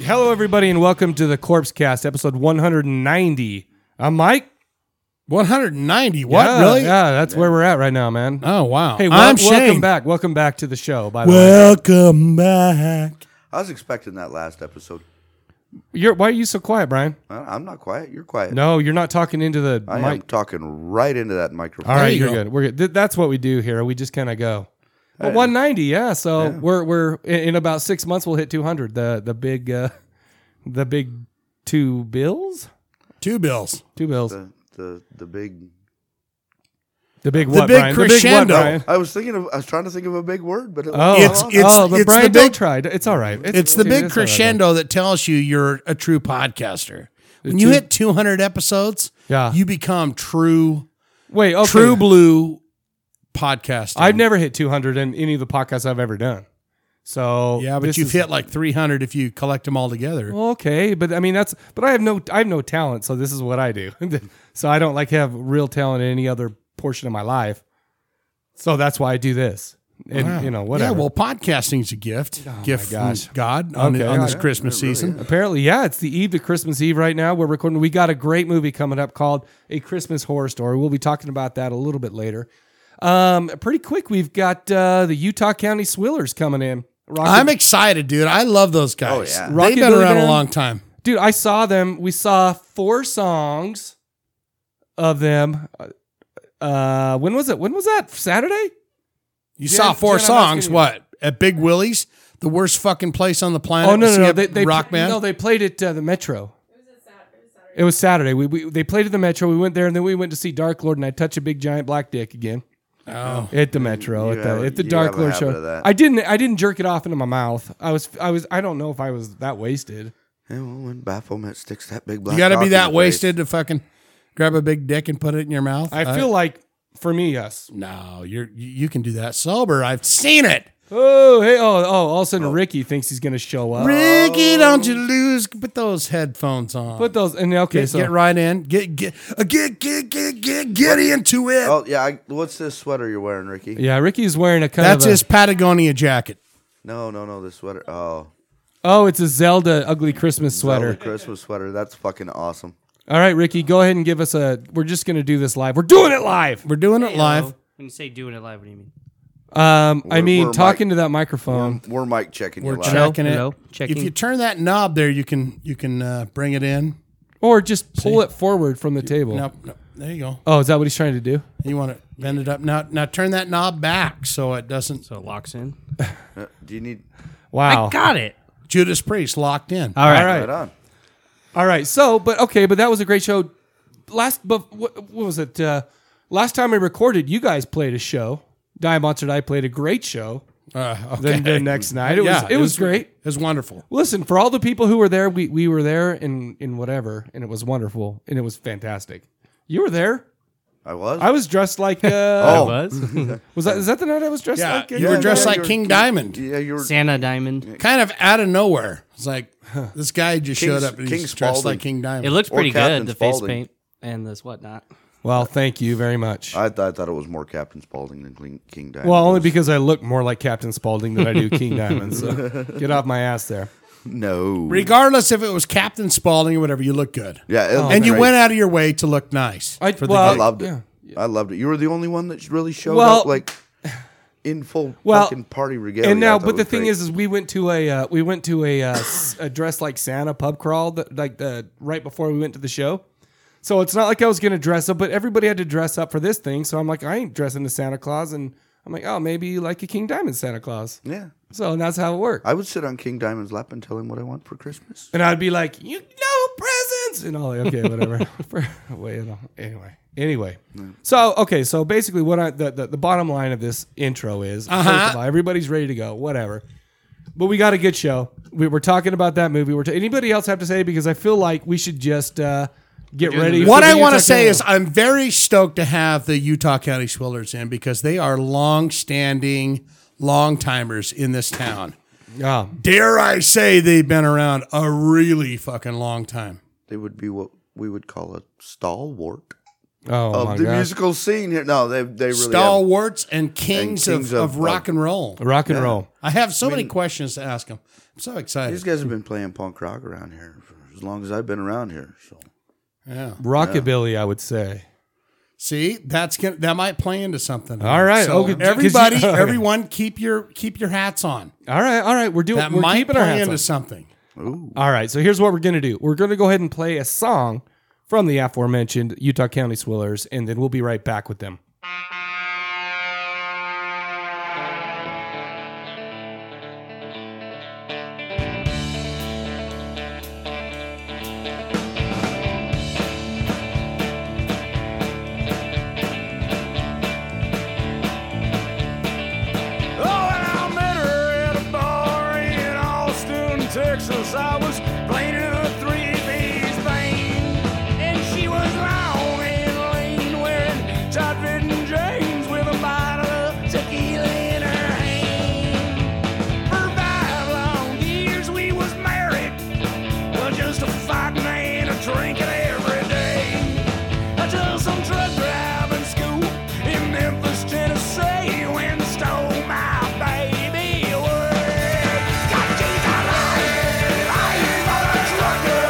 Hello, everybody, and welcome to the Corpse Cast, episode 190. I'm Mike. 190. What Yeah, really? Yeah, that's where we're at right now, man. Oh wow. hey, wel- welcome I'm Shane. back. Welcome back to the show. By the way, Welcome back. I was expecting that last episode. you're, why are you so quiet, Brian? I- I'm not quiet. You're quiet. No, you're not talking into the I am mic. talking right into that microphone. All right, you you're go. good. We're good. Th- that's what we do here. We just kind of go. But 190, yeah. So we're we're in, in about six months we'll hit 200. The the big uh, the big two bills, Two bills. two bills. The, the the big. oh, The big The what, big Brian? crescendo. The big what, Brian? I was thinking of. I was trying to think of a big word, but it, Oh, It's- oh, it's- oh, but it's the Brian, big- don't try. It's all right. It's the dude, big it's all right, man. crescendo that tells you you're a true podcaster. When you two- hit 200 episodes, Yeah. you become true Wait, okay. true blue podcaster. I've never hit 200 in any of the podcasts I've ever done. So Yeah, but this you've is- hit like 300 if you collect them all together. okay, but I mean that's but I have no I have no talent, so this is what I do. so I don't like have real talent in any other portion of my life. So that's why I do this, and you know whatever. Oh, Yeah, well, podcasting's a gift. gift from gosh. God on, Okay. on this Yeah, Christmas season. Apparently, yeah, it's the eve of Christmas Eve right now. We're recording. We got a great movie coming up called A Christmas Horror Story. We'll be talking about that a little bit later. Um, pretty quick, we've got uh, the Utah County Swillers coming in. Rocky- Oh, I'm excited, dude. I love those guys. yeah. They've been Rockabilly around a Band? long time. dude i saw them we saw four songs of them uh when was it when was that saturday You Jen- saw four Jen, I'm songs. asking you. What at Big Willie's, the worst fucking place on the planet? oh no to no see no a they, they rock band. no they played at uh, the metro it was Saturday. We, we they played at the Metro. We went there, and then we went to see Dark Lord, and I touch a big giant black dick again oh, at the Metro You at the have a- at the you Dark have a Lord habit of show. that. I didn't I didn't jerk it off into my mouth. I was I was I don't know if I was that wasted. Yeah, well, when Baphomet sticks that big black. you got to cock be in that your face. wasted to fucking grab a big dick and put it in your mouth. Uh, I feel like for me yes. no, you're you you can do that sober. I've seen it. Oh hey oh oh all of a sudden Ricky thinks he's gonna show up. Ricky, don't you lose? Put those headphones on. Put those and okay, get, so get right in. Get get uh, get get get get get into it. Oh yeah. I, what's this sweater you're wearing, Ricky? yeah, Ricky's wearing a kind That's of a, his Patagonia jacket. No, no, no. The sweater. Oh, oh, it's a Zelda ugly Christmas sweater. sweater. Christmas sweater. That's fucking awesome. All right, Ricky, go ahead and give us a. We're just gonna do this live. We're doing it live. We're doing it live. When you say doing it live, what do you mean? Um, I We're- mean, we're talking to that microphone. We're mic checking. Um, We're you live. checking it. hello, checking. If you turn that knob there, you can you can uh, bring it in. or just pull it forward from the table. Nope, nope. There you go. Oh, is that what he's trying to do? You want to bend it up now? Now turn that knob back so it doesn't. so it locks in. Uh, Do you need? Wow. Got it. Judas Priest locked in. All right. Right on. All right. So, but okay, but that was a great show. Last, but what, what was it? Uh, last time we recorded, you guys played a show. Die Monster I played a great show. Uh, okay. The, the next night, it Yeah, was it, was great. It was wonderful. Listen, for all the people who were there, we, we were there in, in whatever, and it was wonderful and it was fantastic. You were there. I was. I was dressed like uh It Oh. was was that is that the night I was dressed Yeah, like? you Yeah. were dressed yeah, like you're- King Diamond, yeah, you were. Santa Diamond. kind of out of nowhere. It's like this guy just King- showed up and King he's dressed Spaulding. like King Diamond. It looks Or pretty Captain good. The face Spaulding. paint and this whatnot. Well, thank you very much. I, th- I thought it was more Captain Spaulding than King, King Diamond. well, only because I look more like Captain Spaulding than I do King Diamond. So get off my ass there. no. regardless if it was Captain Spaulding or whatever. You look good, Yeah, it Oh, looked and you great. went out of your way to look nice. I, for the well, I loved it. yeah. I loved it. You were the only one that really showed Well- up like in full Well, fucking party regalia. And I now, thought it but the was thing great. is, is we went to a uh, we went to a, uh, s- a dress like Santa pub crawl that, like the right before we went to the show. So it's not like I was gonna dress up, but everybody had to dress up for this thing. So I'm like, I ain't dressing as Santa Claus, and I'm like, oh, maybe like a King Diamond Santa Claus. yeah, So that's how it worked. I would sit on King Diamond's lap and tell him what I want for Christmas. And I'd be like, you know, presents and all. Okay, whatever. Wait, you know, anyway, anyway. So okay, so basically, what I the, the, the bottom line of this intro is first of all, everybody's ready to go, whatever. But we got a good show. We were talking about that movie. We're ta- anybody else have to say because I feel like we should just uh, get ready. What for I the want to Utah say County. is I'm very stoked to have the Utah County Swillers in because they are long-standing, long-timers in this town. oh, Dare I say they've been around a really fucking long time. They would be what we would call a stalwart oh of my the God. musical scene here. No, they they really have- Stalwarts and kings, And kings of, of- of rock and roll. rock and roll. I have so many questions to ask them. I'm so excited. These guys have been playing punk rock around here for as long as I've been around here. So Yeah. Rockabilly, I would say. See, that's gonna that might play into something. All right, So okay, 'cause you- everybody, okay. everyone, keep your keep your hats on. All right, all right, we're doing. That we're might keeping our play hands into on. something. All right, so here's what we're going to do. We're going to go ahead and play a song from the aforementioned Utah County Swillers, and then we'll be right back with them. Oh, and I met her at a bar in Austin, Texas. I was playing a three-piece band, and she was long and lean, wearing tight-fitting jeans with a bottle of tequila in her hand. For five long years we was married, well, just a fighting and a drinking every day. I took some truck driving school in Memphis, Tennessee, when they stole my baby away. God, she's a liar, liar, but a trucker.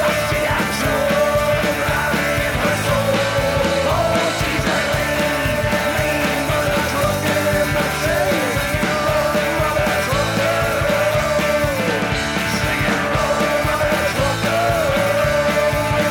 But she got soul, driving her soul. Oh, she's a mean, mean mother trucker, but she's a mean mother trucker. Singing, "Roll, mother trucker."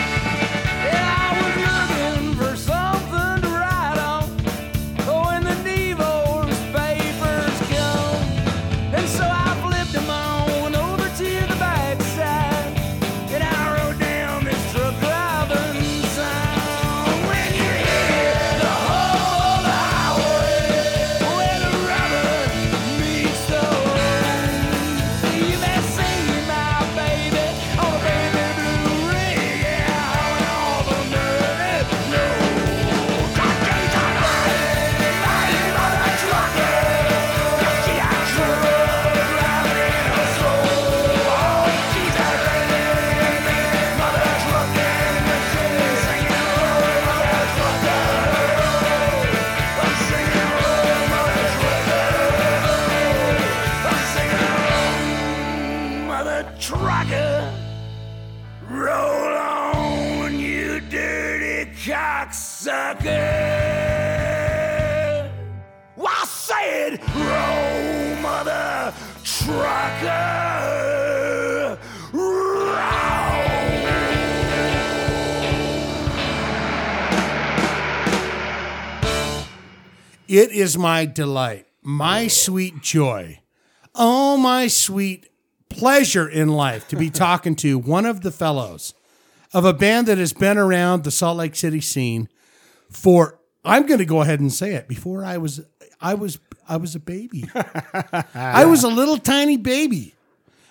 I was looking for something to write on when the divorce papers come. And so I flipped them on over to the backside. And I wrote down this truck driving song. When you hit the whole highway, where the rubber meets the road, you may see my baby on a baby blue rig. Yeah, on all the nerve. No, God, she's a lying, lying mother trucker. Yeah, she a truck driving in her soul. Oh, she's a lying, lying mother trucker. She's singing, "Oh, mother trucker." I'm singing, "Oh, mother trucker." I'm singing, "Oh, mother Trucker. Roll on, you dirty cocksucker. I said, roll, mother trucker. Roll. It is my delight, my sweet joy, oh, my sweet pleasure in life to be talking to one of the fellows of a band that has been around the Salt Lake City scene for, I'm going to go ahead and say it, before I was, I was, I was a baby. I was a little tiny baby.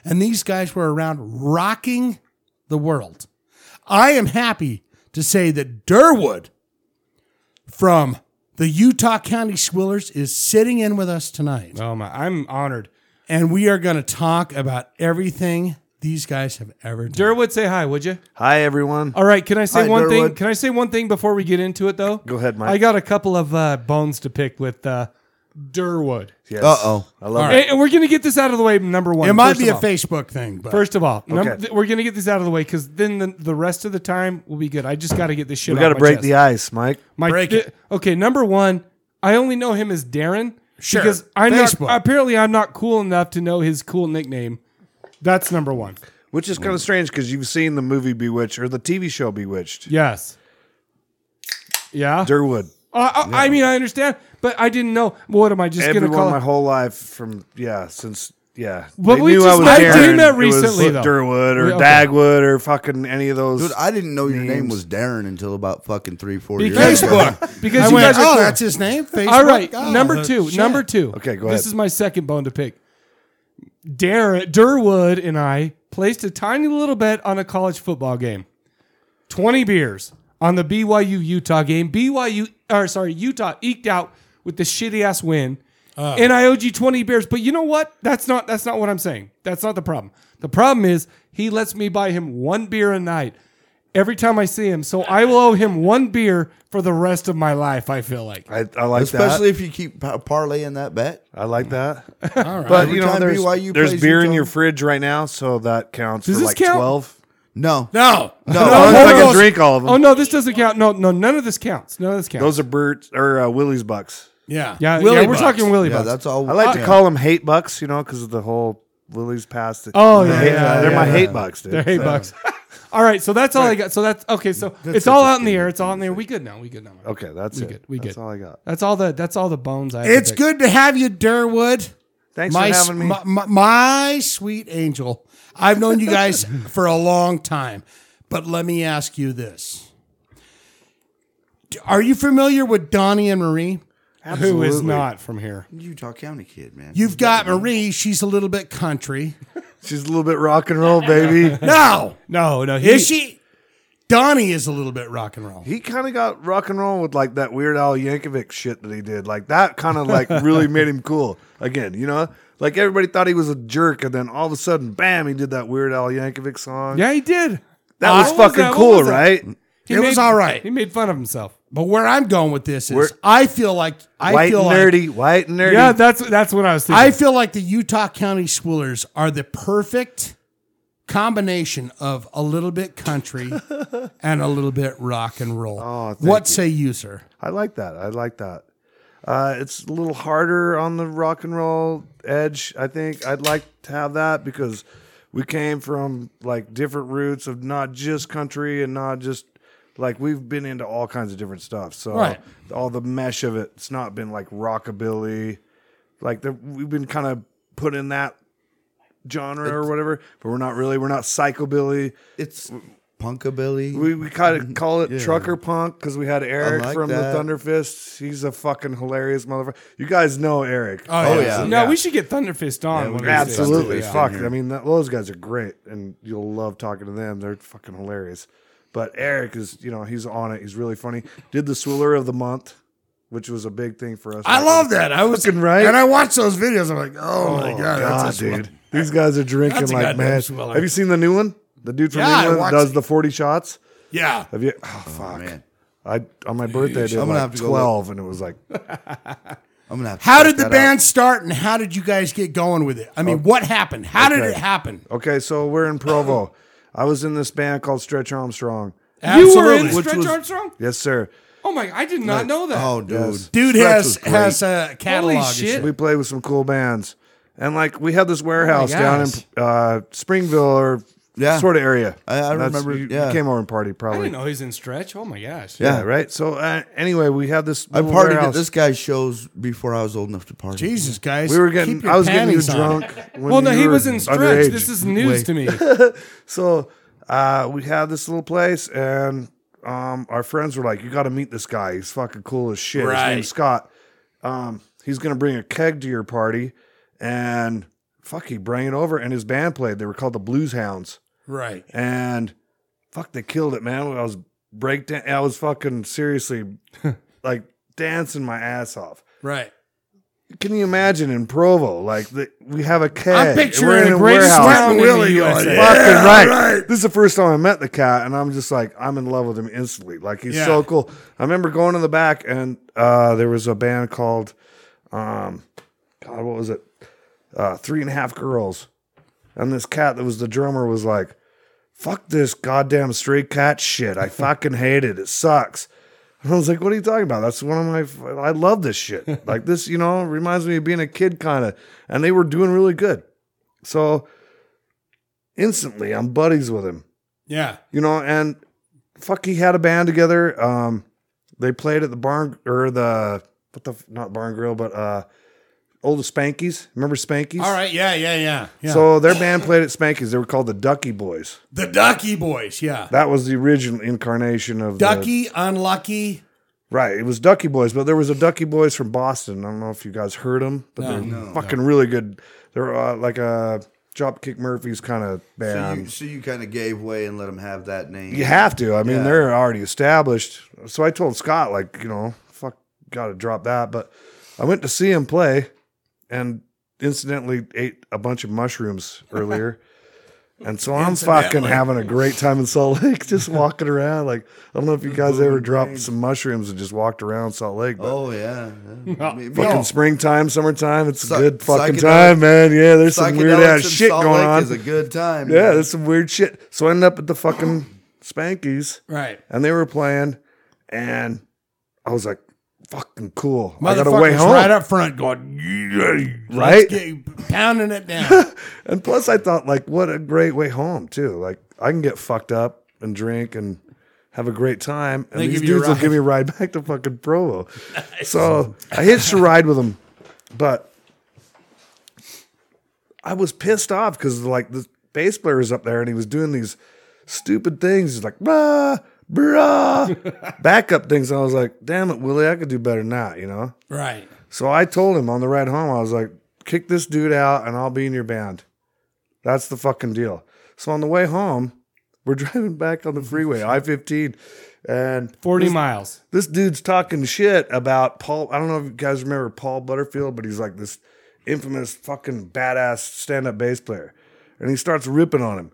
And these guys were around rocking the world. I am happy to say that Durwood from the Utah County Swillers is sitting in with us tonight. Oh my, I'm honored. And we are going to talk about everything these guys have ever done. Durwood, say hi, would you? Hi, everyone. All right, can I say Hi, one thing? Durwood. Can I say one thing before we get into it though? Go ahead, Mike. I got a couple of uh, bones to pick with uh, Durwood. Yes. Uh oh. I love And, and we're going to get this out of the way, number one. It might first be of a all. Facebook thing, but First of all, num- Okay. th- we're going to get this out of the way because then the, the rest of the time will be good. I just got to get this it. shit We got off to my break chest. the ice, Mike. My Break thi- Okay, number one, I only know him as Darren. Sure. Because I'm Facebook. not apparently I'm not cool enough to know his cool nickname. That's number one. Which is kind of strange because you've seen the movie Bewitched or the TV show Bewitched. Yes. Yeah. Durwood. I, I, I mean, I understand, but I didn't know. What am I just going to Everyone call? my whole life from yeah since yeah. But They we knew just- I Darren. did that It was recently, though. Durwood or We- okay. Dagwood or fucking any of those. Dude, I didn't know your name Names. was Darren until about fucking three, four years Because- ago. Facebook. because I you went, guys are oh, cool. that's his name. Facebook. All right, Oh, number the two. shit. Number two. Okay, go This ahead. is my second bone to pick. Darren Durwood and I placed a tiny little bet on a college football game. Twenty beers on the BYU Utah game. BYU, or sorry, Utah eked out with the shitty ass win. and I owed you twenty beers, but you know what? That's not that's not what I'm saying. That's not the problem. The problem is he lets me buy him one beer a night every time I see him. So I will owe him one beer for the rest of my life. I feel like. I, I like Especially if you keep par- parlaying that bet. that. I like that. All right. But Every you know, time there's, BYU there's plays beer in Utah- your fridge right now, so that counts Does for this like count? twelve. No. no, No. Oh, no, if I no, can no. drink all of them. Oh no, this doesn't count. No, no, none of this counts. None of this counts. Those are Bert or uh, Willie's bucks. yeah, yeah, Willy yeah, we're Bucks. talking Willie Yeah, Bucks. that's all. I like Yeah. to call them hate bucks, you know, because of the whole Willie's past. Oh, yeah, Hate- uh, yeah, they're yeah, my yeah. hate bucks, dude. They're hate So- bucks. all right, so that's all I got. So that's okay. So it's all out in the air. It's all in the air. We good now. We good now. Okay, that's We it. good, we that's good. all I got. That's all the that's all the bones I. have to It's pick. good to have you, Durwood. Thanks my, for s- having me. My, my, my sweet angel. I've known you guys for a long time, but let me ask you this: D- Are you familiar with Donnie and Marie? Who is not from here? Utah County kid, man. You've got Marie; she's a little bit country. She's a little bit rock and roll, baby. No, No, no. He, is she? Donnie is a little bit rock and roll. he kind of got rock and roll with like that Weird Al Yankovic shit that he did. Like that kind of like really made him cool again. You know, like everybody thought he was a jerk, and then all of a sudden, bam, he did that Weird Al Yankovic song. Yeah, he did. that Uh, was what was fucking that? What cool, was that? right? He It was all right. He made fun of himself. But where I'm going with this is, We're- I feel like I White feel and like nerdy, white and nerdy. Yeah, that's that's what I was thinking. I feel like the Utah County Swillers are the perfect combination of a little bit country and a little bit rock and roll. Oh, thank what you. say you, sir? I like that. I like that. Uh, it's a little harder on the rock and roll edge. I think I'd like to have that because we came from like different roots of not just country and not just like we've been into all kinds of different stuff. So Right. all the mesh of it, it's not been like rockabilly. Like the, we've been kind of put in that genre or whatever, but we're not really. We're not psychobilly. It's punkabilly. We, we kind of call it trucker punk because we had Eric Mm-hmm. like from that. the Thunderfists. He's a fucking hilarious motherfucker. You guys know Eric. oh yeah. no, we should get Thunderfist on. one of these days. absolutely. Yeah. Fuck. I mean, that, those guys are great, and you'll love talking to them. They're fucking hilarious. But Eric is, you know, he's on it. He's really funny. Did the Swiller of the Month, which was a big thing for us. I love that. I was Fucking right. and I watched those videos. I'm like, oh, my Oh, god, God, that's a dude. swell- These guys are drinking That's a like goddamn mad. Swiller. Have you seen the new one? The dude from Yeah, I England watched does it. the 40 shots. yeah. Have you? Oh, fuck. man. I on my birthday I did I'm gonna like have to go look. twelve, and it was like I'm gonna have to How check did the that out. band start and how did you guys get going with it? I Oh, mean, what happened? How did Okay. it happen? okay. So we're in Provo. I was in this band called Stretch Armstrong. You were Absolutely. in Which Stretch was- Armstrong. Yes, sir. Oh my! I did not know that. Oh, dude. Yes. Dude Stretch has was great. has a catalog. and shit. shit. We played with some cool bands, and like we had this warehouse down in gosh. uh, Springville or Yeah. sort of area. I- I And that's- remember, You, you yeah. came over and party I probably. didn't know he's in Stretch. Oh my gosh. Yeah, right. So uh, anyway, we had this. I little partied at warehouse. this guy's shows before I was old enough to party. Jesus, guys, We were keep getting. your I was getting you panties on. drunk. when Well, no, you he were was in Stretch. underage. This is news to me. So uh, we had this little place, and um, our friends were like, "You got to meet this guy. He's fucking cool as shit. His Right. name's Scott. Um, he's gonna bring a keg to your party, and fuck, he bring it over. And his band played. They were called the Blues Hounds, Right. and fuck, they killed it, man. I was breakdown. I was fucking seriously like dancing my ass off. Right. Can you imagine in Provo? Like the, we have a keg. and we're picturing in the greatest warehouse. town in the Really USA. fucking Yeah, right. This is the first time I met the cat, and I'm just like I'm in love with him instantly. Like he's Yeah. so cool. I remember going to the back, and uh, there was a band called um, God, what was it? Uh, three and a half girls. And this cat that was the drummer was like, fuck this goddamn stray cat shit. I fucking hate it. It sucks. And I was like, what are you talking about? That's one of my, f- I love this shit. Like this, you know, reminds me of being a kid kind of. And they were doing really good. So instantly I'm buddies with him Yeah. you know, and fuck, he had a band together. Um, they played at the barn or the what the f- not barn grill, but uh, old Spankies. Remember Spankies? All right. Yeah. Yeah. Yeah. Yeah. So their band played at Spankies. They were called the Ducky Boys. the Ducky Boys. Yeah. That was the original incarnation of the- Ducky, unlucky. right, it was Ducky Boys, but there was a Ducky Boys from Boston. I don't know if you guys heard them, but No. they're No. fucking really good. They're uh, like a Dropkick Murphys kind of So you, band. so you kind of gave way and let them have that name. You have to. I mean, Yeah. they're already established. So I told Scott, like, you know, fuck, got to drop that. But I went to see him play and incidentally ate a bunch of mushrooms earlier. and so I'm fucking Incidentally. having a great time in Salt Lake, just walking around. Like, I don't know if you guys ever dropped some mushrooms and just walked around Salt Lake. But Oh yeah. yeah. Maybe- Fucking springtime, summertime, it's Psy- a good fucking psychedelic- time, man. Yeah, there's some weird Psychedelics ass in shit Salt going Lake on. Is a good time. yeah, there's some weird shit. So I ended up at the fucking Spankies Right. and they were playing, and I was like, "Fucking cool!" I got a way Motherfuckers home, right up front going, right? get- pounding it down. And plus, I thought, like, what a great way home too. Like, I can get fucked up and drink and have a great time, and They these give you a dudes will ride. give me a ride back to fucking Provo. So I hitched a ride with them, but I was pissed off because like the bass player was up there and he was doing these stupid things. He's like, bruh, bruh, backup things. And I was like, damn it, Willie, I could do better than that, you know? right. So I told him on the ride home, I was like, kick this dude out and I'll be in your band. That's the fucking deal. So on the way home, we're driving back on the freeway, I 15, and 40 miles. this dude's talking shit about Paul. I don't know if you guys remember Paul Butterfield, but he's like this infamous fucking badass stand up bass player. And he starts ripping on him.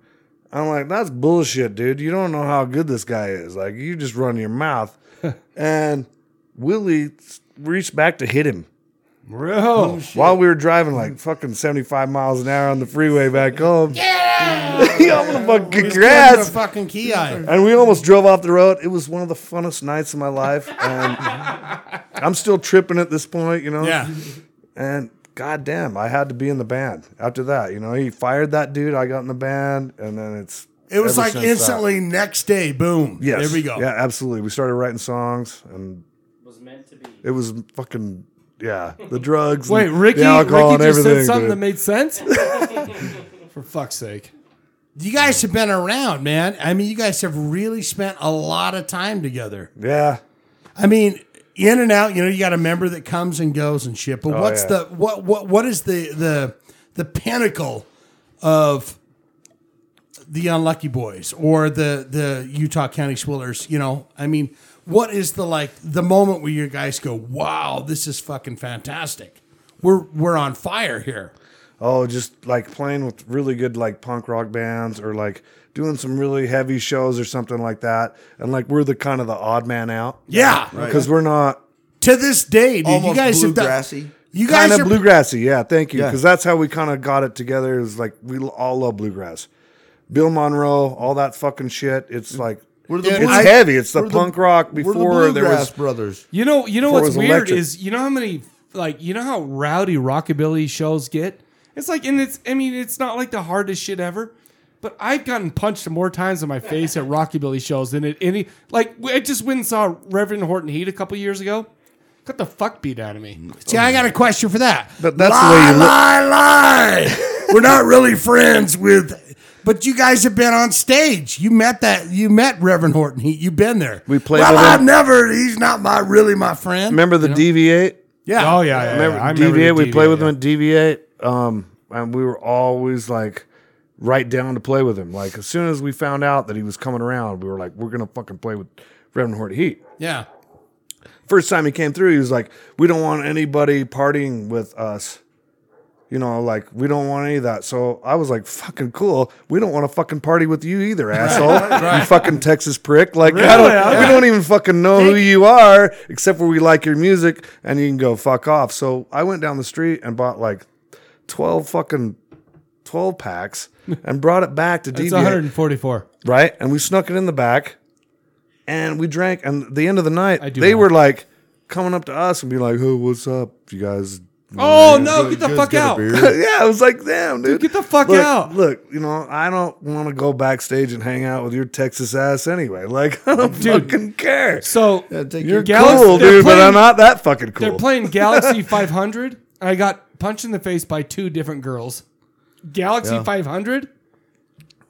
I'm like, that's bullshit, dude. You don't know how good this guy is. Like, you just run your mouth. and Willie s- reached back to hit him Bro. Oh, while we were driving like fucking 75 miles an hour on the freeway back home. Yeah! I'm gonna fucking kick your Give him ass. a fucking key eye. And we almost drove off the road. It was one of the funnest nights of my life. And I'm still tripping at this point, you know? Yeah. And goddamn, I had to be in the band after that. You know, he fired that dude. I got in the band. And then it's. It was ever like since that. instantly next day, boom. Yes. There we go. Yeah, absolutely. We started writing songs and Was meant to be. it was fucking. Yeah, the drugs. Wait, and Ricky, the alcohol Ricky and just said everything. something dude. that made sense? For fuck's sake. You guys have been around, man. I mean, you guys have really spent a lot of time together. yeah, I mean, in and out, you know, you got a member that comes and goes and shit. Oh, But what's yeah. the what what what is the the the pinnacle of the unlucky boys or the the Utah County Swillers? You know, I mean, what is the like the moment where you guys go, "Wow, this is fucking fantastic. We're we're on fire here." Oh, just like playing with really good like punk rock bands or like doing some really heavy shows or something like that. And like we're the kind of the odd man out. Yeah, Because we're not to this day, dude, Almost you guys have done. bluegrassy. You guys kind of are bluegrassy. Yeah, thank you. Yeah. Because that's how we kind of got it together. Is like we l- all love bluegrass. Bill Monroe, all that fucking shit. It's like We're the it's blue- heavy. It's the we're punk rock we're the before there Bluegrass was brothers. You know, you know Before it what's was weird electric. is you know how many like you know how rowdy rockabilly shows get. It's like, and it's I mean, it's not like the hardest shit ever. But I've gotten punched more times in my face at rockabilly shows than at any. Like I just went and saw Reverend Horton Heat a couple years ago. Got the fuck beat out of me. See, I got a question for that. But that's the lie, way you look- lie, lie. We're not really friends with. But you guys have been on stage. You met that. You met Reverend Horton. He, you've been there. We played Well, with I've him. never. He's not my really my friend. Remember the DV8? Oh, Yeah. Oh, yeah, Remember DV8? We played with him at DV8, um, and we were always like right down to play with him. Like as soon as we found out that he was coming around, we were like, we're gonna fucking play with Reverend Horton Heat. Yeah. First time he came through, he was like, we don't want anybody partying with us. You know, like we don't want any of that. So I was like, "Fucking cool. We don't want to fucking party with you either, asshole. You fucking Texas prick. Like, I don't, we don't even fucking know who you are, except where we like your music, and you can go fuck off." So I went down the street and bought like twelve fucking twelve packs and brought it back to It's DV, 144. right? And we snuck it in the back, and we drank. And at the end of the I night, do they know. were like coming up to us and be like, "Who? what's up, you guys?" Oh, no, get the fuck out. yeah, I was like, damn, dude. get the fuck Look, out. Look, you know, I don't want to go backstage and hang out with your Texas ass anyway. Like, I don't Dude. fucking care. So take You're your Galaxy- cool, they're dude, but playing- I'm not that fucking cool. they're playing Galaxy 500. I got punched in the face by two different girls. Galaxy 500?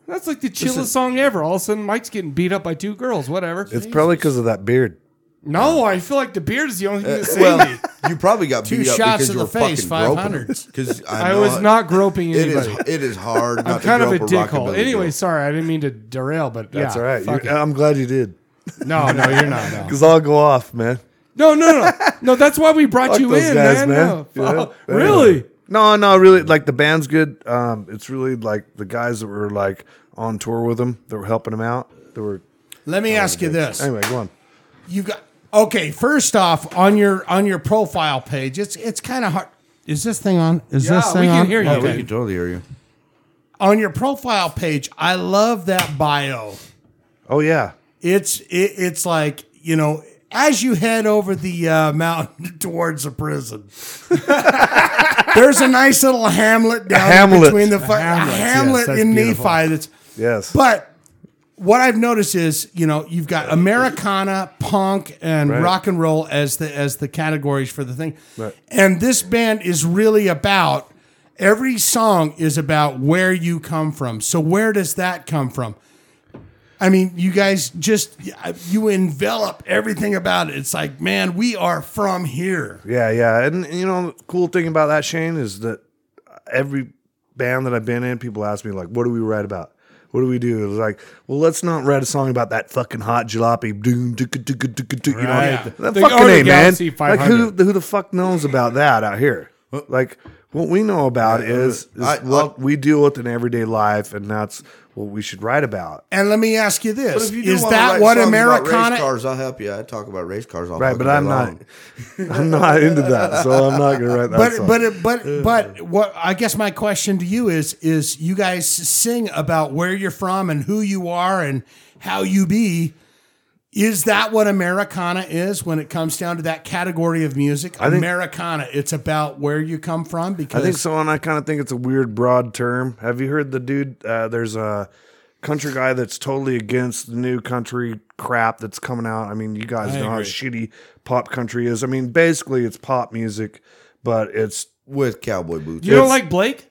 That's like the chillest song ever. All of a sudden, Mike's getting beat up by two girls. Whatever. it's probably because of that beard. no, I feel like the beard is the only thing that saved me. Well, you probably got Two beat up shots because to you the were face, fucking groping. 500s. Because I, I know was it- not groping It is. anybody. It is hard. Not I'm kind to of a grope dickhole. rockabilly Anyway, girl. sorry, I didn't mean to derail, but That's yeah, all right. fuck You- I'm glad you did. it. No, no, you're not. No. Because I'll go off, man. No, no, no, no. That's why we brought Fuck you those in, guys, man. man. No. Yeah. Oh, really? No, no, really. Like the band's good. Um, it's really like the guys that were like on tour with him that were helping him out. That were Let me ask you this. Oh, anyway. Go on. You got okay. First off, on your on your profile page, it's it's kind of hard. Is this thing on? Is Yeah, this thing we can on? hear you. Okay. I can totally hear you. On your profile page, I love that bio. Oh yeah. It's it, it's like you know, as you head over the uh, mountain towards the prison, there's a nice little hamlet down hamlet. between the fu- a hamlet, hamlet, yes, that's in beautiful. Nephi. That's Yes. But what I've noticed is, you know, you've got Americana, punk, and Right. rock and roll as the as the categories for the thing. Right. And this band is really about every song is about where you come from. So where does that come from? I mean, you guys just you envelop everything about it. It's like, man, we are from here. Yeah, yeah. And, and, you know, the cool thing about that, Shane, is that every band that I've been in, people ask me, like, what do we write about? What do we do? It's like, well, let's not write a song about that fucking hot jalopy. Doom, doo, doo, doo, doo, doo, doo, You know, Right. that They fucking own a A, man. Galaxy Like, who, 500. who the fuck knows about that out here? Like, what we know about is, is I- what we deal with in everyday life, and that's what we should write about. And let me ask you But this: if you do Is wanna that write what songs about Americana? Race cars. I'll help you. I talk about race cars all Right, but fucking I'm day not, long. I'm not into that, so I'm not gonna write that. but song. but it- but but what I guess my question to you is is you guys sing about where you're from and who you are and how you be. Is that what Americana is when it comes down to that category of music? think- Americana, it's about where you come from I because think so, and I kind of think it's a weird broad term. Have you heard the dude? Uh, there's a country guy that's totally against the new country crap that's coming out. I mean, you guys know how shitty pop country is. I mean, basically, it's pop music, but it's with cowboy boots. You don't like Blake?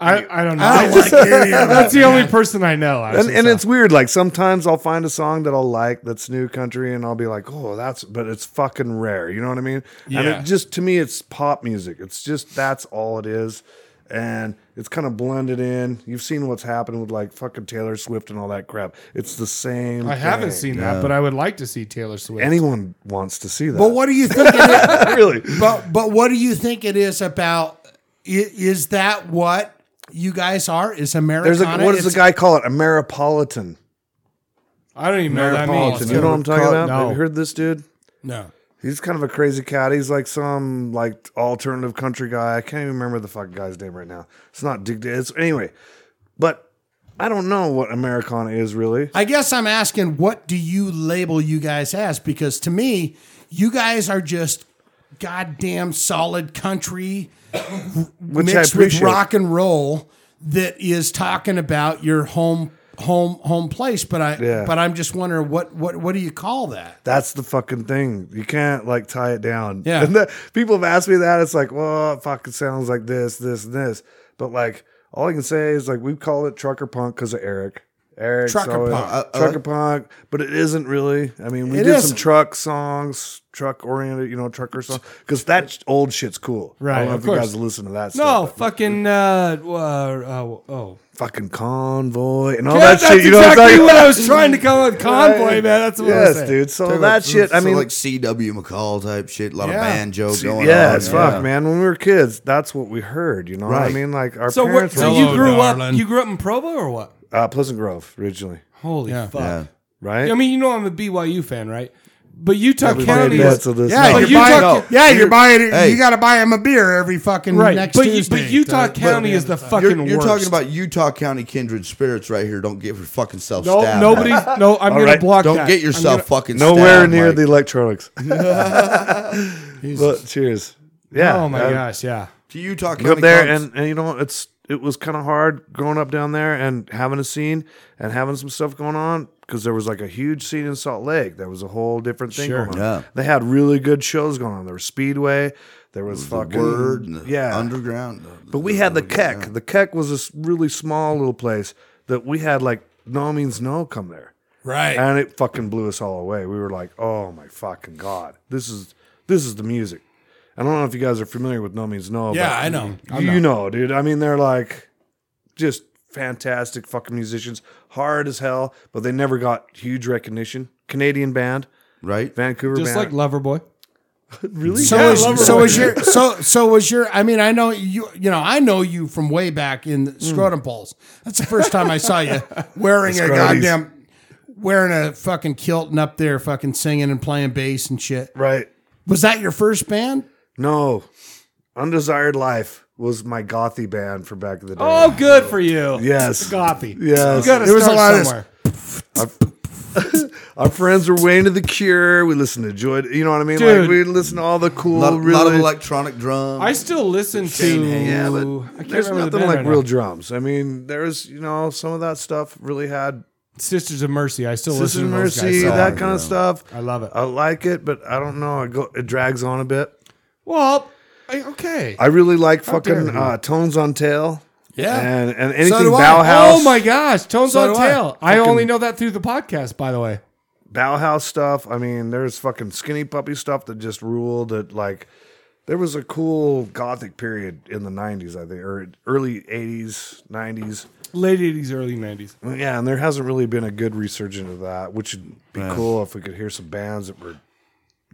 I, I don't know. I don't like any of that. That's the only person I know. and, Actually, and it's weird. Like sometimes I'll find a song that I'll like that's new country, and I'll be like, "Oh, that's," but it's fucking rare. You know what I mean? And Yeah. it just to me, it's pop music. It's just that's all it is, and it's kind of blended in. You've seen what's happened with like fucking Taylor Swift and all that crap. It's the same. I haven't thing. seen that, but I would like to see Taylor Swift. Anyone wants to see that? But what do you think? It is, really? but but what do you think it is about? I- Is that what you guys are? Is Americana? There's a what does the it's- guy call it? Ameripolitan. I don't even know what that means. Ameripolitan. You know what I'm talking Call- about? Have No. you heard this dude? No. He's kind of a crazy cat. He's like some like alternative country guy. I can't even remember the fucking guy's name right now. It's not Dick. It's anyway, but I don't know what Americana is really. I guess I'm asking, what do you label you guys as? Because to me, you guys are just goddamn solid country Which I mixed with appreciate. rock and roll that is talking about your home home home place. But I Yeah. but I'm just wondering what what what do you call that? That's the fucking thing. You can't like tie it down. Yeah. And the, people have asked me that. It's like, well, it fucking sounds like this, this, and this. But like, all I can say is like we call it trucker punk because of Eric. Eric's Trucker always- punk. I- I trucker like- punk, but it isn't really. I mean, we It did some isn't. truck songs, truck oriented, you know, trucker songs, because that sh- old shit's cool. I Right, don't know of if you course. guys listen to that. No, stuff, but fucking. Uh, uh, oh, oh. fucking convoy and all Yeah, that shit. You know exactly what I'm saying? I was trying to come with convoy, Right. man. That's what I was yes, saying. dude. So Talking that about- shit. I so mean, like C.W. McCall type shit, a lot Yeah. of banjo See, going yeah, on. it's fuck, man. When we were kids, that's what we heard. You know what I Right. mean? Like our So, where, parents so were you Hello, grew up. darling. You grew up in Provo or what? uh, Pleasant Grove originally, Holy fuck! Yeah. right? I mean, you know I'm a BYU fan, right? But Utah Everybody County admits is to this. Yeah, No. But you're you buying. talk- yeah, you're buying. it- Hey. You got to buy him a beer every fucking next but, you, Tuesday. but Utah County is the fucking You're, you're worst. talking about Utah County kindred spirits right here. Don't get your fucking self no, stabbed. nobody. No, I'm gonna right. block. Don't that. get I'm yourself gonna- fucking nowhere stabbed, near Mike. the electronics. but cheers. Yeah. oh my uh, gosh! Yeah. to Utah County. Go up there comes- and, and you know it's it was kind of hard growing up down there and having a scene and having some stuff going on because there was like a huge scene in Salt Lake. There was a whole different thing going on. Yeah. They had really good shows going on. There was Speedway. There was the fucking word, and the yeah. underground. but we had the Keck. The Keck was this really small little place that we had like no means no come there. right. And it fucking blew us all away. We were like, "Oh my fucking god, this is this is the music." I don't know if you guys are familiar with No Means No. Yeah, but I know. you know, dude. I mean, they're like just fantastic fucking musicians, hard as hell, but they never got huge recognition. Canadian band, right? Vancouver Just like band. Loverboy. really? So Yeah, was, Loverboy. so was your so so was your I mean I know you you know I know you from way back in Mm. the scrotum balls. That's the first time I saw you wearing a Scroties. goddamn wearing a fucking kilt and up there fucking singing and playing bass and shit. right. Was that your first band? No. Undesired Life was my gothy band for back in the day. Oh, good for you. Yes. Coffee. You Yes. gotta There was a start lot of- somewhere. Our friends were way into the cure. We listened to Joy. You know what I mean? Dude. Like we listened to all the cool, A lot, really lot of electronic drums. I still listen to. Shane Hayes. Yeah, but I can't there's remember the nothing band like right real now. drums. I mean, there's you know some of that stuff really had Sisters of Mercy. I still Sisters listen of to those guys. Mercy, So- that kind of stuff. I love it. I like it, but I don't know. It, go, it drags on a bit. Well, I, okay. I really like dare fucking you. uh, Tones on Tail. Yeah. and and anything do I. Bauhaus. Oh my gosh, Tones So on do I. Tail. I only know that through the podcast, by the way. Bauhaus stuff. I mean, there's fucking skinny puppy stuff that just ruled. That like, there was a cool gothic period in the '90s, I think, or early '80s, '90s. Late 80s, early 90s. Well, Yeah, and there hasn't really been a good resurgence of that, which would be cool if we could hear some bands that were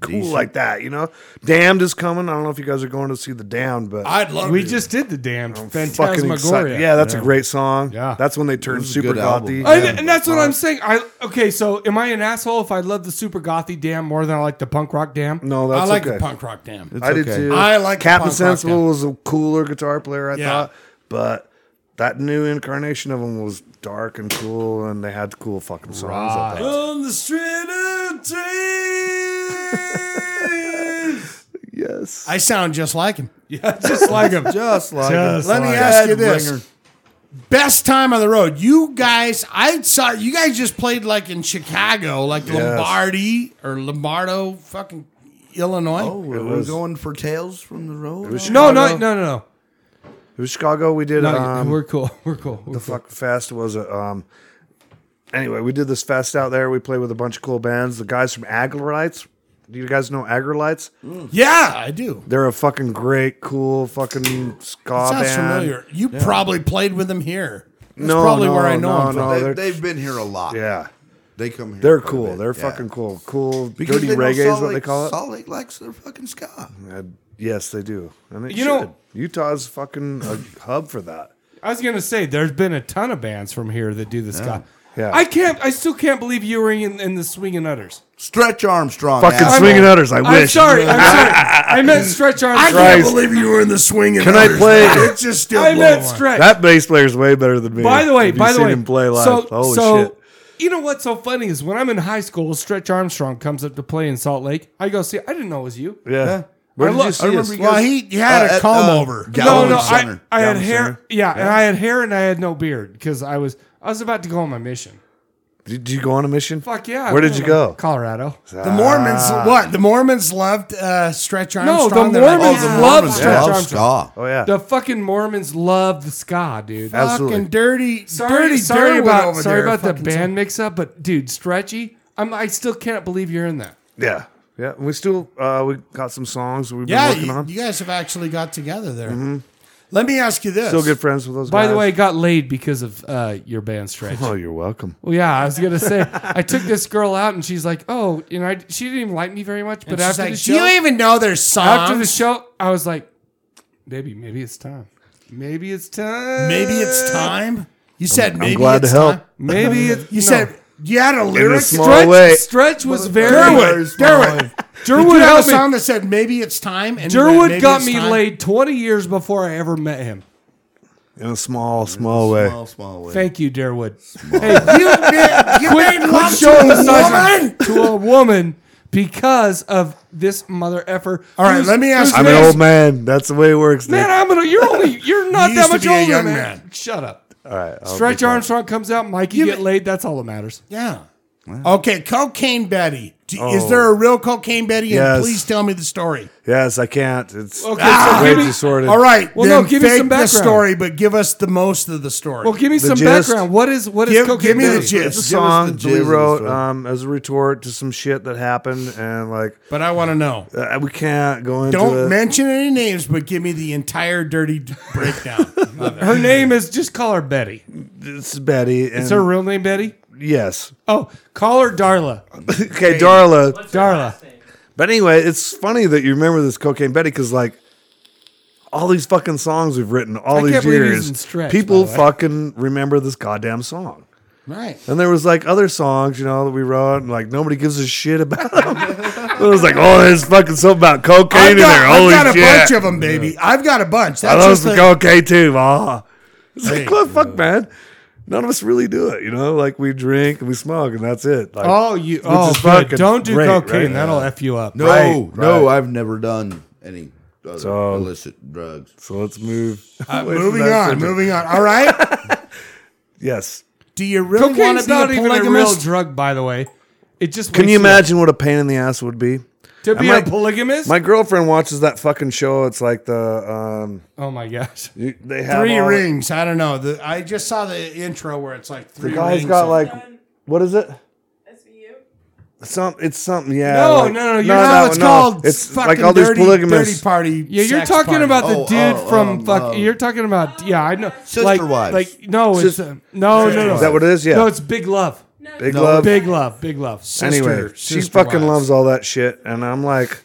cool like that. You know, Damned is coming. I don't know if you guys are going to see the Damned, but I'd love We to. just did the damned fucking Phantasmagoria. excited. Yeah, that's a great song. Yeah. that's when they turned was a super good album. gothy. I- And, and that's what I'm saying. I okay, so am I an asshole if I love the super gothy damn more than I like the punk rock damn? No, I that's like okay. the punk rock damn. I did okay. too. I like the Captain punk rock Sensible now. was a cooler guitar player, I Yeah. thought, but that new incarnation of him was dark and cool, and they had cool fucking songs. I thought. On the street of trees. Yes. I sound just like him. Yeah, just like them. just like Just Let me like- ask you this. Best time on the road. You guys, I saw you guys just played like in Chicago, like Lombardi or Lombardo, fucking Illinois. Oh, we're was- going for tales from the road. No, no, no, no, no. It was Chicago. We did. No, um, we're cool. We're cool. We're the cool. fuck fest was a um anyway we did this fest out there we played with a bunch of cool bands the guys from agrolites do you guys know agrolites Yeah, I do. they're a fucking great cool fucking ska Sounds band familiar. You probably played with them here. That's No, probably no, where I know no, him from. no. They, they're- they've been here a lot. yeah They come here. they're quite a cool bit, they're yeah. fucking cool cool Because dirty they know reggae is Salt what they Lake- call it Salt Lake likes their fucking ska. Uh, yes they do and they You you know- know utah's fucking a hub for that I was gonna say there's been a ton of bands from here that do this guy. Yeah. I can't. I still can't believe you were in, in the swinging utters. Stretch Armstrong. Fucking asshole. swinging utters. I I'm wish. sorry. I'm sorry. I meant Stretch I Armstrong. can't Christ. believe you were in the swing. Can I play- It's just still. I blowing meant my- Stretch. that bass player's way better than me By the way, Have you by the seen way, him play live So, holy so shit you know what's so funny is when I'm in high school, Stretch Armstrong comes up to play in Salt Lake. I go see. I didn't know it was you. yeah, I Where did look- you I see Uh, us? you Well, guys- he- he had a at, comb over. Gallon no, no, Center. I, I had Gallon hair. Center. Yeah, and I had hair and I had no beard because I was I was about to go on my mission. Did you go on a mission? Fuck yeah. Where did you go? Colorado. The Mormons, what? The Mormons loved uh, Stretch Armstrong. the They're like, Mormons "Oh, love Mormons Stretch Love Armstrong. ska. Oh yeah. The fucking Mormons love the ska, dude. Ab- Absolutely. Fucking dirty, Sorry, dirty, sorry dirty about over sorry there. about the Fucking band mix up, but dude, Stretchy, I'm I still can't believe you're in that. yeah. Yeah. We still uh, we got some songs we've been Yeah, working you, on. you guys have actually got together there. Let me ask you this. Still good friends with those By guys. the way, I got laid because of uh, your band Stretch. Oh, you're welcome. Well, yeah, I was gonna say I took this girl out and she's like, oh, you know, I, she didn't even like me very much. But She's after like, the Do show, you even know their songs? after the show, I was like, baby, maybe it's time. Maybe it's time. Maybe it's time. Uh, You said maybe glad it's to help. time. Maybe it's You said you had a lyric. small Stretch- way. Wait. Stretch was very Derwood. Derwood. Did Durwood you have a helped song me. that said maybe it's time? And you went, Durwood "Maybe got it's me time"? laid 20 years before I ever met him. In a small, small way. Small, small way. Thank you, Durwood. Hey, You did. You quit, made quit love to a showing the size woman? of- to a woman because of this mother effer. All right, who's- let me ask who's I'm you an named- old man. That's the way it works. Man, Nick. I'm gonna. You're only. You're not You that used to much be a older, young man. man. Shut up. All right, I'll be Stretch quiet. Armstrong comes out. Mikey get laid. That's all that matters. Yeah. Okay, Cocaine Betty. Do- Is there a real Cocaine Betty? Yes. And please tell me the story. Yes, I can't. It's Okay, so way give me- too sordid. All right. Well, then no, give me fake some the background. story, but give us the most of the story. Well, give me The some gist? background. What is what is Give- cocaine? give me the Betty? gist. It's a Give us song the that we jizz of wrote this um, as a retort to some shit that happened, and like but I want to know. uh, we can't go into Don't it. mention any names, but give me the entire dirty d- breakdown. Love it. Her name is just call her Betty. It's Betty. And, Is her real name Betty? yes. Oh, call her Darla. okay, Darla. Darla. But anyway, it's funny that you remember this Cocaine Betty because like all these fucking songs we've written all I these can't believe he's in years, Stretch, people by the way. fucking remember this goddamn song. right. And there was like other songs, you know, that we wrote, and like nobody gives a shit about them. it was like, oh, there's fucking something about cocaine I've in there. got, Holy I've got a shit! bunch of them, baby. I've got a bunch. I That's love just some the, cocaine too, ma. It's Hey. like, well, fuck, man. None of us really do it, you know. Like we drink and we smoke, and that's it. Like, Oh, you. is Oh, fucking good. don't do great, cocaine. right? That'll f you up. No, Right, no, right. I've never done any other So- illicit drugs. so let's move. away from Moving that on. subject. Moving on. All right. Yes. Do you really want to Cocaine's be a not even a real polygamist? drug, by the way. It just Can wakes you up. imagine what a pain in the ass would be? to be I a might- polygamist? My girlfriend watches that fucking show. It's like the um, oh my gosh! you- they have Three all- rings. I don't know. The, I just saw the intro where it's like The three guy's rings. got of- like what is it? SVU. Some it's something. Yeah. No, like- no, no, you're No, that it's one, no. called It's fucking like all these dirty, dirty polygamists. party. Yeah, you're sex talking party. about the Oh, dude oh, from um, fuck. um, you're talking about yeah, I know. Sister like, wives. Like no, it's Sis- uh, no, no, no. Is that what it is? Yeah. No, it's big love. Big love. Big love. Big love. anyway, sister- she sister fucking wives. loves all that shit, and I'm like,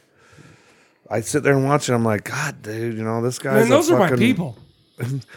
I sit there and watch it. I'm like, God, dude, you know this guy. Man, those are my fucking, people.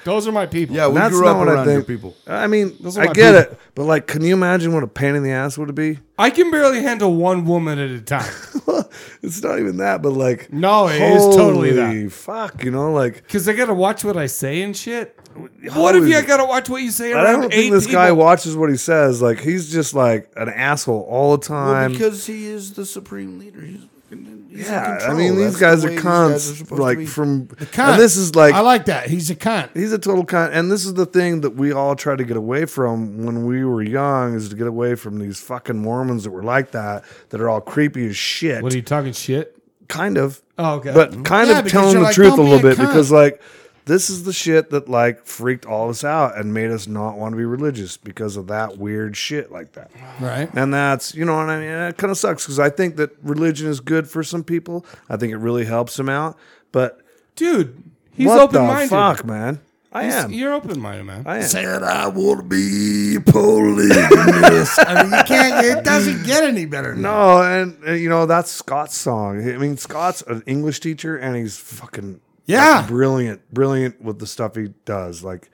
Those are my people. Yeah, we That's grew not up what I around your think. people. I mean, Those are I my get people. it, but like, can you imagine what a pain in the ass would it be? I can barely handle one woman at a time. it's not even that, but like, No, it is totally holy that. Fuck, you know, like Cause I gotta watch what I say and shit. What if you Holy- gotta watch what you say? I Around don't eight think this guy people? watches what he says. Like he's just like an asshole all the Well, time. because he is the supreme leader. He's, fucking- he's in yeah, I control. mean these That's guys the are way cunts. supposed to like be. from Cunt. and this is like I like that. He's a cunt. he's a total cunt. And this is the thing that we all try to get away from when we were young is to get away from these fucking Mormons that were like that that are all creepy as shit. What are you talking shit? kind of. Oh, okay. But Mm-hmm. kind Yeah, of because telling you're the like, truth "Don't a be little a bit cunt." because like this is the shit that like freaked all of us out and made us not want to be religious because of that weird shit like that. Right. And that's, you know what I mean? It kind of sucks because I think that religion is good for some people. I think it really helps them out. But Dude, he's what open the minded. fuck, man? I am. You're open minded, man. I am. Said I want to be polygamous. I mean, you can't. It doesn't get any better. than that. No, and, and, you know, that's Scott's song. I mean, Scott's an English teacher and he's fucking Yeah. like, brilliant, brilliant with the stuff he does. Like,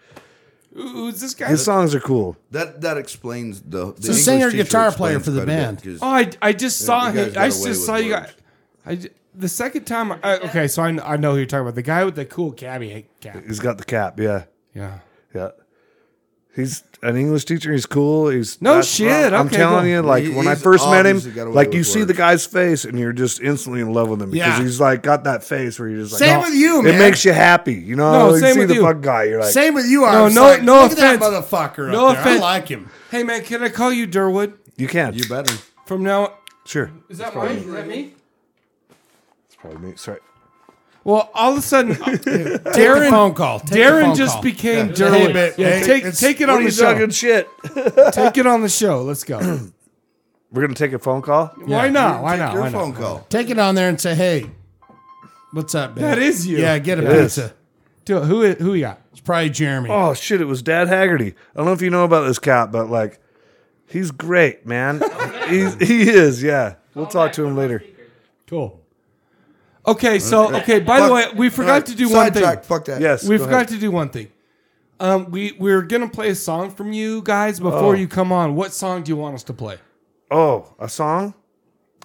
Who's this guy? his songs are cool. that that explains the. the a English singer, teacher guitar player explains for the quite a bit, band. 'cause- Oh, I, I just saw you guys him. got I away just with saw you guys. words. I, j- the second time. I, okay, so I, kn- I know who you're talking about. The guy with the cool cabbie hat cap. He's got the cap. Yeah. Yeah. Yeah. He's an English teacher. He's cool. He's No that's- shit, I'm okay, telling cool. you, like He- when I he's first met obviously got him, away like with you see work. the guy's face and you're just instantly in love with him because Yeah. he's like got that face where you're just like, Same "Oh." with you, man. It makes you happy, you know. No, you same see with the you. fuck guy, you're like, Same with you. I No, was no- like, no look at that offense. motherfucker. up No there. offense. I like him. Hey man, can I call you Derwood you can, You better. from now? sure. Is that mine? Is that me? Pardon me. Sorry. Well, all of a sudden, Take the Darren. phone call. Take the Darren phone just call. became Hey, Derwood. babe, yeah, hey, take it's- take it What on are the you show. talking shit? Take it on the show. Let's go. We're gonna take a phone call. Why not? Why Take not? your Why not? phone call. Take it on there and say, hey, what's up, babe? That is you. Yeah, get a It pizza. is. Do it. Who who you got? It's probably Jeremy. Oh shit! It was Dad Haggerty. I don't know if you know about this cat, but like, he's great, man. he's, he is. Yeah, we'll talk to him later. Cool. Okay, so okay. By the way, Fuck- we forgot to do one thing. Sidetrack. Fuck that. Yes, we go forgot ahead. to do one thing. Um, we we're gonna play a song from you guys before you come on. What song do you want us to play? Oh, a song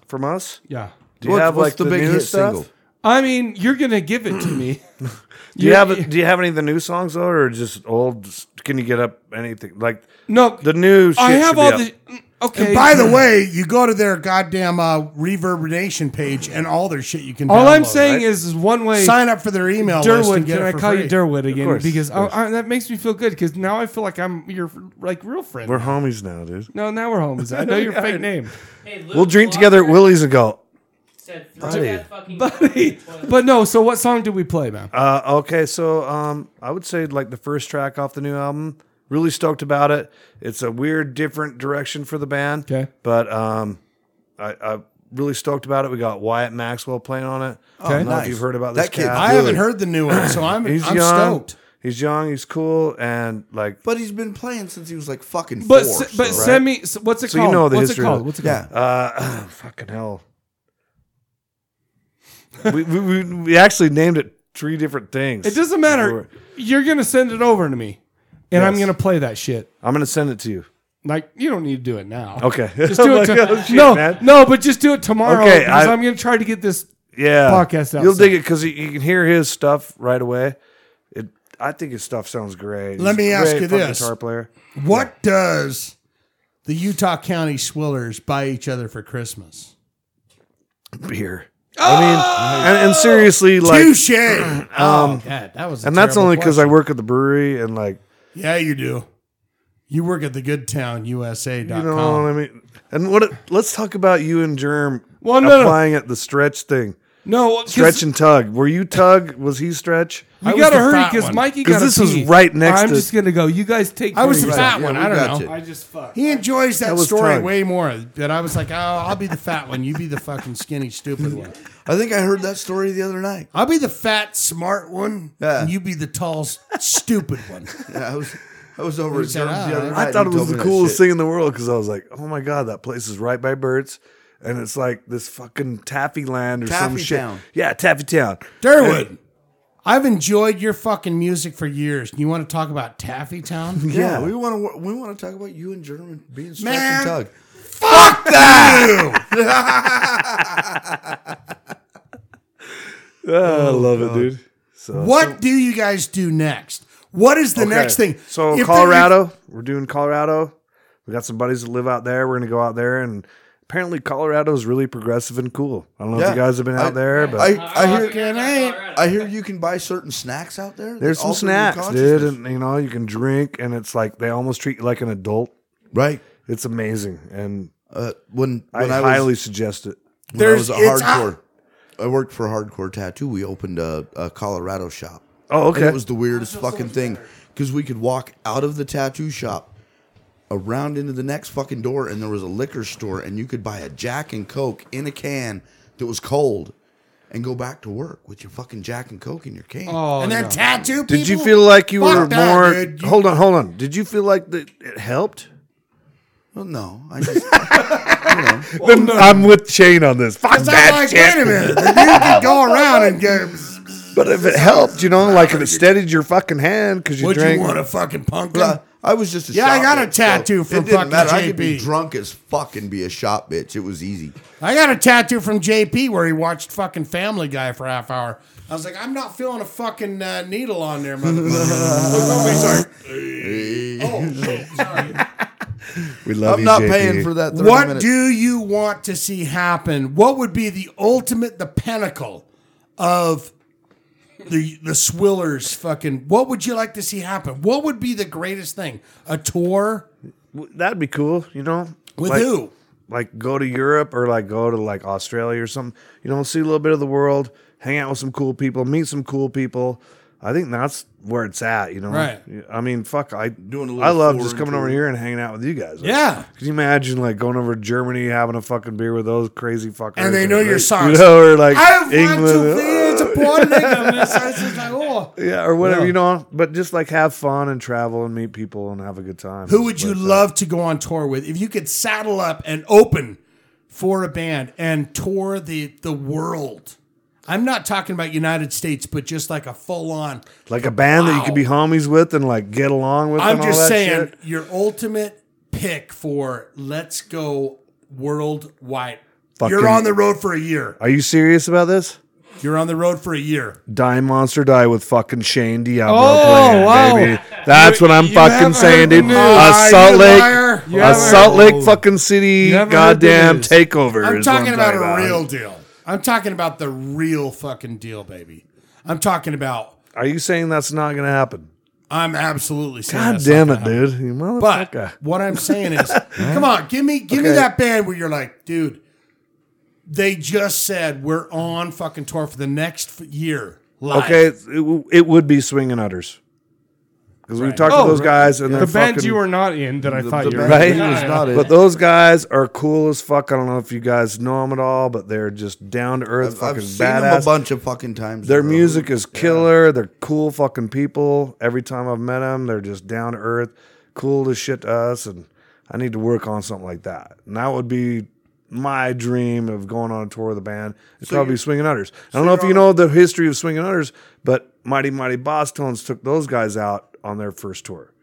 from us. Yeah, Do you What's- have what's like the the, big new hit stuff? single? I mean you're gonna give it to me. Do you have Do you have any of the new songs though, or just old? Can you get up anything like no? the new? Shit I have should all be the mm, up. okay. By the way, you go to their goddamn uh, reverberation page and all their shit you can. all I'm download, saying right? is, is one way. sign up for their email list Durwood, and get can it I for call free. you Durwood again? course, because of course. I, I, that makes me feel good. Because now I feel like I'm your like real friend. We're homies now, dude. no, now we're homies. I know your fake name, Hey, Luke We'll drink Walker together at Willie's and go. said throw Buddy. that fucking buddy. But no. So what song did we play, man? Uh, okay, so um, I would say like the first track off the new album. Really stoked about it. It's a weird, different direction for the band. Okay. but um, I, I really stoked about it. We got Wyatt Maxwell playing on it. I Okay. don't know if nice. you've heard about That this kid's cat. I haven't heard the new one, so I'm He's I'm young. stoked. He's young. He's cool, and like But he's been playing since he was like fucking But four. s- but so- send me s- what's it So you called? know the what's it history of called? it. What's it called? Yeah. Uh, fucking hell. we, we, we, we actually named it three different things. It doesn't matter. You're gonna send it over to me, and I'm Yes. gonna play that shit. I'm going to send it to you. Like you don't need to do it now. Okay. Just do it I'm to- like, oh, shit, no, man. no, but just do it tomorrow Okay, because I, I- am gonna try to get this. Yeah. podcast out You'll soon. dig it because you, you can hear his stuff right away. It, I think his stuff sounds great. Let He's me a ask great you fucking this. guitar player. What does the Utah County Swillers buy each other for Christmas? Beer. I mean, and, and seriously, like, Touche. Um, oh, God, that was, a and that's terrible only because I question. work at the brewery and like, Yeah, you do. You work at the goodtownusa.com. you know what I mean. And what? It, let's talk about you and Germ Well, no, no. applying at the stretch thing. No, 'cause Stretch and tug. Were you tug? Was he stretch? I You was gotta the hurry fat because one. Mikey 'Cause got. this was right next I'm to- just gonna go. You guys take. I was care the of fat yourself. one. we I got don't you. know. I just fucked. He enjoys that, That was story time. way more. That I was like, oh, I'll be the fat one. You be the fucking skinny, stupid one. I think I heard that story the other night. I'll be the fat, smart one. Yeah. And you be the tall, s- stupid one. Yeah, I was I was over at said, Germ's "Ah, the other I night. I and thought it he was told the me that coolest shit. thing in the world because I was like, oh my god, that place is right by Burt's, and it's like this fucking taffy land or some Taffy shit. Town. Yeah, taffy town. Durwood, I've enjoyed your fucking music for years. You want to talk about Taffy Town? Yeah, Yeah. Uh, we want to we want to talk about you and German being stretch Man. and tug. Fuck that! Oh, I love it, dude. So What do you guys do next? What is the Okay, next thing? So If the- Colorado, we're doing Colorado. We got some buddies that live out there. We're gonna go out there, and apparently Colorado is really progressive and cool. I don't know if Yeah. you guys have been out I- there, but I, I hear Fucking ain't. I hear you can buy certain snacks out there. that there's some alter your snacks, consciousness. dude, and you know you can drink, and it's like they almost treat you like an adult. right. It's amazing, and Uh, when when I, I, highly was suggest it. when I was a it's hardcore, I worked for Hardcore Tattoo. We opened a, a Colorado shop. Oh, okay. And it was the weirdest fucking thing because we could walk out of the tattoo shop around into the next fucking door, and there was a liquor store, and you could buy a Jack and Coke in a can that was cold, and go back to work with your fucking Jack and Coke in your can. Oh, and they're no. tattoo people. Did you feel like you Fuck were that, more? dude. You- Hold on, hold on. Did you feel like that it helped? Well, no, I just Then I'm with Shane on this. Fuck Cause I'm like, wait a minute. The dude can go around and go. But if it helped, you know, like if it steadied your fucking hand because you Would you drank. want a fucking pumpkin? Well, I I was just a Yeah, I shop got a bitch, tattoo so from it didn't fucking matter. I could be JP. drunk as fuck and be a shop bitch. It was easy. I got a tattoo from JP where he watched fucking Family Guy for a half hour. I was like, I'm not feeling a fucking uh, needle on there, motherfucker. Look over, he's like, Hey. love I'm you, not JP. paying for that. 30 Oh. What minutes. do you want to see happen? What would be the ultimate, the pinnacle of the the Swillers? Fucking, what would you like to see happen? What would be the greatest thing? A tour W- That'd be cool, you know. with Like- who? Like go to Europe or like go to like Australia or something. You know, see a little bit of the world, hang out with some cool people, meet some cool people. I think that's where it's at, you know. Right. I mean, fuck, I Doing a little I love foreign just coming tour. over here and hanging out with you guys. Like, Yeah. Can you imagine like going over to Germany, having a fucking beer with those crazy fuckers? And they know your You songs. know, or like I want to England. uh, be to Puerto Rico. So it's just like, oh. Yeah, or whatever, you know. But just like have fun and travel and meet people and have a good time. Who would you But, uh, love to go on tour with? If you could saddle up and open for a band and tour the the world. I'm not talking about United States, but just like a full on. Like a band that you could be homies with and like get along with. I'm and all just that saying shit? your ultimate pick for let's go worldwide. Fucking- You're on the road for a year. Are you serious about this? You're on the road for a year. Die Monster Die with fucking Shane Diablo Oh, playing, wow. baby. That's what I'm haven't fucking saying, heard the dude. news. A Ah, Salt you Lake, liar. You a haven't Salt heard the Lake news. fucking city, You haven't heard the goddamn news. takeover. I'm is what talking about a real deal. I'm talking about the real fucking deal, baby. I'm talking about. Are you saying that's not gonna happen? I'm absolutely saying God that's not damn gonna it, happen. dude! You motherfucker. But what I'm saying is, come on, give me give me that band where you're like, dude, they just said we're on fucking tour for the next f- year. Live. Okay, it, w- it would be swinging udders because we talked Oh, to those guys and the they're band fucking, you were not in that I thought the you were. band right. he was not in. But those guys are cool as fuck. I don't know if you guys know them at all, but they're just down to earth, I've, fucking I've seen them a badass. bunch of fucking times. Their bro. music is killer. They're cool fucking people. Every time I've met them, they're just down to earth, cool as shit to us. And I need to work on something like that. And that would be my dream of going on a tour with a band. It's probably Swinging Utters. I don't know if you know the history of Swinging Utters, but Mighty Mighty Boss Tones took those guys out on their first tour.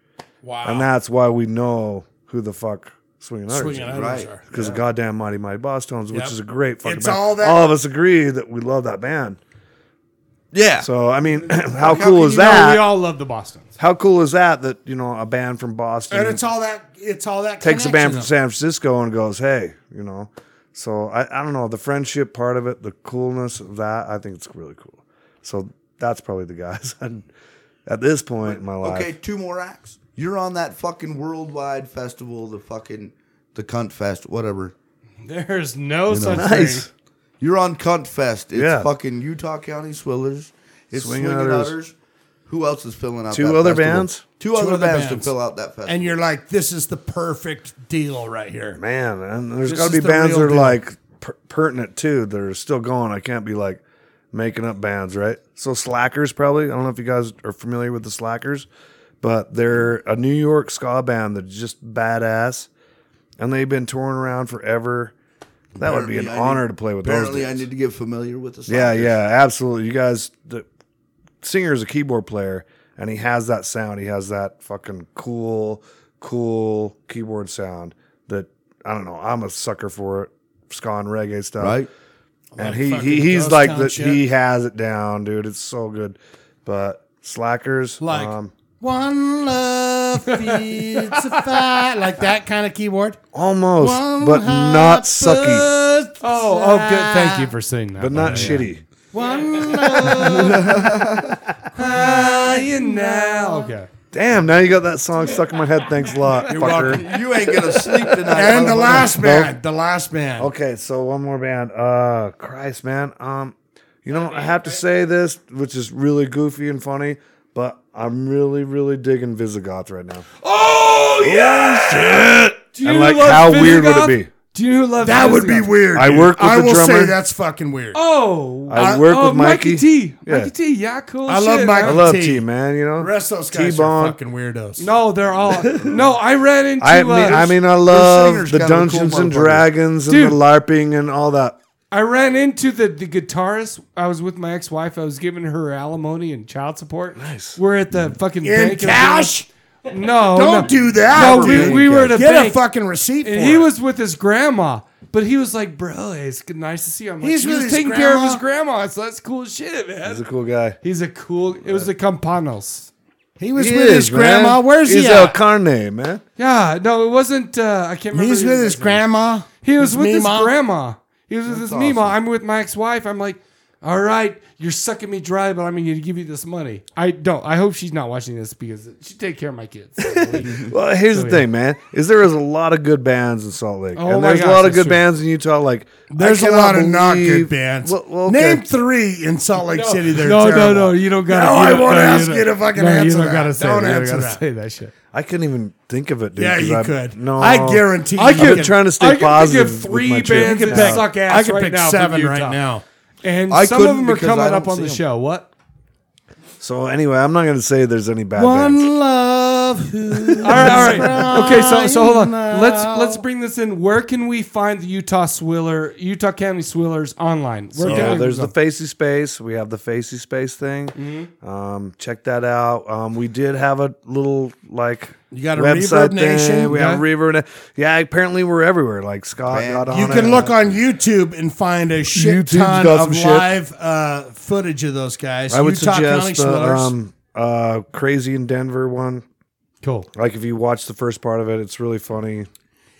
Wow. And that's why we know who the fuck Swinging Utters Swinging is Utters Right. are- because of goddamn Mighty Mighty Boss Tones, which Yep. is a great fucking It's band. all that- all of us agree that we love that band. Yeah. So I mean, how You cool is know, that? we all love the Bostons. how cool is that that you know a band from Boston And it's all that. It's all that. takes a connection, band from though. San Francisco and goes, hey, you know. So I, I don't know the friendship part of it, the coolness of that. I think it's really cool. So that's probably the guys I'd- at this point in my life. Okay, two more acts. You're on that fucking worldwide festival, the fucking the cunt fest, whatever. There's no such Nice. thing. You're on cunt fest. It's Yeah. fucking Utah County Swillers. It's Swingin' Swingin' Udders. Udders. Who else is filling out Two that other festival? bands? Two, other, other bands, bands. to fill out that festival. And you're like, this is the perfect deal right here. Man, and there's This got to is be the bands that real are deal. like per- pertinent too that are still going. I can't be like making up bands, right? So Slackers probably. I don't know if you guys are familiar with the Slackers, but they're a New York ska band that's just badass, and they've been touring around forever. That would be an Apparently I honor need- to play with those. Apparently, I dudes. need to get familiar with the song. Yeah, yeah, absolutely. You guys, the singer is a keyboard player, and he has that sound. He has that fucking cool, cool keyboard sound that I don't know. I'm a sucker for it, ska and reggae stuff. Right? And Like he, fucking he he's Ghost like Town that. shit. He has it down, dude. It's so good. But slackers, Like um, one love feeds a fire, like that kind of keyboard. almost, One but not heart sucky, puts Oh, oh, good. Thank you for saying that. but not Yeah. shitty. One love crying now. Okay. Damn, now you got that song stuck in my head. Thanks a lot, fucker. You ain't gonna sleep tonight. And the motherfucker. last man, the last man. Okay, so one more band. Uh Christ, man. Um you know, I have to say this, which is really goofy and funny, but I'm really, really digging Visigoth right now. Do you And know like who loves how weird would Visigoth? it be? Do you know who loves That would be Visigoth? weird. I dude. work with I the will say drummer. that's fucking weird. Oh, I work oh, with Mikey. T. Yeah. Mikey T. Yeah, cool. I love shit, Mikey. I man. love T. T, man, you know. The rest of those guys T-Bone. are fucking weirdos. No, they're all. no, I ran into. I I mean, uh, I mean, I singer's love kinda the cool Dungeons and motherfucker. Dragons and Dude. the LARPing and all that. I ran into the, the guitarist. I was with my ex wife. I was giving her alimony and child support. Nice. We're at the fucking In bank. of- cash? Oh, No, Don't no. do that. No, we, dude. we were at a Get bank. a fucking receipt for and he it. was with his grandma. But he was like, "Bro, it's good- nice to see you." I'm like, He's he with was his taking care of grandma? his grandma, so that's cool as shit, man. He's a cool guy. He's a cool. It was the Campanos. He was with his grandma. Where's He's he El at? Carne, man. Yeah, no, it wasn't. Uh, I can't remember. He was who with his grandma. He was with his meemaw. grandma. He was with his mima. I'm with my ex-wife. I'm like, all right, you're sucking me dry, but I'm going to give you this money. I don't. I hope she's not watching this because she take care of my kids. Well, here's Oh, the yeah. thing, man. Is there is a lot of good bands in Salt Lake, Oh and my there's gosh, a lot of that's good true. bands in Utah. Like, I There's a cannot lot of not good believe- bands. Well, well, okay. Name three in Salt Lake City. They're no, no, terrible. no. You don't got. No, you I don't- won't no, ask don't- you to fucking no, answer You don't that. gotta say. Don't that. you answer don't that. gotta say that shit. I couldn't even think of it, dude. Yeah, 'cause you I- could. No, I guarantee I you could- I'm could- trying to stay I can think positive. of with three my chips. bands You that can pick- suck ass I could right pick now from seven right Utah. now. And I some of couldn't them are because I coming don't up on see the 'em. show. What? So anyway, I'm not going to say there's any bad bands. One love. Who All right, all right. Okay, so so hold on. Let's let's bring this in. Where can we find the Utah Swiller, Utah County Swillers online? Where So can we- Uh, there's the Facey Space. We have the Facey Space thing. Mm-hmm. Um, check that out. Um, we did have a little like You got a website Reverb Nation? thing. We have Yeah. Reverb. Na- Yeah, apparently we're everywhere. Like Scott Man, got on. you it. can look on YouTube and find a shit YouTube's ton got of some shit. live uh, footage of those guys. I would Utah County suggest the Swillers. um, uh, Crazy in Denver one. cool. Like if you watch the first part of it, it's really funny.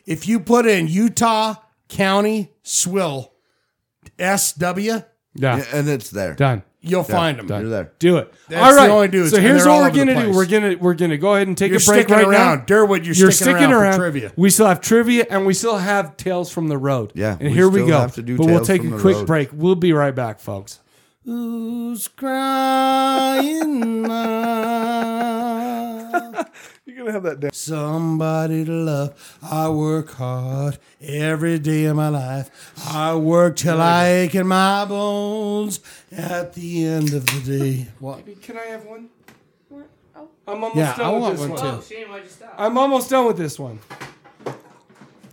if you put in Utah County Swill S W, Yeah, Yeah, and it's there. done. you'll find them. You're there. Do it. That's all right. the only dudes, so and here's they're what all we're over the gonna do. place. We're gonna we're gonna go ahead and take You're a break sticking right around, now. Durwood. You're, You're sticking, sticking around, around. for trivia. We still have trivia and we still have tales from the road. Yeah, and we here we still go. have to do but we'll Tales take from a the quick Road. break. We'll be right back, folks. Who's crying now? You're gonna have that down. Somebody to love. I work hard every day of my life. I work till I ache in my bones. At the end of the day, what? Can I have one? Oh. I'm almost Yeah, I done want with this one one. too. Shame I just stopped. I'm almost done with this one.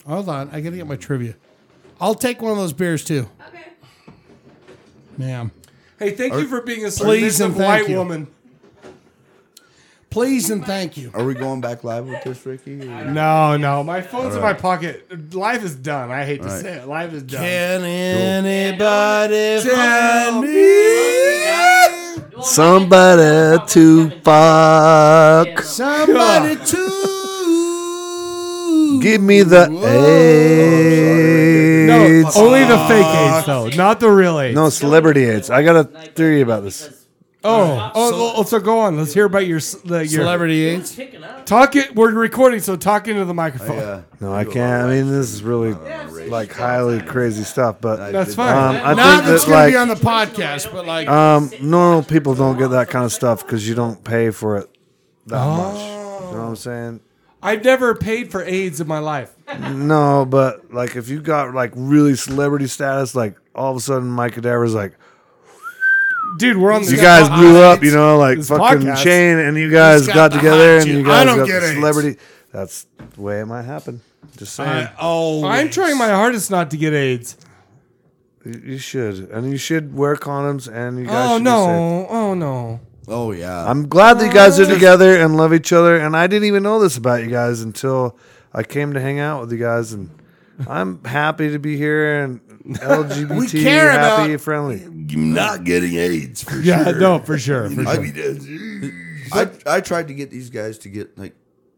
Hold on, I gotta get my trivia. I'll take one of those beers too. Okay. Ma'am. Hey, thank you for being a Please and submissive thank white you. woman. Please and thank you. Are we going back live with this, Ricky? or- No, no, my phone's in my pocket. Life is done. I hate to say it. Life is done. Can anybody Tell find me. me Somebody to fuck. somebody to Give me the Oh, No, AIDS. only the fake AIDS though, not the real AIDS. No, celebrity AIDS. I got a theory about this. Oh, oh, well, so go on. Let's hear about your s- the, your celebrity AIDS? Picking up. Talk it. We're recording, so talk into the microphone. Yeah. No, I can't. I mean, this is really like highly crazy stuff. But um, That's fine. I Not think that's that gonna be on like the podcast, but Uh, like um, normal people don't get that kind of stuff because you don't pay for it that much. You know what I'm saying? I've never paid for AIDS in my life. No, but like if you got like really celebrity status, like all of a sudden Mike Cadaver's like, Dude, we're on the you guys blew up, you know, like This fucking podcast. chain, and you guys got got the together, hot and you shit. guys I don't got get the AIDS. celebrity. That's the way it might happen. Just saying, I always- I'm trying my hardest not to get AIDS. you you should, and you should wear condoms, and you guys. Oh should be no! safe. Oh no! Oh yeah. I'm glad that you guys Oh. are together and love each other, and I didn't even know this about you guys until I came to hang out with you guys, and I'm happy to be here and LGBT care happy about- friendly. I'm not getting AIDS for Yeah, sure. no, for sure. For I- sure. I, I tried to get these guys to get like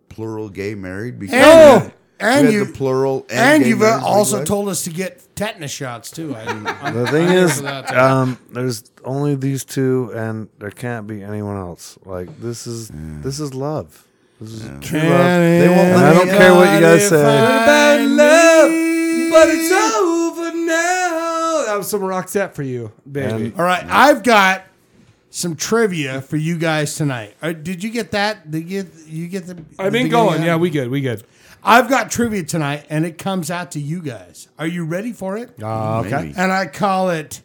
plural gay married because And, we and had you the plural and, and gay you've marriage also legalized. told us to get tetanus shots too. I didn't- I'm- The thing I'm here is, for that. um, there's only these two, and there can't be anyone else. Like this is this is love. This is true love. they won't And let I me don't care what you guys say. About love, but it's over now. That was some Roxette for you, baby. All right, I've got some trivia for you guys tonight. Uh, did you get that? Did you get you get the? I've been going. Yeah, we good. We good. I've got trivia tonight, and it comes out to you guys. Are you ready for it? okay. And I call it.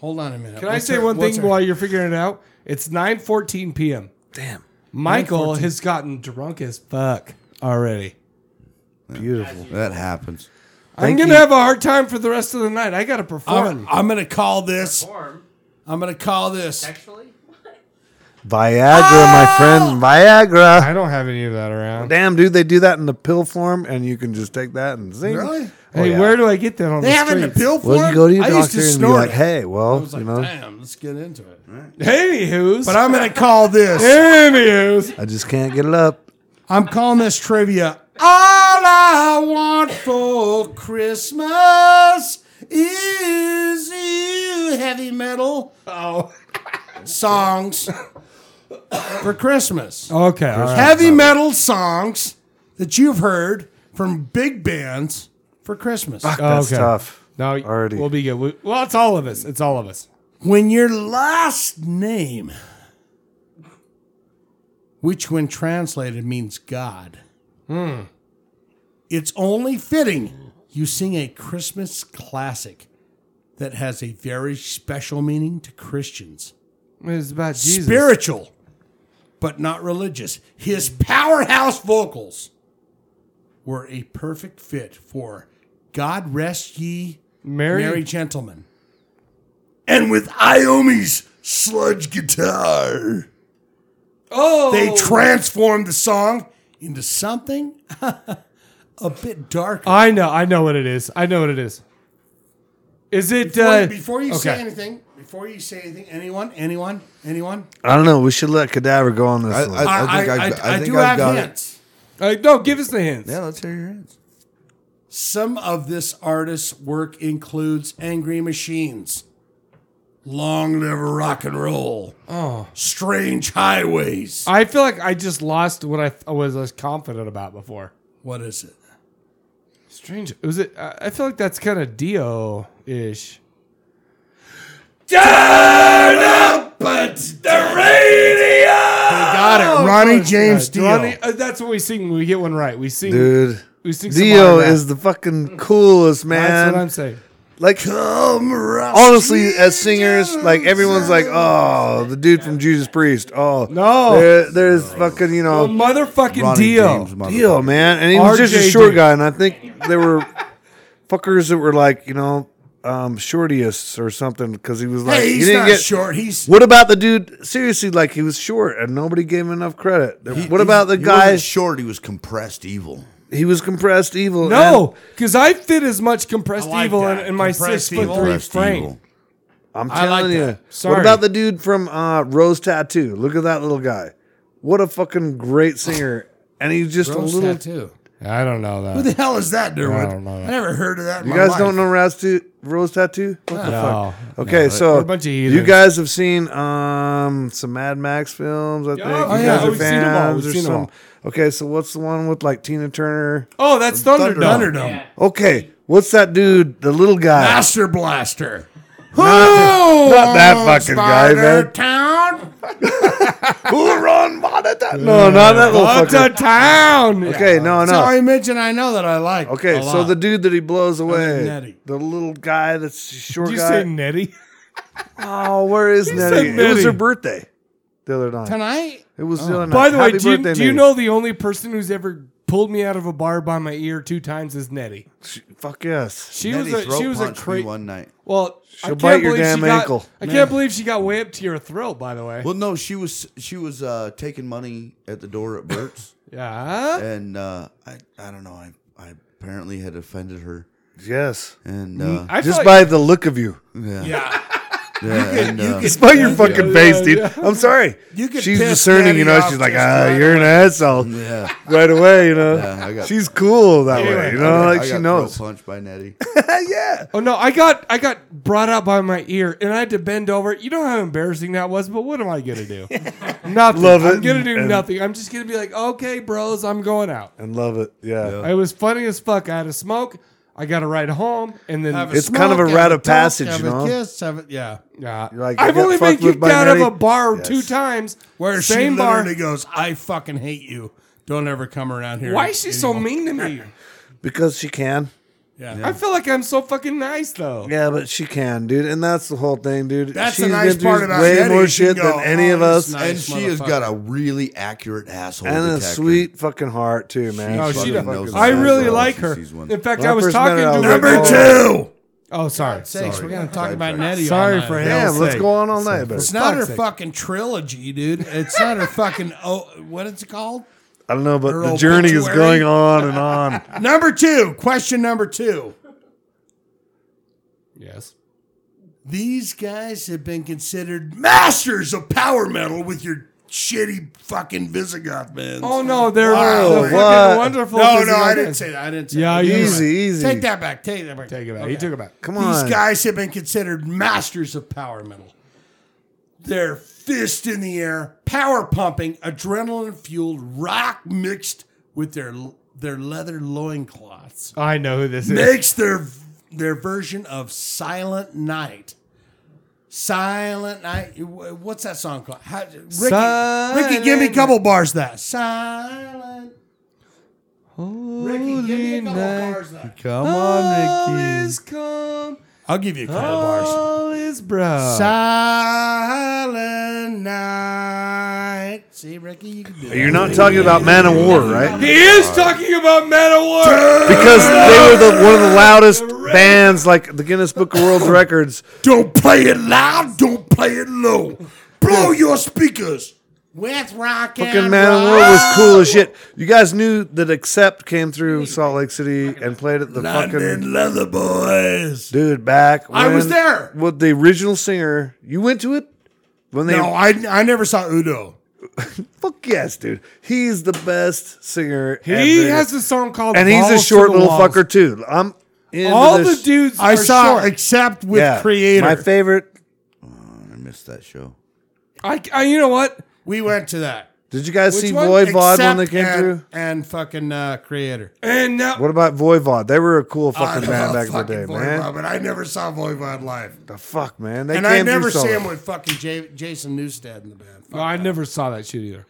Hold on a minute. Can I say one thing while you're figuring it out? It's 9:14 p.m. Damn, Michael has gotten drunk as fuck already. beautiful. that happens. I'm gonna have a hard time for the rest of the night. I gotta perform. I'm, I'm going to call this. Form I'm going to call this. sexually. Viagra, Oh! my friend, Viagra. I don't have any of that around. Damn, dude, they do that in the pill form, and you can just take that and zing. Really? Oh, hey, yeah. where do I get that on They the have it in the street? pill form. Well, you go to your I used doctor to and snort you're like, it. "Hey, well, I was like, you know, damn, let's get into it. Anywho's. But I'm gonna call this. Anywho's. I just can't get it up." I'm calling this trivia. All I want for Christmas is you heavy metal Oh. songs for Christmas. Okay. Oh, all right. Heavy metal songs that you've heard from big bands for Christmas. Uh, That's Okay. tough. No, Already. We'll be good. We- well, it's all of us. It's all of us. When your last name, which when translated means God, it's only fitting you sing a Christmas classic that has a very special meaning to Christians. It's about Jesus. Spiritual, but not religious. His powerhouse vocals were a perfect fit for God Rest Ye Mary. Merry Gentlemen. And with Iomi's sludge guitar. Oh. they transformed the song into something a bit darker. I know. I know what it is. I know what it is. Is it? Before, uh, you- before you say okay. anything, before you say anything, anyone, anyone, anyone, I don't know. We should let Cadaver go on this I- one. I- I, think I, I, I've- I I think do I've have got it. hints. Uh, no, give us the hints. Yeah, let's hear your hands. Some of this artist's work includes Angry Machines, Long Live Rock and Roll, Strange Highways. I feel like I just lost what I, th- I was less confident about before. What is it? Strange. Was it? I I feel like that's kind of Dio ish. Got it. Ronnie James Dio. uh, that's what we sing when we get one right. We sing. Dude, we sing some Dio autograph. is the fucking coolest That's man. what I'm saying. like, honestly, as singers, like everyone's like, "Oh, the dude from Judas Priest." Oh, No. there, there's fucking, you know, Well, motherfucking Ronnie Dio. James, motherfucker. Dio, man, and he was just a RJ short Dio. guy, and I think there were fuckers that were like, you know, um, shortiest or something because he was like, Hey, he he's didn't not get- short. He's What about the dude? Seriously, like he was short and nobody gave him enough credit. what about the He guy? wasn't short, he was compressed evil. He was compressed evil. No, because I fit as much compressed I like evil in, that. in my Compressed six foot evil. three Compressed frame. evil. and I'm I like telling you. that. Sorry. What about the dude from uh, Rose Tattoo? Look at that little guy. What a fucking great singer. And he's just a little. tattoo. I don't know Who that. the hell is that, Derwood? I don't know that. I never heard of that. in You my guys life. don't know Rose Tattoo? Rose Tattoo? What the No. fuck? Okay, so a bunch of you heathens. guys have seen um, some Mad Max films, I think. Oh, you yeah. guys are We've seen 'em all. fans We've or seen 'em some- Okay, so what's the one with like Tina Turner? Oh, that's Thunderdome. Thunderdome. Okay, what's that dude? The little guy. Master Blaster. Not that fucking guy, man. Town. Who run Bonita? No, not that little Up to fucker. town. Okay, no, No. no. image and I know that I like. Okay, a so lot. the dude that he blows away, Nettie. the little guy that's a short Did you guy. say Nettie? oh, where is said Nettie? It was her Nettie. birthday the other night. tonight. It was the other night. Oh. By the way, Happy do you, birthday, do you Nettie. know the only person who's ever pulled me out of a bar by my ear two times is Nettie? She- Fuck yes. She was Nettie a throat she was a punched me crazy one night. Well, I She'll can't bite your believe damn she got, ankle. I can't believe she got way up to your throat. By the way, Well, no, she was she was uh, taking money at the door at Burt's, yeah. and uh, I I don't know I I apparently had offended her, Yes. and uh, I Just feel by like- the look of you. yeah, Yeah, yeah, and, uh, Just by your fucking yeah, face, dude. yeah. I'm sorry. You could she's piss discerning, Nettie you know. off She's like, just ah, right you're an asshole. yeah. Right away, you know. Yeah, I got- she's cool that way, you know. I got- like I she got knows. throat punched by Nettie. yeah. Oh no, I got I got brought out by my ear, and I had to bend over. You know how embarrassing that was, but what am I gonna do? nothing. Love I'm it. gonna do And- nothing. I'm just gonna be like, okay, bros, I'm going out. and love it. Yeah. It was funny as fuck. I had a smoke. I got to ride home, and then Have a It's kind of smoke, a have rite of talk, passage, have you know? A kiss, have a, yeah. Yeah. You're like, I I've got only been fucked with kicked by out of a Nettie? bar two Yes. times. Where same she bar. literally goes, I fucking hate you. Don't ever come around here. Why is she so anymore." mean to me? Because she can. Yeah. I feel like I'm so fucking nice though. Yeah, but she can, dude. And that's the whole thing, dude. That's the She's nice been part through about way Nettie. more She can shit go, than any "Oh, of this us. nice and she has motherfucker." got a really accurate asshole And a detector. sweet fucking heart too, man. No, She Oh, she fucking knows does. I that. really Girl, like she her. sees one. In fact, When I I was first met talking her, I to was her. like, Number two. Oh, sorry. sakes, sorry. we're gonna talk about Nettie. all Sorry night. for Damn, hell's let's sake. go on all night. But It's not her fuck's sake. fucking trilogy, dude. It's not her fucking oh, what is it called? I don't know, but Her the journey is obituary. going on and on. Number two. Question number two. Yes. These guys have been considered masters of power metal with your shitty fucking Visigoth bands. Oh no, they're Wow, they're fucking what? wonderful. no, no, physical I didn't guys. say that. I didn't say Yeah, that. you Easy, easy. Take that back. Take that back. Take it back. He took it back. Come on. These guys have been considered masters of power metal. They're fist in the air, power pumping, adrenaline fueled rock mixed with their their leather loincloths I know who this is. makes their their version of Silent Night. Silent Night. wh- What's that song called? How, Ricky, Ricky, give me a couple bars of that. Silent. Ricky, give me a couple bars of that. Come on, Ricky. All is come, I'll give you a couple bars. Oh. all is brown. Silent night. See, Ricky, you can do it. You're not talking about Man of War, right? he is talking about Man of War. Because they were the, one of the loudest bands, like the Guinness Book of World Records. Don't play it loud. Don't play it low. Blow your speakers with rock Fucking and Man of War roll. was cool as shit. You guys knew that Accept came through Salt Lake City and played at the fucking Leather Boys. dude back. I was when- there. With the original singer, you went to it when they No, I, I never saw Udo. Fuck yes, dude. He's the best singer. he ever. has a song called and he's a Balls to short the little Walls. fucker too. I'm into All the this. dudes I are saw short. except with Yeah. Creator. My favorite. I missed that show. I, I, you know what? we went to that. Did you guys Which see one? Voivod when Except they came and, through? and fucking uh, Creator. And now What about Voivod? They were a cool I fucking love band back in the fucking day, Voivod, man. But I never saw Voivod live, The fuck, man. They and came I never through see solo. him with fucking J- Jason Newstead in the band. Fuck Oh, I that. never saw that shit either.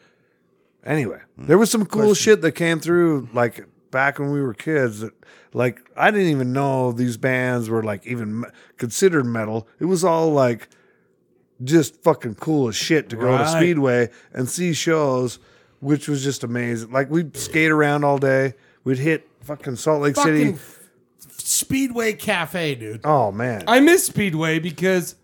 Anyway, Hmm. there was some cool shit that came through like back when we were kids. That like I didn't even know these bands were like even me- considered metal. It was all like just fucking cool as shit to go to Right. Speedway and see shows, which was just amazing. Like we'd skate around all day. We'd hit fucking Salt Lake fucking City. Speedway Cafe, dude. Oh man, I miss Speedway because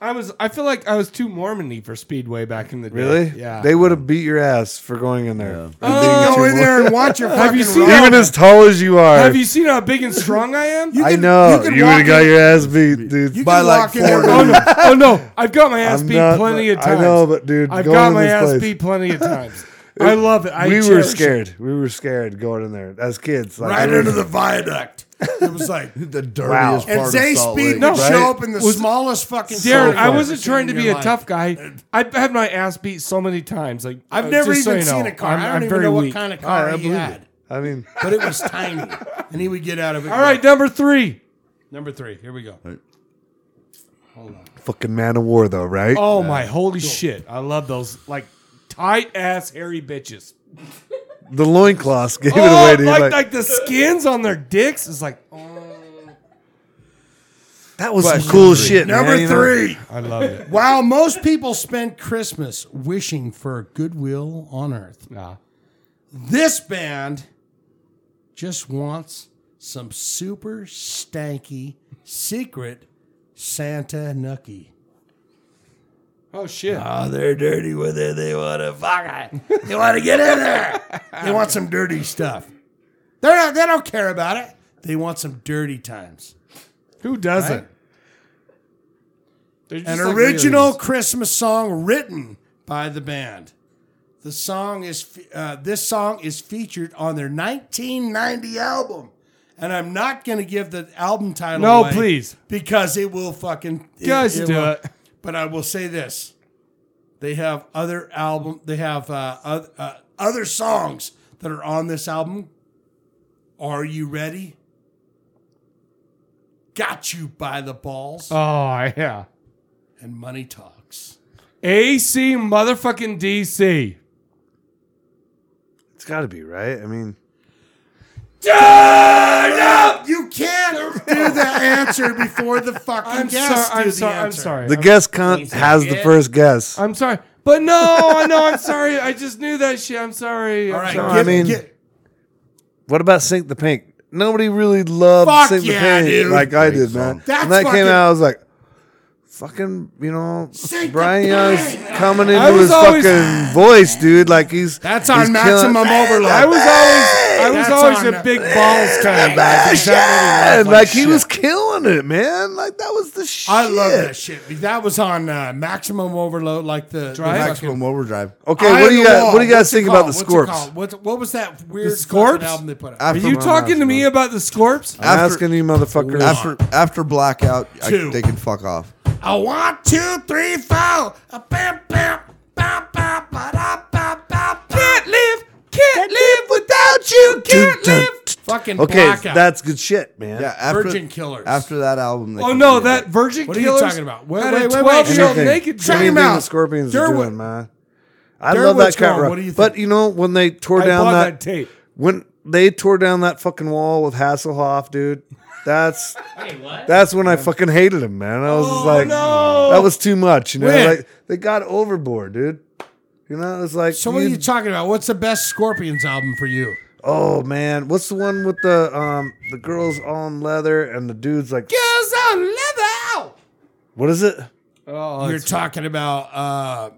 I was I feel like I was too Mormony for Speedway back in the day. really? Yeah. They would have beat your ass for going in there. And being Oh, too Go in there and watch your have fucking. you seen Even Oh, how, as tall as you are, have you seen how big and strong I am? I can- know you can you, would walk have got in- your ass beat, dude. you By can like walk in there four. oh with- no! Oh no! I've got my ass I'm beat not- plenty of I times. know, but, dude, I've going got to my this ass place- beat plenty of times. I love it. I we were cherish it. scared. We were scared going in there as kids. Like, right it under was- the viaduct. It was like, The dirtiest Wow. part and of Zay Salt Speed Lake. no, right? show up in the smallest fucking. Darren, cell I phone wasn't you've trying to seen be in your a life. tough guy. I've had my ass beat so many times. Like I've uh, never just so even you seen know, a car. I'm, I I'm don't even very know what weak. kind of I, car I he believe had, it. I mean, but it was tiny, and he would get out of it. All right, number three. number three. Here we go. fucking man of war though, right? Oh my holy shit! I love those like tight ass hairy bitches. The loincloths gave it Oh, away like, to you. like, Like, the skins on their dicks is like oh. that was some cool shit. man, Number you know? three. I love it. While most people spend Christmas wishing for goodwill on earth, Nah. this band just wants some super stanky secret Santa Nucky. Oh shit! Oh, they're dirty with it. They want to fuck it. They want to get in there. They want some dirty stuff. They're not, they don't care about it. They want some dirty times. Who doesn't? They're just An like original weirdos. Christmas song written by the band. The song is fe- uh, this song is featured on their 1990 album, and I'm not going to give the album title. No, away please. because it will fucking it- Guys, do will- it. But I will say this: they have other album, they have uh, oth- uh, other songs that are on this album. Are you ready? Got you by the balls Oh yeah. and money talks. AC motherfucking DC. It's got to be right. I mean, Turn up! You can't do the answer before the fucking I'm guest. sorry. I'm do the sorry. I'm answer. sorry. the guest cunt has the first guess. I'm sorry. But no, I know. I'm sorry. I just knew that shit. I'm sorry. All I'm right, sorry. No, give, I mean- give- What about Sink the Pink? nobody really loved Fuck Sing yeah, the Pain dude. like I Great did, song. man. That's when that fucking- came out, I was like, fucking, you know, Sing the Brian Young's coming I into was his always- fucking voice, dude. Like he's That's he's on maximum killing- overload. I was always I was That's on always a the- big balls kind of guy. because that Yeah, really like, looked he shit. was killing it, man. Like that was the shit. I love that shit. That was on uh, maximum overload, like the the Drive? fucking- Maximum Overdrive. Okay, Eye what on do you the guys Wall. what do you guys What's it think about the called? What's it Scorps? called? What, what was that weird The fucking Scorps? album they put out? Are After you talking to me about the Scorps? I'm After- asking you, motherfuckers. after after blackout? I, Two. they can fuck off. A one, two, three, four. A bam, bam, bam, bam, ba, da, ba, ba, ba. Can't live, can't live without you. Can't Dun, live. Fucking okay, blackout. that's good shit, man. Yeah, after, Virgin Killers. After that album, they Oh can no, do that Virgin What are you Killers. talking about? Wait, had wait, a wait, wait. twelve-year-old anything, naked Shut child. him anything out. the Scorpions are Derwood. doing, man. I Derwood love that Scott, cat rock. what do you think? But you know when they tore I down bought that that, tape. when they tore down that fucking wall with Hasselhoff, dude. That's Hey, what? that's when I fucking hated him, man. I was just like, no. that was too much. You know, When? like they got overboard, dude. You know, it's like, so what are you- you talking about? What's the best Scorpions album for you? oh man, what's the one with the um the girls all in leather and the dudes like, Girls on leather. what is it? Oh, You're it's- talking about uh,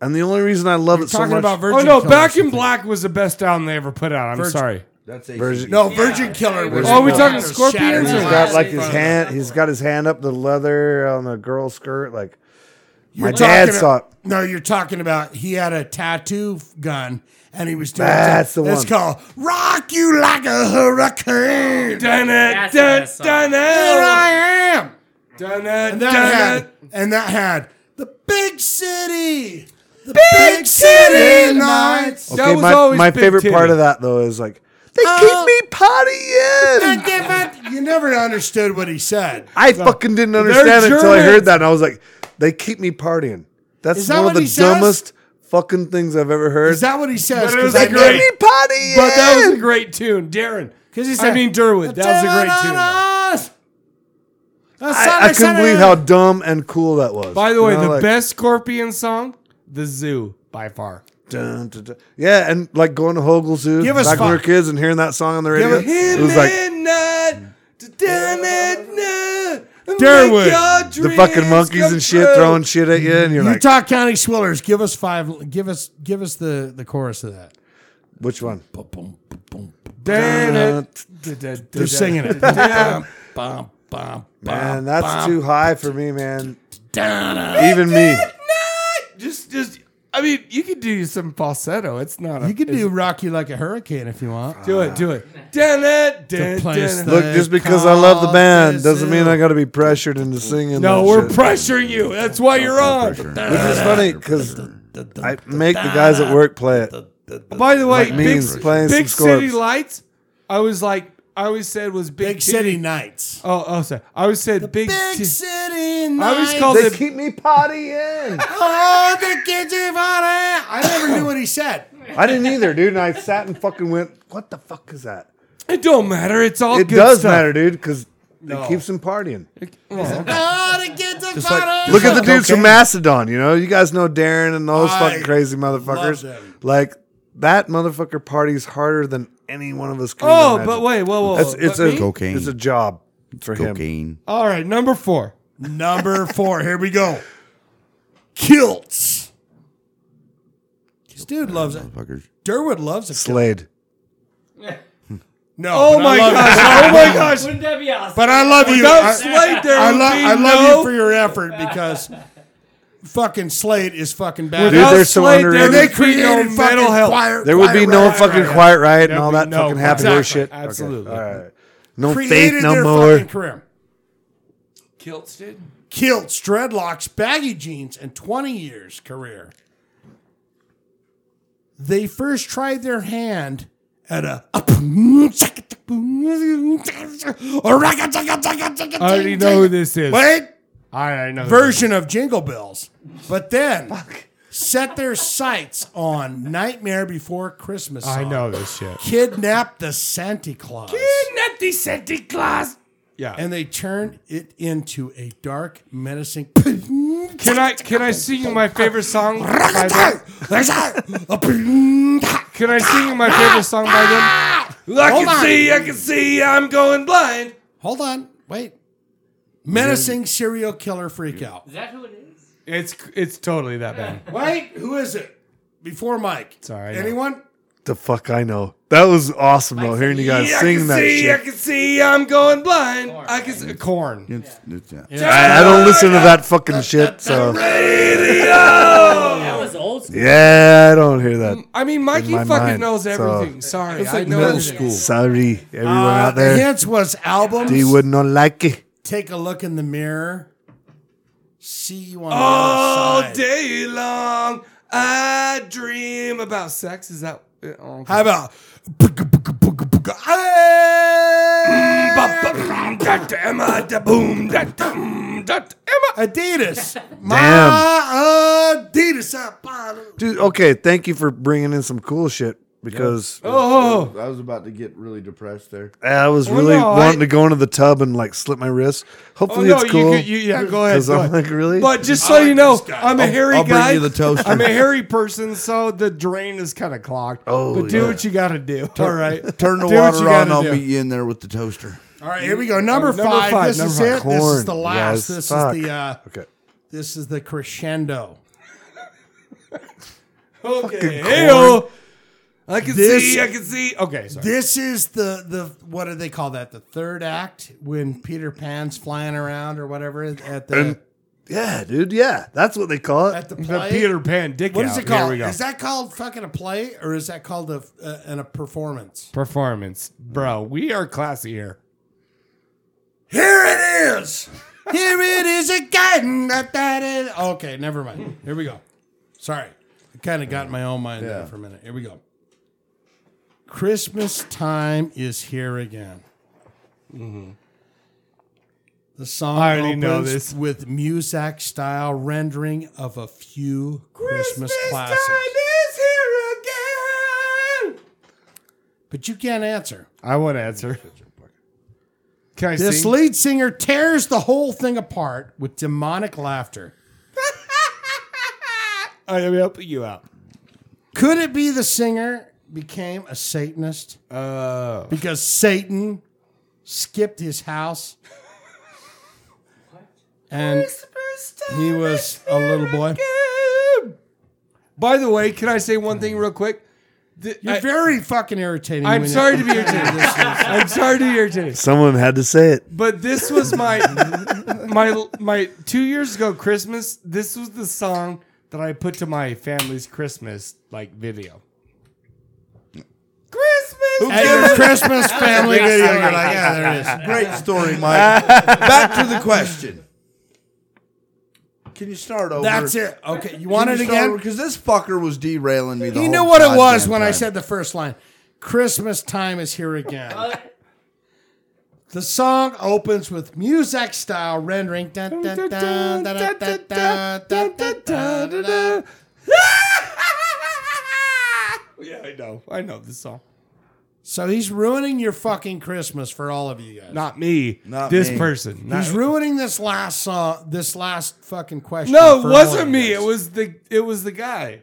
And the only reason I love it so talking much, about Virgin. oh no, Killers. Back in Black was the best album they ever put out. I'm Virgin- sorry. That's Virgin- No, Virgin Killer. Was Oh, we the talking one that Scorpions shattered or- my He's got ass like in his front of hand. that. He's got his hand up the leather on the girl's skirt. Like my You're dad talking saw. it. about- No, you're talking about he had a tattoo f- gun and he was doing. That's some- the It's one. called "Rock You Like a Hurricane." Dun it, That's the dun best song. dun Here it, I am. dun it, And that dun had it. and that had the big city, the Big City Nights. That Okay, was my, always my big favorite titty. part of that though is like Ah, they Oh. keep me potty in. You never understood what he said. I fucking didn't They're understand it until I Germans. heard that, and I was like, they keep me partying. That's Is that one what of the he says? dumbest fucking things I've ever heard. Is that what he says? But it was they a keep great- me potty But that was a in. great tune, Darren. Because he I mean Derwood. That was a great tune. tune. I, I couldn't believe how dumb and cool that was. By the way, You know, the like, best Scorpion song, "The Zoo," by far. dun, dun, dun. Yeah, and like going to Hogle Zoo Give us back when we were fuck. kids and hearing that song on the radio. us- It was like Derwood, the fucking monkeys and shit throwing shit at you, and you're like, Utah County Swillers. Give us five. Give us. Give us the the chorus of that. which one? They're They're singing it. Bum, bum, bum, Man, bum, that's bum. too high for me, man. Da-da. Even me. Just, just. I mean, you could do some falsetto. It's not. A, You could it's- do "Rock You Like a Hurricane" if you want. Do it. Do it. Dun it. Dun, To place dun. the- Look, just because I love the band Causes doesn't mean ill. I got to be pressured into singing. No, that we're shit. pressuring you. That's why you're on. Which is funny because I make the guys at work play it. By the way, Like me big, is playing big some Scorps. city lights. I was like, I always said was big, Big City Nights. Oh, oh, sorry. I always said big. Ti- City I always called They it. keep me potty in. Oh, the kids are funny. I never knew what he said. I didn't either, dude. And I sat and fucking went, "What the fuck is that?" It don't matter. It's all. It good does stuff. matter, dude, because it keeps them partying. Oh, the kids are It's like- funny. look at the dudes from Macedon. You know, you guys know Darren and those I fucking crazy them. motherfuckers. Like that motherfucker parties harder than any one of us can. Oh, imagine. but wait, whoa, whoa. That's, whoa. it's But a me? Cocaine. It's a job for him. cocaine. all right. Number four. Number four. Here we go. Kilts. This dude loves it. Motherfuckers. Durwood loves it. Slade. No. Oh but I my love gosh! you. Oh my gosh! Wouldn't that be awesome? But I love you. Without I- Slade, there I, would lo- be I love no- you for your effort because fucking Slade is fucking bad. Dude, Without they're so Slade, underrated. there They would be no mental health. There would be no fucking quiet riot and all There'd that be fucking happy exactly, door shit. Absolutely. All right. No Created faith, no their more. fucking career. Kilts, dude. Kilts, dreadlocks, baggy jeans, and 20 years career. They first tried their hand at a. I already know who this is. Wait! I already know. who this Version of Jingle Bells. But then set their sights on Nightmare Before Christmas. is. I song. know this shit. Kidnapped the Santa Claus. Not the Santa Claus. Yeah. And they turned it into a dark, menacing. can I can I sing you my favorite song? by them? There's a- a- Can I sing you my favorite song by them? I Ah! Hold can on. see, I can see, I'm going blind. Hold on, wait. Menacing serial killer freak out. Is that who it is? It's it's totally that bad. Wait, who is it? Before Mike. Sorry. Anyone? The fuck I know. That was awesome though. Hearing you guys Yeah, I sing can that see, I shit. can see, I'm going blind. I can see, corn. It's, it's, yeah. I, I don't listen to that fucking shit. So That was old school. yeah, I don't hear that. I mean, Mikey In my fucking mind, knows so- everything. Sorry, It's like I know middle everything. school. Sorry, everyone Uh, out the there. hints was albums. They would not like it. Take a look in the mirror. See you on All the other side. day long, I dream about sex. Is that? uh, oh, okay. How about? Hey! Da Emma, da boom, da dum, da Emma. Adidas. My Uh, Adidas. Uh, Dude, okay, thank you for bringing in some cool shit because Oh, I was about to get really depressed there. I was really no, wanting I- to go into the tub and like slip my wrist. oh Hopefully no, it's cool. you, could- you yeah, go ahead. 'Cause go I'm ahead. like, really? But just so you know, I'm a hairy I'll bring guy. you the toaster. I'm a hairy person, so the drain is kind of clogged. Oh, but do yeah. what you got to do. All right, Turn the Do what you water on. gotta I'll do. meet you in there with the toaster. All right, here we go. Number, Number five. five, This number is five. it. This Corn, is the last. guys. This Fuck. is the uh, okay. this is the crescendo. Okay, heyo. I can This- see. I can see. Okay, sorry. This is the the what do they call that? The third act when Peter Pan's flying around or whatever at the Yeah, dude. Yeah, that's what they call it. at the The play. Peter Pan dick what out. is it Here called? we go. Is that called fucking a play or is that called a uh, and a performance? Performance, bro. We are classy here. Here it is. Here it is again. That that is. Okay, never mind. Here we go. Sorry, I kind of got in my own mind there for a minute. Here we go. Christmas time is here again. Mm-hmm. The song I already know opens this. with Muzak style rendering of a few Christmas, classics, here again. but you can't answer. I won't answer. Can I This sing? lead singer tears the whole thing apart with demonic laughter. I am helping you out. Could it be the singer became a Satanist Uh, because Satan skipped his house? And he was a little boy. by the way, can I say one thing real quick? The- You're I, very fucking irritating. I'm when you- sorry to be irritated. I'm sorry to be irritated. Someone had to say it. But this was my my my two years ago Christmas. This was the song that I put to my family's Christmas like video. Christmas. At your Christmas family video, you're like, yeah, there it is. Great story, Mike. Back to the question. Can you start over? That's it. Okay, you want it again? Because this fucker was derailing me. The You whole knew what it goddamn was when I time. said the first line. Christmas time is here again. the song opens with music style rendering. Dun, dun, dun, dun, dun, dun, dun, dun, dun, dun, dun, dun. Yeah, I know. I know this song. So he's ruining your fucking Christmas for all of you guys. Not me. Not this me. person. Not- He's ruining this last song, this last fucking question. no, for it all of wasn't you me. guys. It was the it was the guy.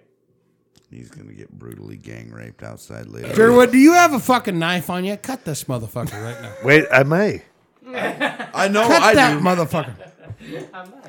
He's gonna get brutally gang raped outside later. Durwood, do you have a fucking knife on you? Cut this motherfucker right now. Wait, I may. I know. Cut I that do. motherfucker.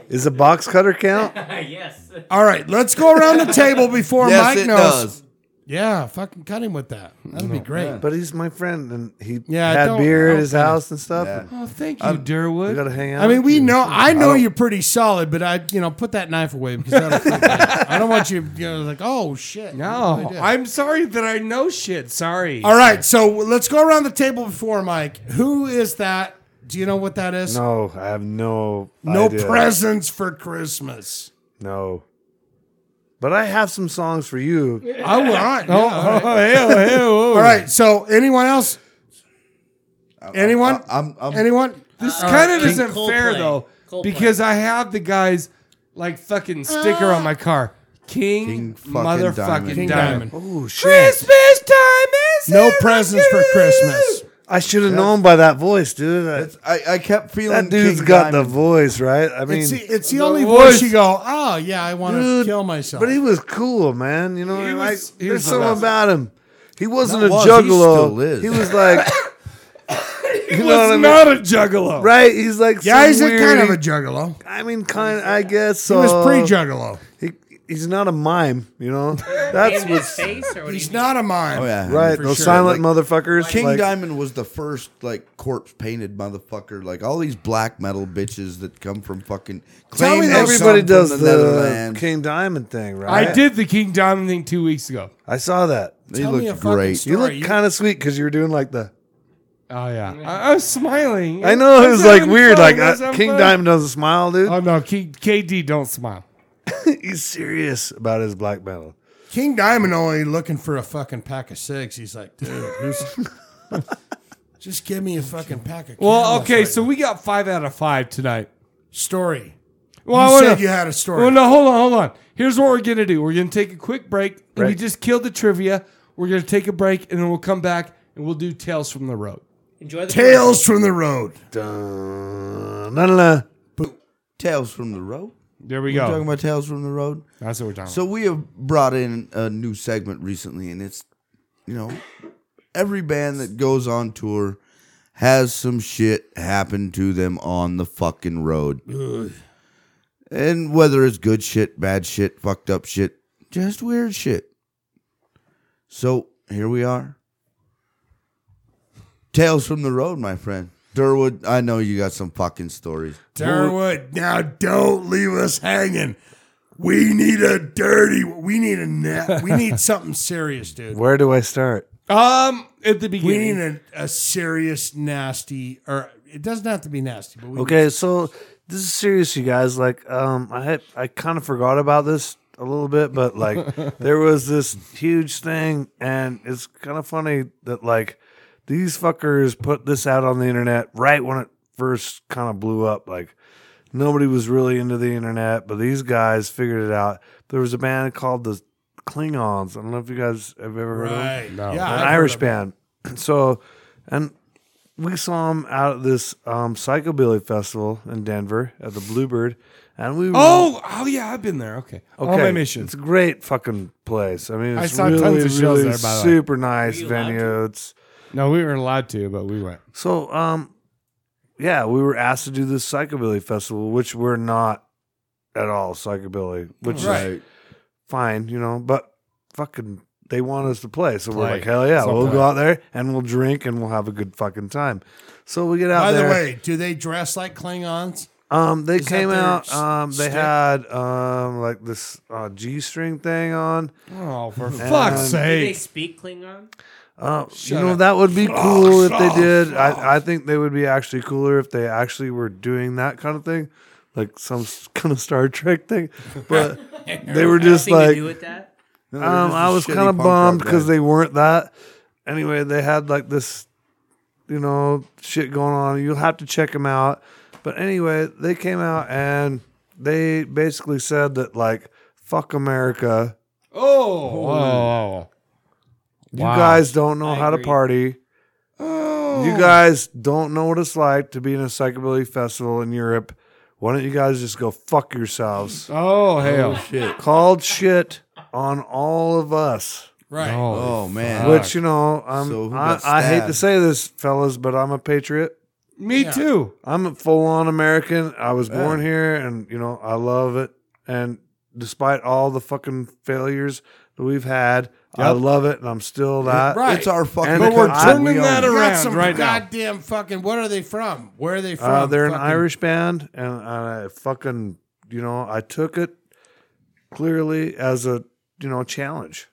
Is a box cutter count? yes. All right, let's go around the table before yes, Mike it knows. does. Yeah, fucking cut him with that. That'd be great. But he's my friend, and he Yeah, I had don't- I beer don't at his kinda- house and stuff. Yeah. Oh, thank you, Durwood. We gotta hang out. I mean, we know. I know don't- you're pretty solid, but I, you know, put that knife away because that'll freak me out. I don't want you, you know, like, oh shit. You no, really did. I'm sorry that I know shit. Sorry. All right, so let's go around the table before Mike. Who is that? Do you know what that is? no, I have no No idea. presents for Christmas. No, but I have some songs for you. I will. All right, yeah, all right. Oh, hell, hell, oh. All right, So anyone else? Anyone? I'm. I'm anyone? This kind of isn't Coldplay. fair though, Coldplay. because I have the guys like fucking sticker on my car. King, King fucking motherfucking diamond. Diamond. King Diamond. Oh shit! Christmas time is No here presents for again. Christmas. I should have known by that voice, dude. That, it's, I, I kept feeling that dude's King got the Diamond. voice, right? I mean, It's the, it's the only voice- voice you go. Oh yeah, I want to Dude, kill myself. but he was cool, man. You know, He like was- he there's was the something best. about him. He wasn't Not a was, he juggalo. still is. He was like, you know what I mean? not a juggalo. right? He's like, Yeah, some he's a weird- kind of a juggalo. I mean, kind. I guess He so. was pre-juggalo. He, he's not a mime, you know. That's In his what's face or what He's do you not a mime. Oh yeah, right. for Those sure. silent motherfuckers. King like, Diamond was the first like corpse painted motherfucker. Like all these black metal bitches that come from fucking. Tell me claim they those- come Everybody from does the, Netherlands. King Diamond thing, right? I did the King Diamond thing two weeks ago. I saw that. They Tell me a look fucking great. story. You look You- kind of sweet because you were doing like the. Oh yeah, I, I was smiling. I know it was like having weird. fun. Like I uh, was having King fun. Diamond doesn't smile, dude. Oh no, King, KD, don't smile. He's serious about his black metal. King Diamond only looking for a fucking pack of cigs. He's like, dude, who's- just give me a fucking pack of. Well, Camels okay, right so now. we got five out of five tonight. story. Well, you I said wanna- you had a story. Well, no, hold on, hold on. Here's what we're gonna do. We're gonna take a quick break. and We Right. just killed the trivia. We're gonna take a break, and then we'll come back and we'll do tales from the road. Enjoy the Tales from the road. Dun, na, na, na. Tales from the road. There we You talking go. about Tales from the Road? That's what we're talking So we have brought in a new segment recently, and it's you know every band that goes on tour has some shit happen to them on the fucking road, and whether it's good shit, bad shit, fucked up shit, just weird shit. So here we are. Tales from the road, my friend. Durwood, I know you got some fucking stories. Darwood, now don't leave us hanging. We need a dirty. We need a net. We need something serious, dude. Where do I start? about. Um, at the We need beginning, a, a serious, nasty, or it doesn't have to be nasty, but we Okay, so this is serious, you guys. Like, um, I had, I kind of forgot about this a little bit, but like, there was this huge thing, and it's kind of funny that like these fuckers put this out on the internet right when it first kind of blew up. Like, nobody was really into the internet, but these guys figured it out. There was a band called the Klingons. I don't know if you guys have ever heard of them right. No, an Irish band. So, and we saw him out at this um, psychobilly festival in Denver at the Bluebird, and we were- Oh, oh yeah, I've been there. Okay, okay. on my mission. It's a great fucking place. I mean, I it's saw really, tons of shows really there, by the way. super nice you allowed to? venue. It's No, we weren't allowed to, but we went. so um, yeah, we were asked to do this psychobilly festival, which we're not at all psychobilly, which is Right. fine, you know, but fucking they want us to play. So we're Play. like, hell yeah, So we'll play. go out there and we'll drink and we'll have a good fucking time. So we get out By there. the way, do they dress like Klingons? um, they that came their out. s- Um, they stick? had um like this uh, G string thing on. Oh, for fuck's fuck's Do they sake! speak Klingon? Uh, you Shut know up. that would be cool if they did. I, I think they would be actually cooler if they actually were doing that kind of thing, like some s- kind of Star Trek thing. But they were just Nothing to like do with that. No, they're Um, just a I was shitty kind of punk rock bummed because band. they weren't that. Anyway, they had like this, you know, shit going on. You'll have to check them out. But anyway, they came out and they basically said that like, fuck America. Oh, whoa, whoa, You Wow. Oh. guys don't know how to agree. party. You guys don't know what it's like to be in a psychobilly festival in Europe. Why don't you guys just go fuck yourselves? whoa. oh hell! shit. Called shit on all of us. Right. Oh, Oh man. Which you know, I'm, So who I, got I hate to stabbed? say this, fellas, but I'm a patriot. me too. I'm a full-on American. I was born here, and you know, I love it. And despite all the fucking failures that we've had, I love it, and I'm still that. Right. It's our fucking. And But we're country. turning We own that it. You got around some right now. goddamn fucking. What are they from? Where are they from? Uh, they're an Fucking- Irish band, and I fucking, you know, I took it clearly as a, you know, challenge.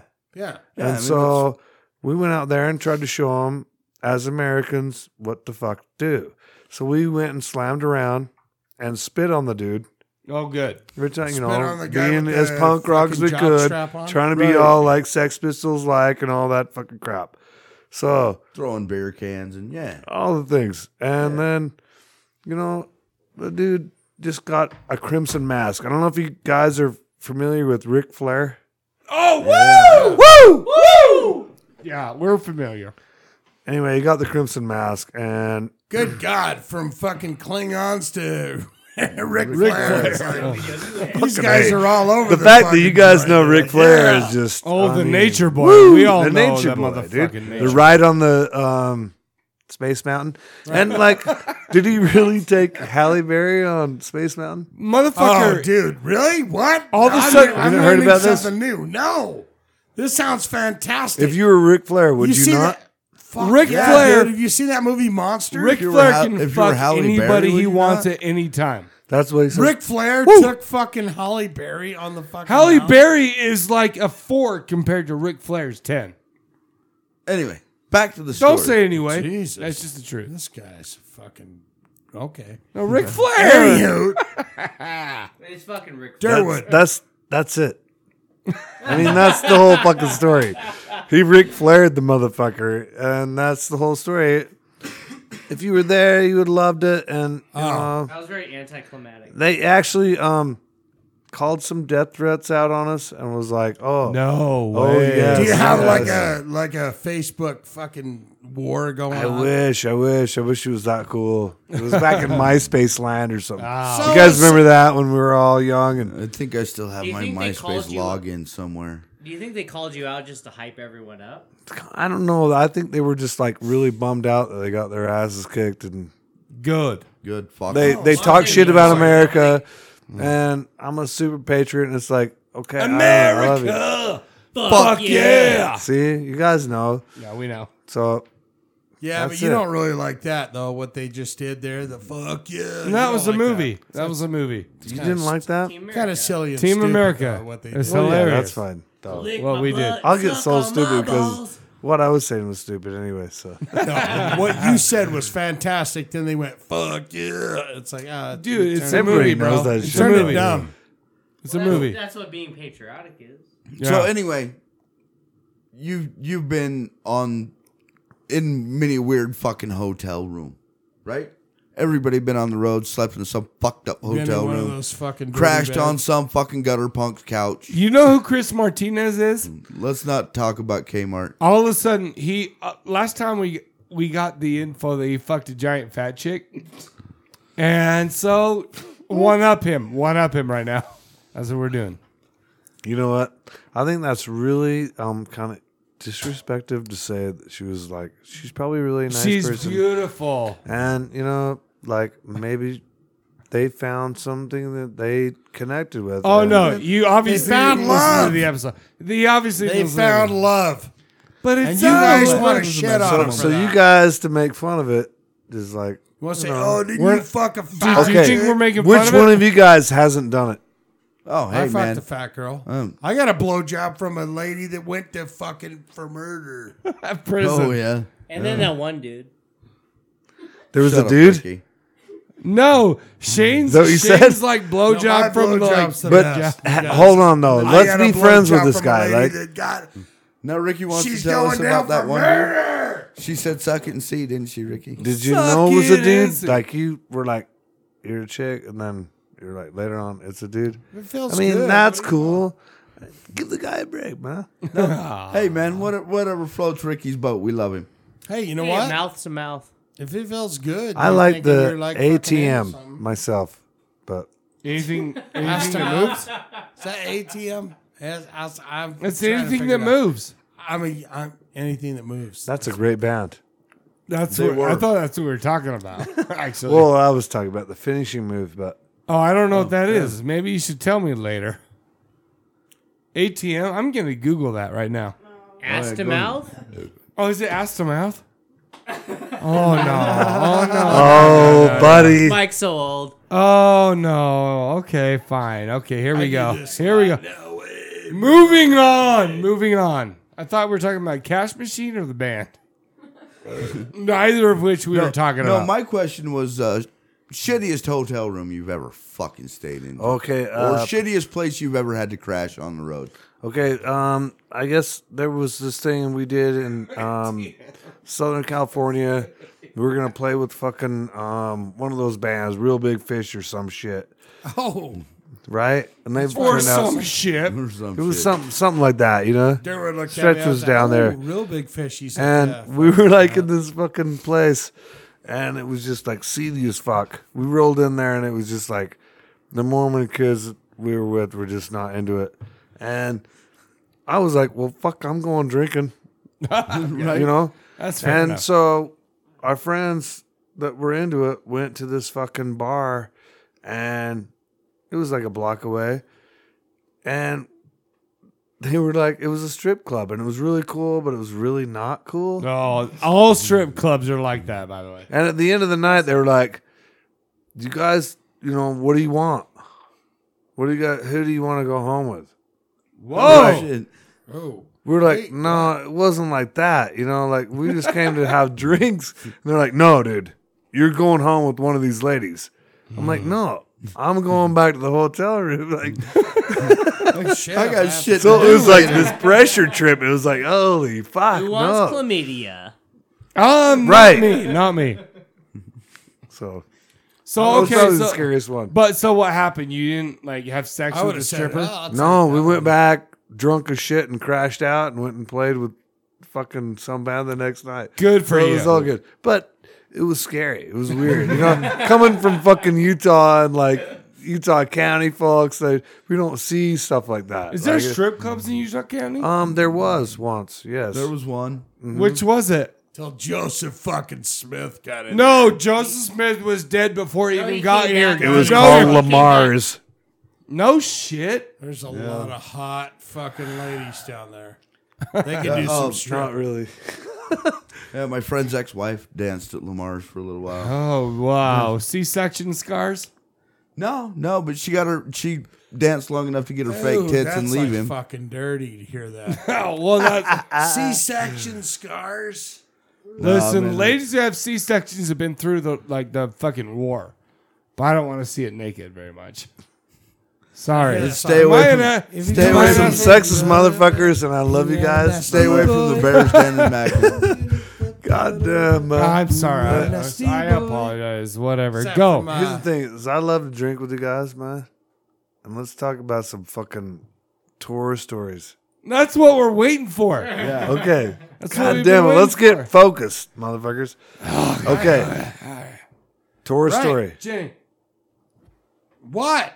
Yeah. Yeah, I and mean, so we went out there and tried to show them as Americans what the fuck to do. So we went and slammed around and spit on the dude. Oh, good. Every time, you Spit on know, the guy being with as the punk rock as fucking we jock could, strap on? trying to be all like Sex Pistols like and all that fucking crap. So throwing beer cans and yeah. all the things, and then you know, the dude just got a crimson mask. I don't know if you guys are familiar with Ric Flair. Oh, woo! Woo! Woo! Yeah, we're familiar. Anyway, he got the crimson mask, and Good God, from fucking Klingons to Rick, Flair. These Oh. Fucking guys A. are all over The the fact that fucking you guys place. know Ric Flair is just Oh, I the mean, nature boy. woo, We all the know nature that boy, dude. motherfucking The nature. ride on the um, Space Mountain, and like, did he really take Halle Berry on Space Mountain? Motherfucker. Oh, dude, really? What? All of a I'm- sudden- I'm You never heard learning about this? something new. No, this sounds fantastic. If you were Ric Flair, would you, see not? that- Fuck Ric yeah, Flair- dude. have you seen that movie Monster? Ric If you were Flair Hal- can if you were fuck Halle Berry, anybody would he you wants not? at any time. That's what he said. Ric Flair Woo. took fucking Holly Berry on the fucking. Halle mountain. Berry is like a four compared to Ric Flair's ten. Anyway, back to the story. Don't say it anyway. Jesus. That's just the truth. This guy's fucking okay. No, Ric Flair. Anywho, It's fucking Rick. That's, Derwood. that's that's it. I mean, that's the whole fucking story. He Ric Flaired the motherfucker, and that's the whole story. If you were there, you would have loved it. And you know, That was very anticlimactic. they actually um called some death threats out on us and was like, "Oh, No Oh, way. yeah. Do you have like Yes. a like a Facebook fucking war going I on? wish, I wish, I wish it was that cool." It was back in MySpace land or something. So you guys is- remember that when we were all young and I think I still have Do you my think they called MySpace you- login somewhere. Do you think they called you out just to hype everyone up? I don't know. I think they were just like really bummed out that they got their asses kicked and Good. Good. Fuck. they off. Oh, they talk Fucking shit about America. America, and I'm a super patriot, and it's like, okay, America, I love you. Fuck, See, you guys know. Yeah, we know. So Yeah, but That's you it. don't really like that though. What they just did there, the fuck yeah. And that was a movie. That. was a movie. you didn't like that? Oh, Team Kind America. of silly. and Team stupid, America. though, What they It's did. Yeah, hilarious. that's fine. though. Lick Well, my we did. butt, I'll get suck so on my stupid because balls. what I was saying was stupid anyway. So No, what you said was fantastic. Then they went fuck yeah. It's like ah, Dude, it's a turned- Everybody movie, bro. knows that It's shit. a turned movie. it dumb. It's a Well, that's- movie. That's what being patriotic is. So Yeah. anyway, you you've been on in many weird fucking hotel room, right? Everybody been on the road, slept in some fucked up Been in hotel one of room, those fucking dirty crashed on beds. some fucking gutter punk's couch. You know who Chris Martinez is? Let's not talk about Kmart. All of a sudden, he uh, last time we we got the info that he fucked a giant fat chick, and so one up him, one up him right now. That's what we're doing. you know what? I think that's really um kind of disrespectful to say that she was like she's probably a really nice She's person. beautiful. And you know, like maybe they found something that they connected with. Oh and- no! You obviously found didn't listen love. to the episode. The obviously They listened to found the- love. but it's And you guys not- want to shit on them. So you guys to make fun of it is like, want to say, know. oh, did you fuck a fat Do you okay, think we're making fun which of one it? of you guys hasn't done it? Oh I hey fucked man, a fat girl. Um. I got a blowjob from a lady that went to fucking for murder. At prison. oh yeah, And then that one dude. There was Shut a up, dude. Ricky. No, Shane's, Is that what you Shane's said? like blowjob my from blowjob's the the but best. ha- hold on though, I let's got be a friends with blowjob this from a guy. lady Like, that got- Now Ricky wants she's to tell going us down about for that one. dude. murder. She said "suck it and see," didn't she, Ricky? did you Suck know it was a it, dude? Anson. Like you were like, you're a chick, and then you're like later on, it's a dude. feels I mean, good. that's cool. Give the guy a break, man. hey man, what, whatever floats Ricky's boat, we love him. Hey, you know Yeah, what? Mouth to mouth. If it feels good, I you're like thinking the you're, like, fucking into ATM something. myself, but Anything, Ass anything to that mouth? moves. Is that ATM? Yes, I, am It's anything that moves. I mean, I'm, anything that moves. that's a great band. That's They what, I were. thought that's what we were talking about. Actually, Well, I was talking about the finishing move, but oh, I don't know what that is. Maybe you should tell me later. ATM. I'm gonna Google that right now. Ass to mouth? Oh, is it ass to mouth? Oh no! Oh no! oh, buddy, Mike's so old. Oh no! Okay, fine. Okay, here we go. this Here we go. Moving on. Moving on. I thought we were talking about Cash Machine or the band. Neither of which we were talking No, about. my question was uh, shittiest hotel room you've ever fucking stayed in. Okay, or uh, shittiest place you've ever had to crash on the road. okay. Um, I guess there was this thing we did in um, Southern California. We were gonna play with fucking um, one of those bands, Real Big Fish or some shit, oh, right? And they or turned out some shit. Or some it was shit. something something like that, you know. Derwood looked at me, Stretch I was down like, there. "Ooh, Real big fish. He said, and yeah, we were like in this fucking place and it was just like seedy as fuck. We rolled in there, and it was just like the Mormon kids we were with were just not into it. And I was like, "Well, fuck, I'm going drinking," you know. That's fair and enough. so our friends that were into it went to this fucking bar, and it was like a block away, and they were like, it was a strip club, and it was really cool, but it was really not cool. Oh, all strip clubs are like that, by the way. And at the end of the night, they were like, "You guys, you know, what do you want? What do you got? Who do you want to go home with?" Oh, shit. We were like, "No, it wasn't like that. You know, like we just came to have drinks." And they're like, "No, dude, you're going home with one of these ladies." I'm like, "No." I'm going back to the hotel room. Like, I got shit. so it was like this pressure trip. It was like, holy fuck, Who wants no. chlamydia? Um, not Right. me, not me. So, So that okay, was the so, scariest one. but so what happened? You didn't like have sex with a stripper? "Oh, No, we went back drunk as shit and crashed out and went and played with fucking some band the next night. Good for So you. It was all good, but it was scary. It was weird, you know, coming from fucking Utah and like Utah County folks. They we don't see stuff like that. Is there Like, strip clubs in Utah County? Um, there was once. Yes, There was one. mm-hmm. Which was it? Till Joseph fucking Smith got in. No, Joseph Smith was dead before he No, even he got came here. back. It was no, called He came Lamar's. no shit. There's a lot of hot fucking ladies down there. They could do Oh, some strip. Not really. Yeah, my friend's ex-wife danced at Lamar's for a little while. Oh wow, Mm. C-section scars. No, no, but she got her. She danced long enough to get her fake Ooh, tits that's and leave like him. Fucking dirty to hear that. Oh well, that, C-section scars. listen, Oh, man. ladies who have C-sections have been through the like the fucking war, but I don't want to see it naked very much. Sorry, Stay away from. Stay away There's some from. sexist motherfuckers, and I love you guys. Stay away from the bears standing back. God damn. man. I'm sorry. I, I apologize. Whatever. Go. Here's the thing: is I love to drink with you guys, man. And let's talk about some fucking tour stories. That's what we're waiting for. Okay. what God we've been damn it! waiting Let's get for. focused, motherfuckers. Oh, okay. Tour Right, story. Jenny. What?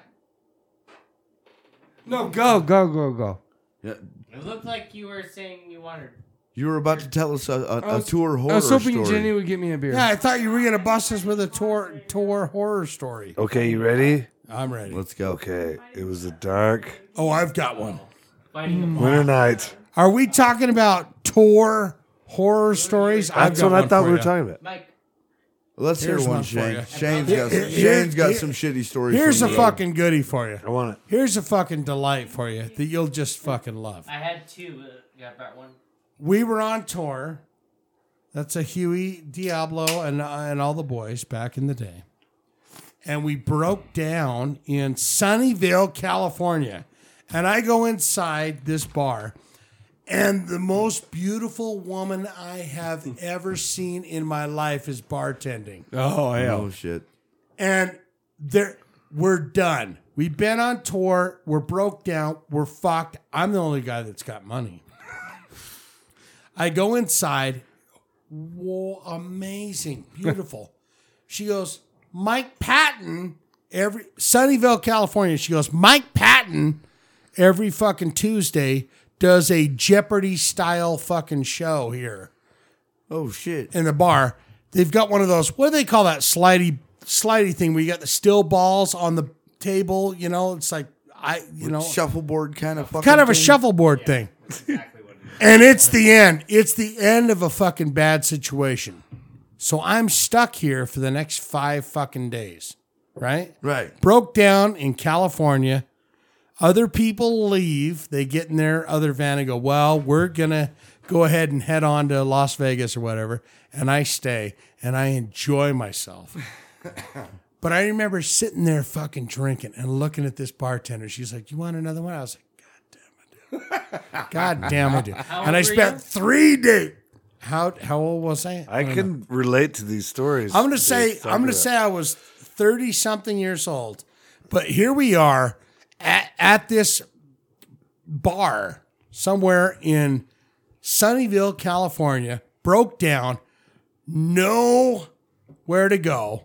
No, go, go, go, go. Yeah, It looked like you were saying you wanted. you were about to tell us a, a, I a was- tour horror I was hoping story. Jenny would get me a beer. Yeah, I thought you were gonna bust us with a tour tour horror story. Okay, you ready? I'm ready. Let's go. Okay. It was a dark Oh, I've got one. Fighting a winter night. Are we talking about tour horror stories? I've That's got what I one thought for we were ya. talking about. Mike. Let's Here's hear one, one for Shane. ya. Shane's got some, Here- Shane's got here- some shitty stories. Here's a from the road. fucking goodie for you. I want it. Here's a fucking delight for you that you'll just fucking love. I had two. Uh, yeah, about one. We were on tour. That's a Huey Diablo and and all the boys back in the day, and we broke down in Sunnyvale, California. And I go inside this bar, and the most beautiful woman I have ever seen in my life is bartending Oh, hell. Oh shit. and there we're done. We've been on tour. We're broke down. We're fucked. I'm the only guy that's got money. I go inside. Whoa, amazing, beautiful. she goes, Mike Patton. Every Sunnyvale, California. She goes, Mike Patton. Every fucking Tuesday does a Jeopardy style fucking show here Oh shit. in the bar, they've got one of those. What do they call that slidey slidey thing? Where you got the still balls on the table. You know, it's like I, you know, Shuffleboard kind of fucking. kind of a thing. shuffleboard thing. and it's the end. It's the end of a fucking bad situation. So I'm stuck here for the next five fucking days, right? Right. broke down in California. Other people leave. They get in their other van and go, Well, we're going to go ahead and head on to Las Vegas or whatever. And I stay and I enjoy myself. but I remember sitting there fucking drinking and looking at this bartender. She's like, You want another one? I was like, God damn, I do. God damn, I do. And I old were spent you? three days. How, how old was I? I don't know. can relate to these stories. I'm gonna say I'm gonna say I was thirty something years old, but here we are at, at this bar somewhere in Sunnyvale, California. Broke down, no where to go,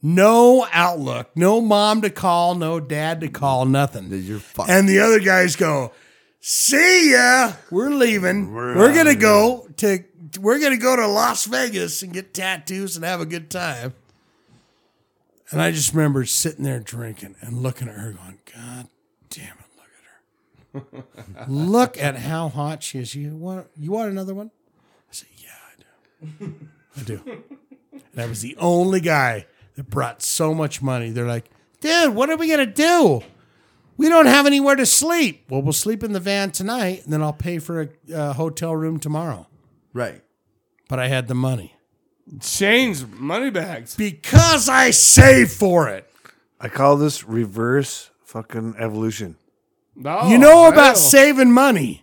no outlook, no mom to call, no dad to call, nothing. You're fucked. And the other guys go, "See ya, we're leaving. We're, gonna go to we're gonna go to Las Vegas and get tattoos and have a good time." And I just remember sitting there drinking and looking at her, going, "God damn it, look at her! look at how hot she is. You want you want another one?" I said, "Yeah, I do. I do." And I was the only guy that brought so much money. They're like, "Dude, what are we gonna do?" We don't have anywhere to sleep. Well, we'll sleep in the van tonight, and then I'll pay for a uh, hotel room tomorrow. right. But I had the money Change money bags. because I saved for it. I call this reverse fucking evolution. No, you Oh, know about no. saving money.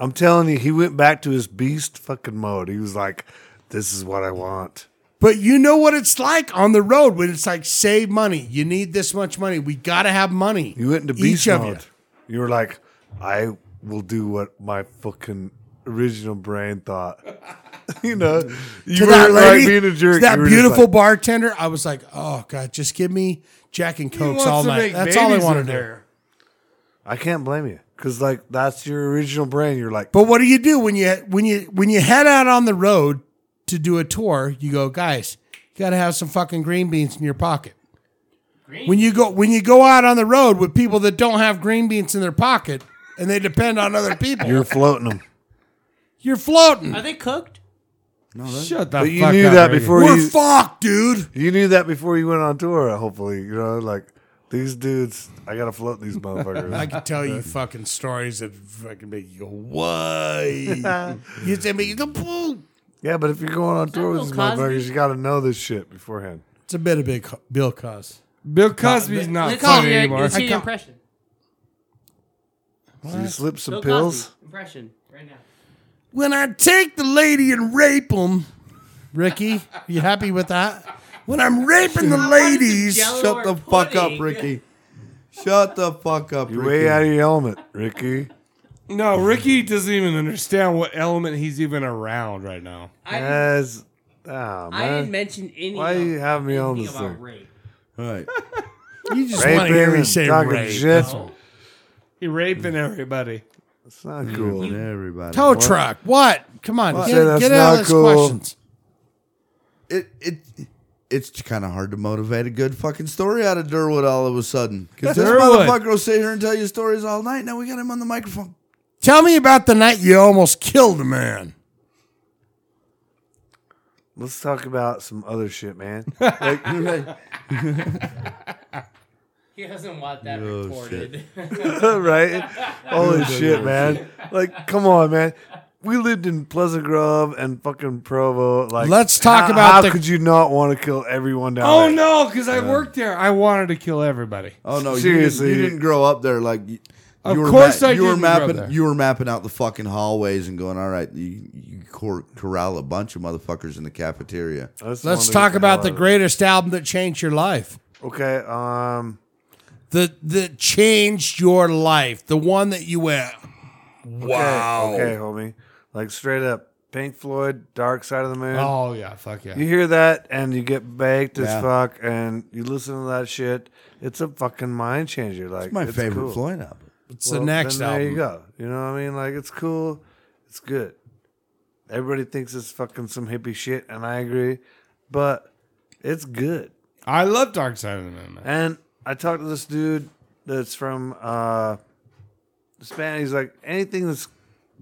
I'm telling you, he went back to his beast fucking mode. He was like, "This is what I want." But you know what it's like on the road when it's like save money. You need this much money. We gotta have money. You went into Each beast of mode. You. were like, "I will do what my fucking original brain thought." you know, you To were that lady, being a jerk. to that You were just beautiful like, bartender. I was like, oh god, just give me Jack and Cokes wants all to night. make That's all I babies want to in do. there. I can't blame you because like that's your original brain. You're like, But what do you do when you when you when you head out on the road to do a tour? You go, guys, you got to have some fucking green beans in your pocket. Green When you go when you go out on the road with people that don't have green beans in their pocket and they depend on other people, you're floating them. you're floating. Are they cooked? Shut the But you fuck knew up, that Reagan. before We're you. fucked, dude. You knew that before you went on tour, hopefully. You know, like these dudes, I gotta float these I motherfuckers. could tell you fucking stories that fucking make you go, why? you say, me, you go, "Boo." yeah, but if you're going on tour with Bill these Cosby? motherfuckers, you gotta know this shit beforehand. It's a bit of big Bill Cos. Bill Cosby's not Let's see funny your- anymore. let's see I your can't- impression. So you slip some Bill pills. Cosby impression right now. When I take the lady and rape them, Ricky, you happy with that? When I'm raping the ladies, Jello Shut or the fuck up, pudding. Ricky. Shut the fuck up, You're Ricky. way out of your element, Ricky. No, Ricky doesn't even understand what element he's even around right now. I didn't, As, ah, I didn't man. mention any. Why you have me on anything this about thing? rape. Right. you just want to Raping hear me and say talking rape. shit. He raping everybody. It's not Mm. cool. And everybody. Tow truck. What? Come on, What? Say get, that's get out of not these cool. questions. It it it's kind of hard to motivate a good fucking story out of Durwood all of a sudden. Because this Durwood. motherfucker will sit here and tell you stories all night. Now we got him on the microphone. Tell me about the night you almost killed a man. Let's talk about some other shit, man. He doesn't want that recorded. right? Holy shit, man. Like, come on, man. We lived in Pleasant Grove and fucking Provo. Like, Let's talk how- about how the- could you not want to kill everyone down Oh there? no, because I worked there. I wanted to kill everybody. Oh no! Seriously. you didn't, you didn't grow up there like. You, Of you were course I you were didn't grow up mapping there. you were mapping out the fucking hallways and going all right you, you cor- corral a bunch of motherfuckers in the cafeteria I just wanted Let's to talk get about hell the out of greatest album that changed your life. it. Okay, um, The that changed your life. The one that you went. Wow. Okay, okay, homie. Like straight up, Pink Floyd, Dark Side of the Moon. Oh yeah, fuck yeah. You hear that and you get baked Yeah. as fuck, and you listen to that shit. It's a fucking mind changer. Like my it's favorite cool. Floyd album It's Well, the next then There you album. go. You know what I mean? Like it's cool. It's good. Everybody thinks it's fucking some hippie shit, and I agree, but it's good. I love Dark Side of the Moon. man. And I talked to this dude that's from uh Spain. He's like, anything that's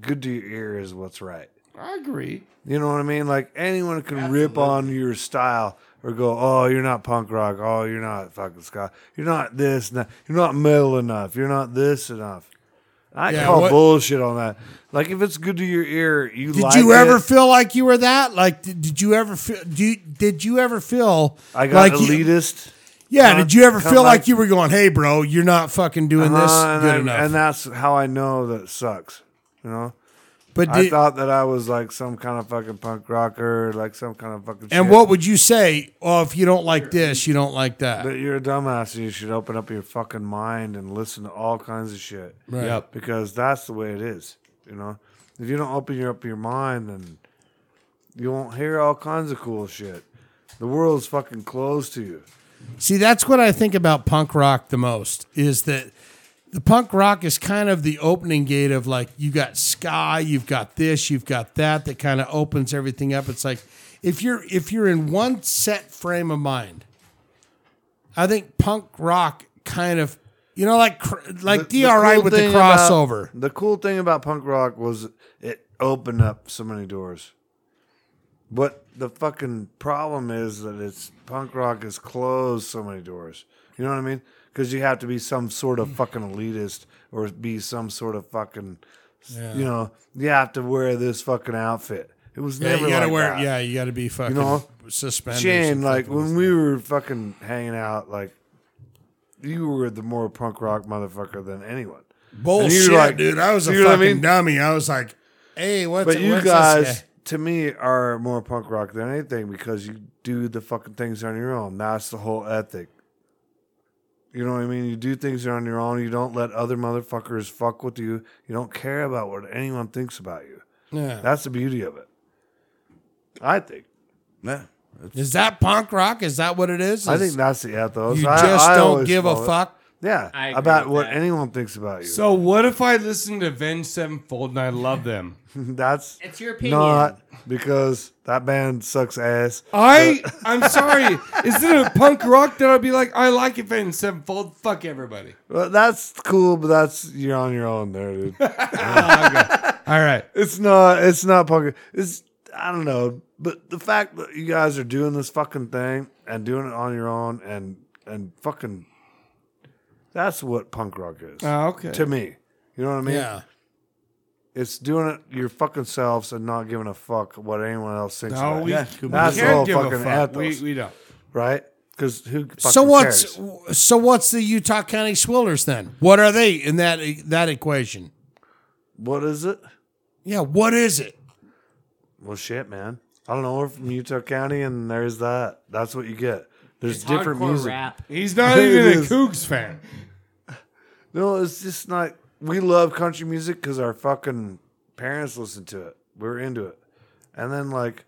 good to your ear is what's right. I agree. You know what I mean? Like anyone can rip on your style or go, "Oh, you're not punk rock. Oh, you're not fucking ska. You're not this. And that. You're not metal enough. You're not this enough." I Yeah, call what- bullshit on that. Like if it's good to your ear, you Did like you ever it. feel like you were that? Like, did, did you ever feel? Do you, did you ever feel? I got like you- elitist. yeah. uh, did you ever kind feel of like, like- you were going, "Hey, bro, you're not fucking doing Uh, this good I- enough"? and that's how I know that it sucks. You know, but I did, thought that I was like some kind of fucking punk rocker, like some kind of fucking. and shit. what would you say? Oh, if you don't like this, you don't like that. But you're a dumbass, and you should open up your fucking mind and listen to all kinds of shit. Right. Yep. because that's the way it is. You know, if you don't open your, up your mind, then you won't hear all kinds of cool shit. The world's fucking closed to you. See, that's what I think about punk rock the most is that the punk rock is kind of the opening gate of like you got ska, you've got this, you've got that that kind of opens everything up. It's like if you're if you're in one set frame of mind, I think punk rock kind of you know like cr- like DRI cool with the thing about- crossover. the cool thing about punk rock was it opened up so many doors. But the fucking problem is that it's punk rock has closed so many doors. You know what I mean? Because you have to be some sort of fucking elitist or be some sort of fucking, you know, you have to wear this fucking outfit. It was yeah, never you gotta like wear that. yeah, you gotta be fucking know, suspended. Shane, like when we were fucking hanging out, like you were the more punk rock motherfucker than anyone. and you bullshit, were like- dude. I was a you know what I fucking mean? dummy. I was like, hey, what's But you what's this guys, guy? to me, are more punk rock than anything because you do the fucking things on your own. That's the whole ethic. You know what I mean? You do things on your own. You don't let other motherfuckers fuck with you. You don't care about what anyone thinks about you. Yeah. That's the beauty of it. I think. Yeah. Is that punk rock? Is that what it is? I Is- think that's the ethos. you I- just I don't always give call a it- fuck. I Yeah, agree about with what that. anyone thinks about you. So what if I listen to Venge Sevenfold and I love them? that's It's your opinion. not because that band sucks ass. Oh. I I'm sorry. Is it a punk rock that I'd be like, I like it Venge Sevenfold? Fuck everybody. Well, that's cool, but that's you're on your own there, dude. All right. It's not. It's not punk. It's I don't know, but the fact that you guys are doing this fucking thing and doing it on your own and and fucking that's what punk rock is Oh, okay. to me. You know what I mean? Yeah. It's doing it your fucking selves and not giving a fuck what anyone else thinks. No, about Oh, we, it, Yeah, we that's the can't whole give a fucking fuck. ethos. We, we don't. right? Because who? Fucking So what's cares? so what's the Utah County Swillers then? What are they in that that equation? what is it? Yeah, what is it? Well, shit, man. I don't know. We're from Utah County, and there's that. That's what you get. There's It's different hardcore music. rap. He's not It even a is. Cougs fan. No, it's just not. We love country music because our fucking parents listened to it. We were into it, and then like,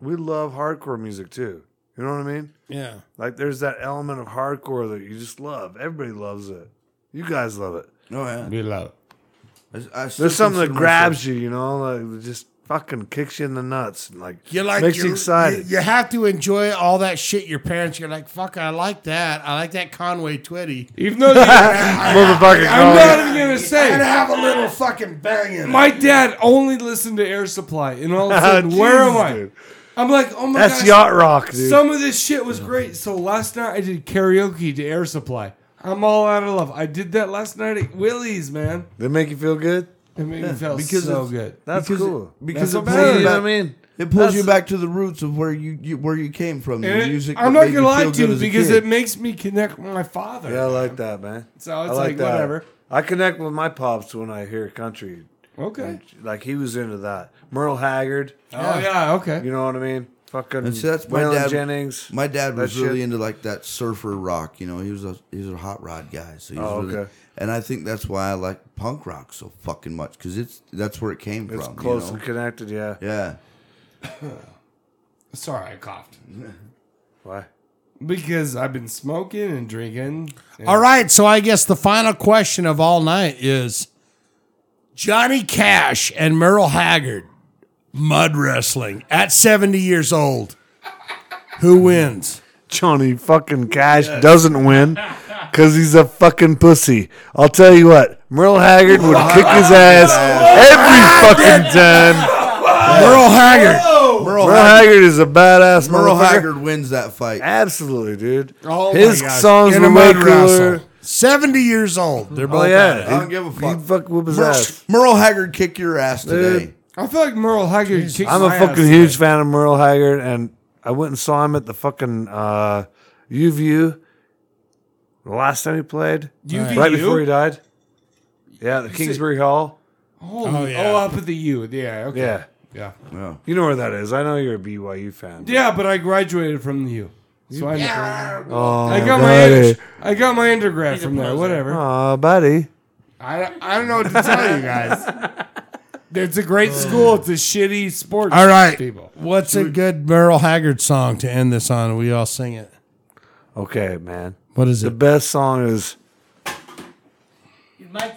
we love hardcore music too. You know what I mean? Yeah. Like, there's that element of hardcore that you just love. Everybody loves it. You guys love it. No, yeah. We love. I, I still There's something that consider grabs you. You know, like it just fucking kicks you in the nuts and like, You like makes you you excited. You, you have to enjoy all that shit your parents you're like, fuck, I like that. I like that Conway Twitty. Even though the, Motherfucker, I'm Colin. not even gonna say. have a little fucking bang in My dad only listened to Air Supply, and all of a sudden, where am Jesus, I? dude. I'm like, oh my That's gosh, yacht rock, dude. Some of this shit was great. So last night I did karaoke to Air Supply. I'm all out of love. I did that last night at Willie's, man. they make you feel good. It made me feel because so it's- good. That's cool. because That's it what pulls matters. you You know back, what mean, it pulls you That's- back to the roots of where you, you where you came from. The And it- music. I'm that not made gonna lie feel to good you as a because kid. it makes me connect with my father. Yeah, I like that, man. So it's I like, whatever. I connect with my pops when I hear country. Okay. Like he was into that. Merle Haggard. Oh yeah. Okay. You know what I mean? Fucking And so that's my Waylon dad- Jennings. My dad was That really shit. into like that surfer rock. You know, he was a he was a hot rod guy. So he was Oh, really, okay. And I think that's why I like punk rock so fucking much because it's that's where it came it's from. you close know? and connected. Yeah. Yeah. Sorry, I coughed Why? because I've been smoking and drinking. All right, so I guess the final question of all night is Johnny Cash and Merle Haggard mud wrestling at 70 years old. Who wins? Johnny fucking Cash doesn't win because he's a fucking pussy. I'll tell you what, Merle Haggard would kick his ass every fucking time. Merle Haggard. Merle, Merle Haggard, Haggard is a badass Merle motherfucker. Haggard wins that fight. Absolutely, dude. Oh my His gosh. songs In were a way mud wrestle. cooler. 70 years old. They're both Oh at yeah, it. I don't give a fuck. He'd fuck whoop his Merle, ass. Merle Haggard kick your ass today. Dude. I feel like Merle Haggard. Kicks I'm a my ass fucking today. huge fan of Merle Haggard, and I went and saw him at the fucking uh, UVU. The last time he played, UVU? right before he died. Yeah, the Kingsbury Hall. Holy- Oh, oh, yeah. up at the U. Yeah. Okay. Yeah, Yeah. you know where that is. I know you're a BYU fan. Yeah, but I graduated from the U. So I'm oh, I got my buddy. I got my undergrad from there. Whatever. Oh, buddy. I, I don't know what to tell you guys. It's a great school. It's a shitty sports. All right. people. What's a good Merle Haggard song to end this on? We all sing it. Okay, man. What is The it? best song is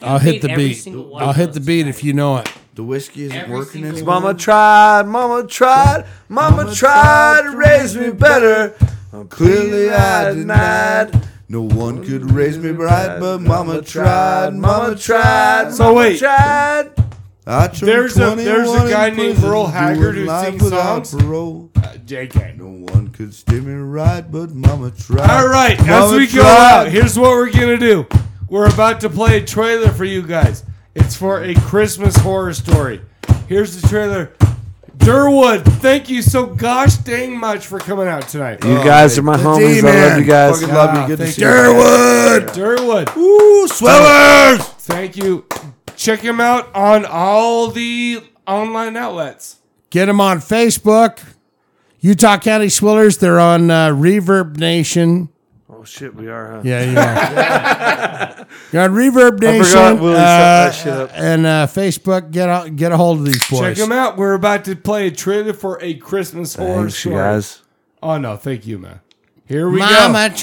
I'll hit the beat. I'll hit the beat if you know it. The whiskey isn't Every working single anymore. Mama tried, Mama tried, Mama, tried to raise me better. Clearly I denied. denied. No one could raise me right, but mama tried, mama tried. So wait. tried. I turned There's a- 21 there's a guy in named prison, Merle Haggard doing who life sings without songs? parole. Uh, JK. No one could steer me right, but mama tried. All right, as Mama we go tried. out, here's what we're gonna do. We're about to play a trailer for you guys. It's for a Christmas horror story. Here's the trailer. Durwood, thank you so gosh dang much for coming out tonight. You guys are my homies. I love you guys. Fucking love you. Good to thank see you. you. Derwood! Durwood, Ooh, swellers! thank you. Check him out on all the online outlets. Get them on Facebook. Utah County Swillers. They're on uh, Reverb Nation. Oh shit, we are. Huh? Yeah, you are. You're on Reverb Nation. I forgot Willie set that uh, shit up. And uh, Facebook. Get out, get a hold of these Check boys. him out. We're about to play a trailer for a Christmas horror Thanks, you story. guys. Oh no, thank you, man. Here we go. Mama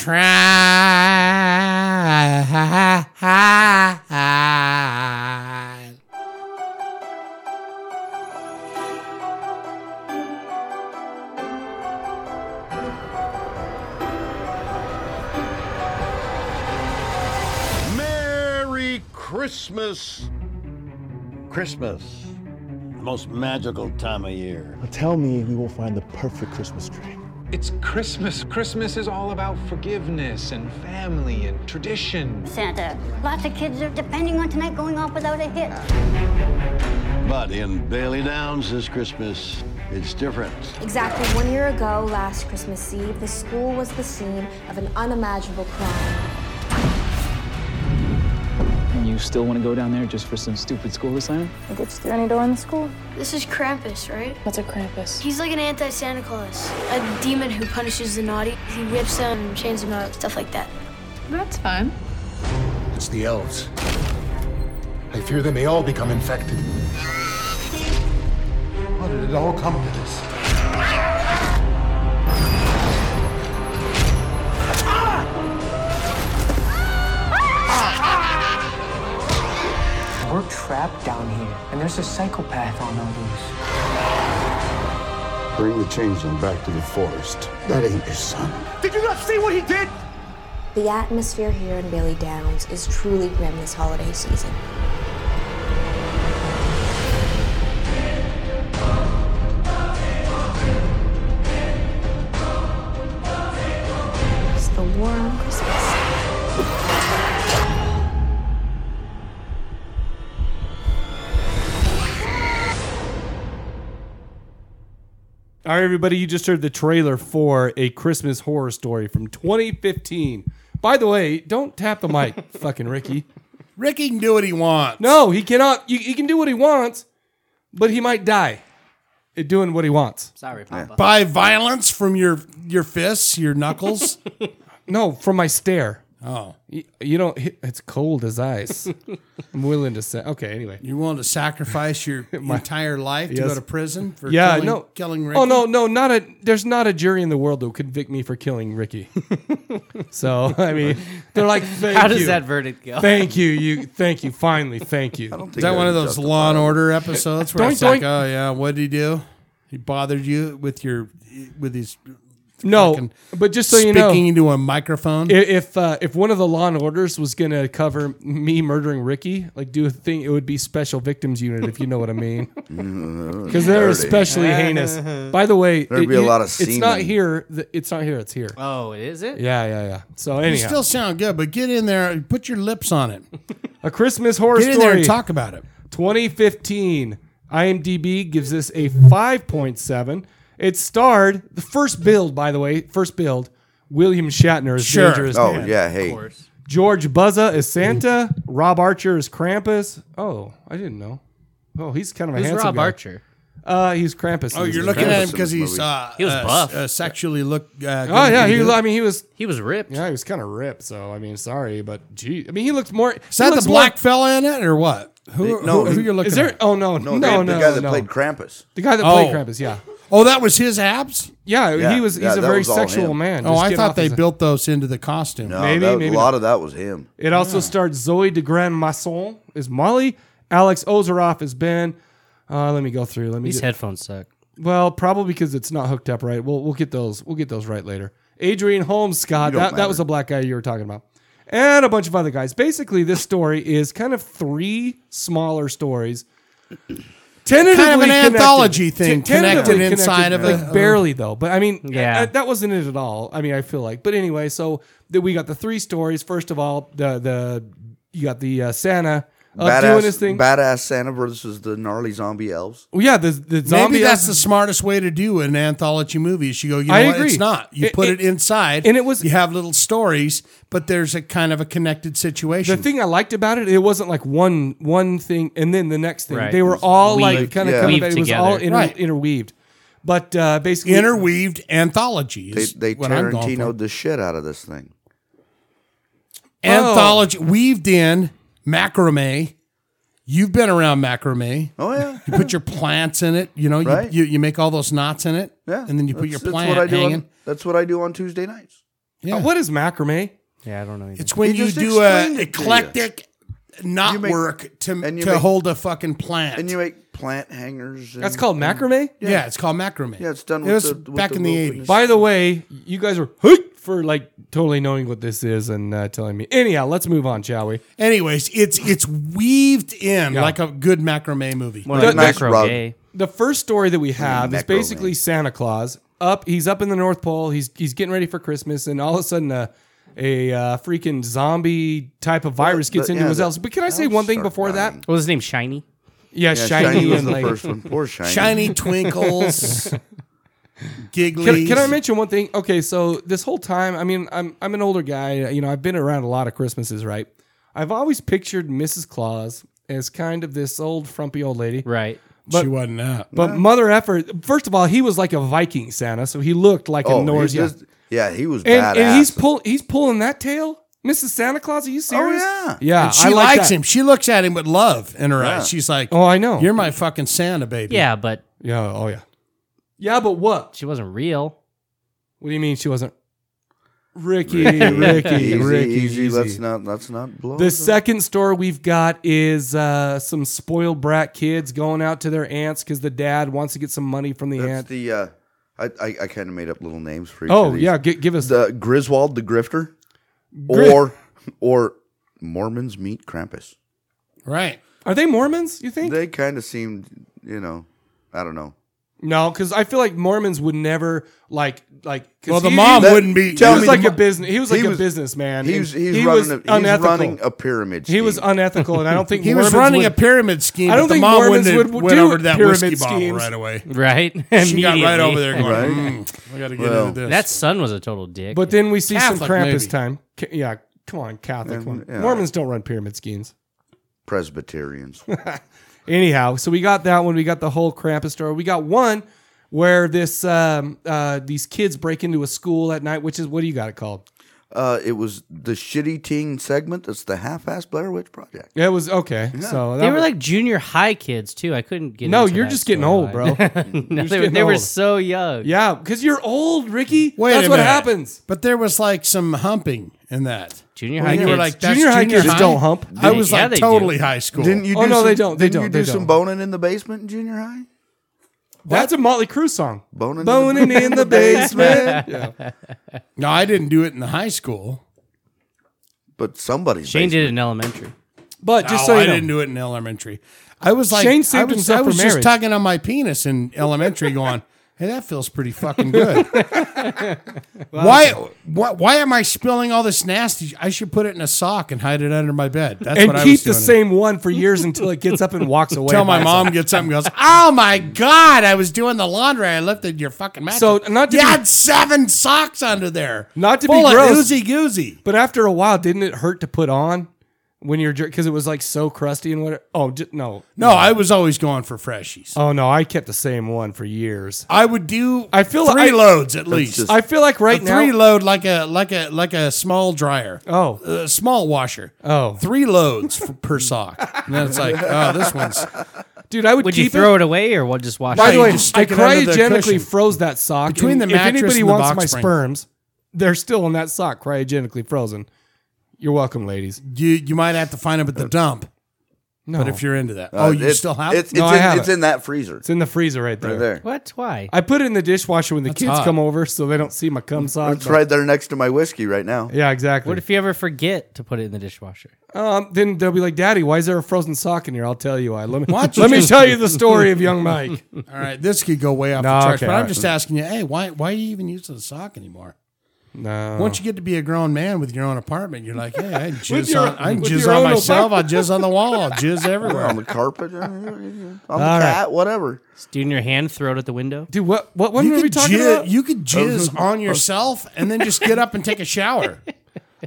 tried. Merry Christmas! Christmas, the most magical time of year. Tell me we will find the perfect Christmas tree. It's Christmas. Christmas is all about forgiveness and family and tradition. Santa, lots of kids are depending on tonight going off without a hitch. But in Bailey Downs this Christmas, it's different. Exactly one year ago, last Christmas Eve, the school was the scene of an unimaginable crime. And you still want to go down there just for some stupid school assignment? Gets through any door in the school. This is Krampus, right? What's a Krampus? He's like an anti-Santa Claus, a demon who punishes the naughty. He whips them, chains them up, stuff like that. That's fine. It's the elves. I fear they may all become infected. How did it all come to this? We're trapped down here, and there's a psychopath on all loose. Bring the changeling back to the forest. That ain't your son. The atmosphere here in Bailey Downs is truly grim this holiday season. It's the war on Christmas. All right, everybody, you just heard the trailer for a Christmas horror story from 2015. By the way, don't tap the mic, fucking Ricky. Ricky can do what he wants. No, he cannot. You, he can do what he wants, but he might die at doing what he wants. Sorry, Papa. By violence from your your fists, your knuckles. No, from my stare. oh, You, you don't. It's cold as ice. I'm willing to say. Okay, anyway. you're willing to sacrifice your entire life to Yes. go to prison for Yeah, killing, no. killing Ricky? Oh no, no, not a. There's not a jury in the world that would convict me for killing Ricky. so I mean, they're like, thank How does you. that verdict go? Thank you, you. Thank you. Finally, thank you. Is that one of those Law and Order episodes where Doink, it's like, doink. oh yeah, what did he do? He bothered you with your with his No, fucking but just so you speaking know, i- into a microphone. if uh, if one of the Law and Orders was gonna cover me murdering Ricky, like do a thing, it would be Special Victims Unit, if you know what I mean, Mm, because they're especially heinous. By the way, There'd it- be a you- lot of It's not semen. here. th- It's not here. It's here. Oh, it is it? Yeah, yeah, yeah. So you anyhow, still sound good, but get in there, and put your lips on it. a Christmas horror Get in there story, and talk about it. 2015. IMDb gives this a 5.7. It starred the first build, by the way, first build. William Shatner is Sure. dangerous. Oh, Man. yeah, hey. George Buzza is Santa. Rob Archer is Krampus. Oh, I didn't know. Oh, he's kind of a Who's handsome Rob guy. Archer? Uh, he's Krampus. Oh, in this you're movie. looking at him Krampus in because this he's movie. uh, He was uh, buff. uh, sexually look. Uh, Oh yeah, he. I mean, he was. He was ripped. Yeah, he was kind of ripped. So I mean, sorry, but gee, I mean, he looked more. Is that the black fella in it or what? Who- who- who you're looking Is at? Oh, no, the- no, the no, guy that no. played Krampus. The guy that played Krampus, yeah. Oh, that was his abs. Yeah, Yeah, he was. yeah, He's a that very was all sexual him. man. Oh, Just I get thought off they his- built those into the costume. No, Maybe, that- maybe a lot not. of that was him. It also starred Zoe de Grand Masson as Molly, Alex Ozeroff as Ben. Uh, let me go through. Let me. These get- headphones suck. Well, probably because it's not hooked up right. We'll we'll get those. We'll get those right later. Adrian Holmes, Scott. You don't That, that matter. was the black guy you were talking about, and a bunch of other guys. Basically, this story is kind of three smaller stories. Tentatively Kind of an connected. anthology thing, Ten- tentatively connected inside of like a- barely though. But I mean, Yeah. yeah, that wasn't it at all. I mean, I feel like. But anyway, so that we got the three stories. First of all, the the you got the uh, Santa uh, Badass, doing his thing. badass Santa versus the gnarly zombie elves. Well, yeah, the the zombie. Maybe that's the smartest way to do an anthology movie. Is you go, you know I what? agree. It's not. You It- put it- it, inside, and it was. You have little stories, but there's a kind of a connected situation. The thing I liked about it, it wasn't like one one thing and then the next thing. Right. They It were was all weaved- like kind of yeah. coming weaved back. It was all together. inter- Right. interweaved. But uh, basically, interweaved anthology. They, Is they what I'm going for. Tarantino'd the shit out of this thing. Oh. anthology weaved in macrame. You've been around macrame. Oh yeah. You put your plants in it. You know, you- Right. you, you make all those knots in it. Yeah, And then you put That's- your that's plant what I do hanging. On, that's what I do on Tuesday nights. Yeah. Uh, what is macrame? Yeah, I don't know. Either. It's when He you just do a explained it to you. eclectic knot You make- work to and you to make- hold a fucking plant. And you make plant hangers. And, That's called macrame? yeah. it's called macrame. Yeah, it's done It with was the- with back the in the rope eighties. By the way, you guys are hoot for like totally knowing what this is and uh, telling me. Anyhow, let's move on, shall we? Anyways, it's it's weaved in Yeah. like a good macrame movie. More like Nice macro rug. gay. The first story Mm, that we have is Necro Man. basically Santa Claus up. He's up in the North Pole. He's he's getting ready for Christmas, and all of a sudden, a a uh, freaking zombie type of virus gets the- into yeah, his the Oh, house. But can I say one thing before that? What was his name? Shiny. Yeah, Yeah, shiny, Shiny was and the like first one. Poor Shiny. Shiny twinkles, giggly. Can, can I mention one thing? Okay, so this whole time, I mean, I'm I'm an older guy. You know, I've been around a lot of Christmases, right? I've always pictured Mrs. Claus as kind of this old frumpy old lady, Right. But she wasn't that. but mother effer. First of all, he was like a Viking Santa, so he looked like Oh, a he Norse. yeah. just- yeah, he was badass. and, and he's pull he's pulling that tail, Mrs. Santa Claus. Are you serious? yeah. yeah. And she I like likes that. him. She looks at him with love in her Yeah. eyes. She's like, Oh, I know. "You're my fucking Santa, baby." Yeah, but yeah. Oh yeah. Yeah, but what? she wasn't real. What do you mean she wasn't? Ricky, Easy, Ricky, easy, Ricky. easy. easy. Let's not let's not blow. The it. second store we've got is uh, some spoiled brat kids going out to their aunts because the dad wants to get some money from the That's aunt. the. Uh, I I, I kind of made up little names for each. oh of these. yeah, gi- give us the Griswold the Grifter, Gri- or or Mormons meet Krampus. Right. Are they Mormons? You think? They kind of seemed, you know, I don't know. no, because I feel like Mormons would never like like. 'cause Well, the he- mom he, wouldn't be. Tell he was me like the a mo- business. He was like he a was- businessman. and He's he's he running was a, he's unethical. running a pyramid. He was scheme. unethical, and I don't think He was Mormons running would- a pyramid scheme. I don't but the think mom Mormons wouldn't have would went do over to that pyramid whiskey bottle schemes. right away. Right. She got right Immediately. over there going, Right. "Mm, I got to get Well, into this. That son was a total dick. But then we see some Catholic, Krampus maybe. time. Ca- yeah, come on, Catholic Um, one. yeah. Mormons don't run pyramid schemes. Presbyterians. Anyhow, so we got that one. We got the whole Krampus story. We got one where this um, uh, these kids break into a school at night, which is what do you got it called? uh, it was the shitty teen segment. That's the half-ass Blair Witch Project. It was okay. So that they were was- like junior high kids too. I couldn't get. No, into you're that just getting old, bro. storyline. no, just they, were, getting they were old. so young. yeah, because you're old, Ricky. Wait That's a what minute. happens. But there was like some humping in that. Junior And high you kids. were like, That's Junior high kids high? don't hump. I was Yeah, like they do. totally high school. Didn't you? Oh, do no, some, they don't. They didn't don't. You do They some don't. boning in the basement in junior high. That's a Motley Crue song. Boning in the- Boning in the basement. yeah. No, I didn't do it in the high school. But somebody's Shane basement. did it in elementary. But No, just so you Oh, I know, didn't do it in elementary. I was like, Shane I saved was, himself I was for just marriage. tugging on my penis in elementary, going, "Hey, that feels pretty fucking good." why, why, why am I spilling all this nasty? I should put it in a sock and hide it under my bed. That's and what I keep was the doing. same one for years until it gets up and walks away. Till my by mom gets up and goes, "Oh my god, I was doing the laundry. I lifted your fucking mattress. So, not to you be- had seven socks under there. Not to be full gross. of oozy goozy. But after a while, didn't it hurt to put on? when you're because it was like so crusty and what? Oh j- no, No, I was always going for freshies. Oh no, I kept the same one for years. I would do. I feel three I- loads at That's least. just- I feel like right A now- three load like a like a like a small dryer. Oh, a small washer. Oh, three loads f- per sock. And then it's like, oh, this one's. Dude, I would, Would keep you throw it, away or what? Just wash By it? the way, just I stick it under the cryogenically cushion. froze that sock. Between the and mattress if anybody and the wants box my spring. sperms, they're still in that sock, cryogenically frozen. You're welcome, ladies. You you might have to find them at the dump. No. But if you're into that, Uh, oh, you it's- still have It's, it's, No, I have in, it's it. in that freezer. It's in the freezer right there. Right there. What? Why? I put it in the dishwasher when the That's kids hot. come over, so they don't see my cum sock. It's but- right there next to my whiskey right now. Yeah, exactly. What if you ever forget to put it in the dishwasher? Um, then they'll be like, "Daddy, why is there a frozen sock in here?" I'll tell you why. Let me Watch let me it. tell you the story of young Mike. All right, this could go way off No, the charts, okay, but all I'm right. just asking you, hey, why why are you even using a sock anymore? No. Once you get to be a grown man with your own apartment, you're like, hey, I jizz your- on, I Oh. with jizz your on own myself, I apartment. jizz on the wall, I jizz everywhere. on the carpet, on the All right. cat, whatever. Just do it in your hand, throw it at the window. Dude, what what you could jizz, You could jizz on yourself and then just get up and take a shower.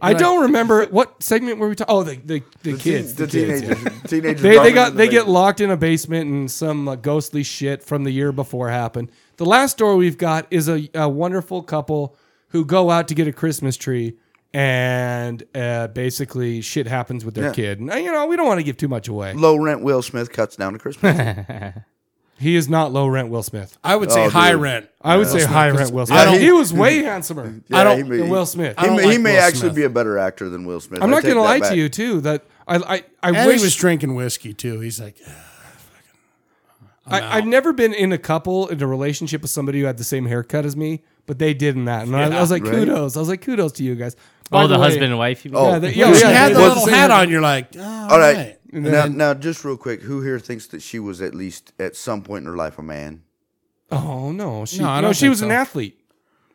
I don't remember what segment were we talking. Oh, the the, the, The kids, teen- the kids. teenagers- teenagers They, they running got in the they get basement. locked in a basement and some uh, ghostly shit from the year before happened. The last story we've got is a, a wonderful couple who go out to get a Christmas tree and uh, basically shit happens with their Yeah. kid. And, uh, you know, we don't want to give too much away. Low rent Will Smith cuts down to Christmas. He is not low rent Will Smith. I would say Oh, high dude. rent. I would say Smith, high 'cause rent Will I Smith. don't- he was way handsomer. Yeah, I don't- he may- than Will Smith. He don't may, he like may Will actually Smith. be a better actor than Will Smith. I'm I not take going to that lie back. to you too that I I, I And wish he was drinking whiskey too. He's like, I, I've never been in a couple in a relationship with somebody who had the same haircut as me, but they did in that, and I, I was like, right. kudos. I was like, kudos to you guys. Oh, By the way- husband and wife. You mean? Yeah, Oh. they- yeah, yeah, she yeah, had they the did little same hat haircut. on. You're like, oh, All right. And now, then- now, just real quick, who here thinks that she was at least at some point in her life a man? Oh no, she No, I no, don't she think was an so. athlete.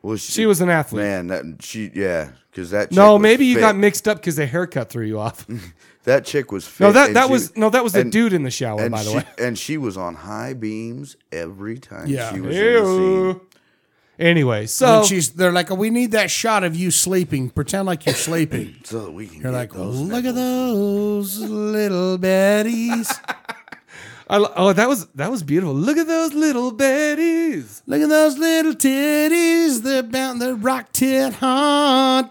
Was she, She was an athlete. man? That she yeah, because that chick no, was maybe you fit. got mixed up because the haircut threw you off. that chick was fit. No, that and that she- was no, that was the and- dude in the shower. and By the she- way, and she was on high beams every time Yeah. she was in the scene. Ew. Anyway, So so she's they're like, we need that shot of you sleeping. Pretend like you're sleeping. So that we can You're get like, those look at those little betties. I, lo- oh, that was that was beautiful. Look at those little betties. Look at those little titties. They're bound to rock tit hard.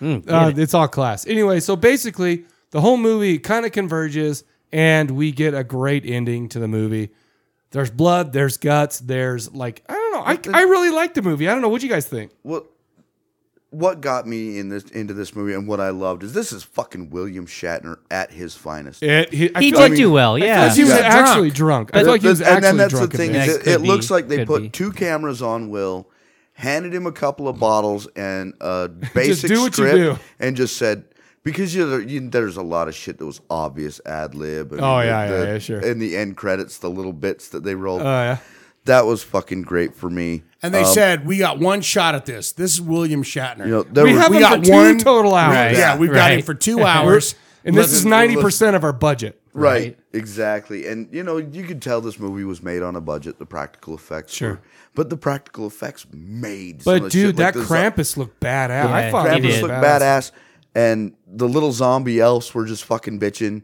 Uh, it's all class. Anyway, so basically, the whole movie kind of converges, and we get a great ending to the movie. There's blood, there's guts, there's like I don't know. I, I really like the movie. I don't know what you guys think. What what got me in this into this movie and what I loved is this is fucking William Shatner at his finest. It, he I he feel did like, do well. I feel Yeah. like he was Yeah. actually drunk. I feel like he was and actually then that's drunk. the in thing this. is Yeah, it, could it looks be, like they could put be. two cameras on Will, handed him a couple of bottles and a basic do what you script, do. and just said. Because you, know, you, there's a lot of shit that was obvious ad lib. and Oh, yeah, the- yeah, the- yeah, sure. And the end credits, the little bits that they rolled. Oh yeah. that was fucking great for me. And they said, we got one shot at this. This is William Shatner. you know, there we were- have we him got for two one- total hours. Yeah, we've got him Right. for two hours. And this is ninety percent of our budget. Right, exactly. And you know, you could tell this movie was made on a budget. The practical effects, Sure. were- but the practical effects made. some of But the dude, shit, like uh, that the zo- Krampus looked badass. I Yeah, thought he Oh, he did. Krampus was looked badass, and the little zombie elves were just fucking bitching.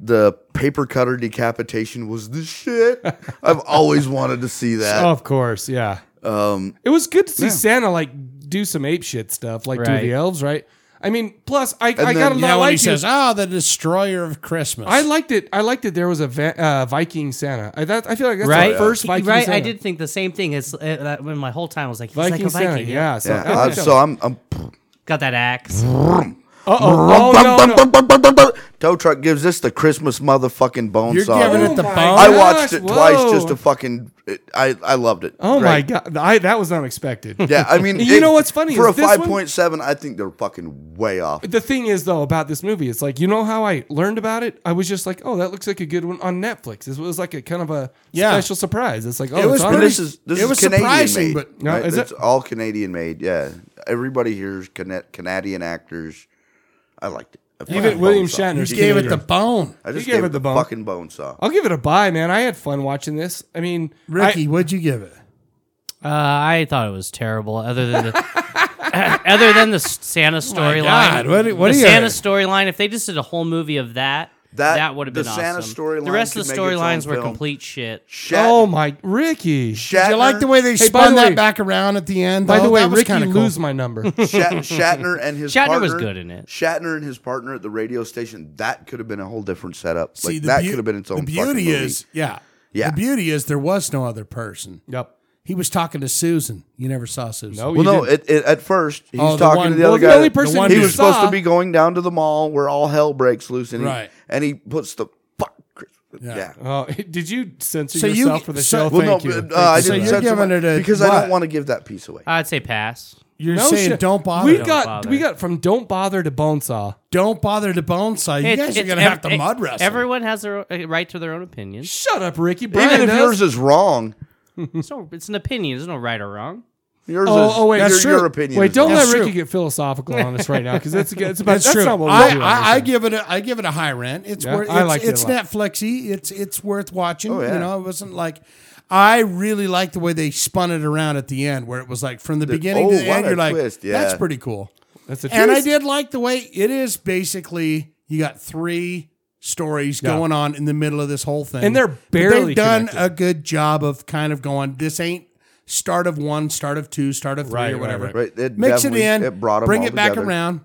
The paper cutter decapitation was the shit. I've always wanted to see that. Oh, of course, yeah. Um, it was good to see Santa like do some ape shit stuff, like do Right. the elves, right? I mean, plus I, I then- gotta not Yeah, when he like you. says, ah, the destroyer of Christmas. I liked it. I liked it. There was a va- uh, Viking Santa. I that I feel like that's Right, the first He- Viking right. Santa. I did think the same thing as uh, that when my whole time I was like, he's Viking like a Santa. Viking. yeah. So, yeah, uh, so I'm, I'm got that axe. Uh, Uh-oh. oh. no, no. tow truck gives this the Christmas motherfucking bone You're saw. Oh giving it the my bone. I gosh, watched it whoa. twice just to fucking. It, I I loved it. Oh Great. my god! I that was unexpected. Yeah, I mean, You know what's funny for is a this one- five point seven, I think they're fucking way off. The thing is, though, about this movie, it's like you know how I learned about it. I was just like, "Oh, that looks like a good one on Netflix." It was like a kind of a Yeah. special surprise. It's like, "Oh, It it's was on And pretty- this is this it is was Canadian surprising, made, but- No, right? is it's it? all Canadian made. Yeah, everybody here is Cana- Canadian actors. I liked it. I fucking Even William bone saw. Shatner You Just gave it the bone. I just gave it the bone. fucking bone saw. I'll give it a buy, man. I had fun watching this. I mean, I- Ricky, what'd you give it? Uh, I thought it was terrible. Other than the, Other than the s- Santa Oh God, storyline, what do- what the do you- Santa storyline? If they just did a whole movie of that, That- that, would have the been Santa awesome. storyline The rest could of the make its own storylines were film. complete shit. oh my, Ricky! Shatner- Did you like the way they Hey, by spun the that way- back around at the end? By the though? way, that was Ricky kinda cool. lose my number. Shat- Shatner and his Shatner partner, was good in it. Shatner and his partner at the radio station. That could have been a whole different setup. See, like the that beau- could have been its the own. fucking beauty movie. is, yeah, Yeah. The beauty is there was no other person. Yep. He was talking to Susan. You never saw Susan. No, well, no. It, it, at first, he's Oh, the talking one- to the well, other the guy. only person he you was saw- supposed to be going down to the mall where all hell breaks loose, and he, Right. and he puts the fuck. Yeah. Oh, did you censor So you- yourself for the show? so- Well, no, Thank you. but, uh, I Thank you. didn't you're censor giving my- it a because I what? don't want to give that piece away. I'd say pass. You're No Oh, saying shit. don't bother. We Don't got bother. we got from don't bother to bonesaw. Don't bother to bone saw. You It- guys are it's gonna ev- have to it- mud wrestle. Everyone has their o- a right to their own opinion. Shut up, Ricky. Brian Even if does. yours is wrong, It's, no, it's an opinion. There's no right or wrong. yours Oh, is oh, wait, your, that's your true. opinion. Wait, is don't wrong. let That's Ricky true. get philosophical on us right now because that's it's about That's that's, true. not what we I, do. on this I, I show. give it. A, I give it a high rent. It's Yeah, worth. I It's, liked it a it's lot. Netflixy. It's it's worth watching. Oh, yeah. You know, it wasn't like. I really like the way they spun it around at the end, where it was like from the, The- beginning oh, to the what end. a You're like, twist, that's yeah. pretty cool. that's a And I truth. did like the way it is. Basically, you got three stories Yeah. going on in the middle of this whole thing, And they're But barely They've done connected. a good job of kind of going. This ain't start of one, start of two, start of three, Right, or right, whatever. right. Right, it Mix it definitely- in. it brought 'em bring all it back together. around.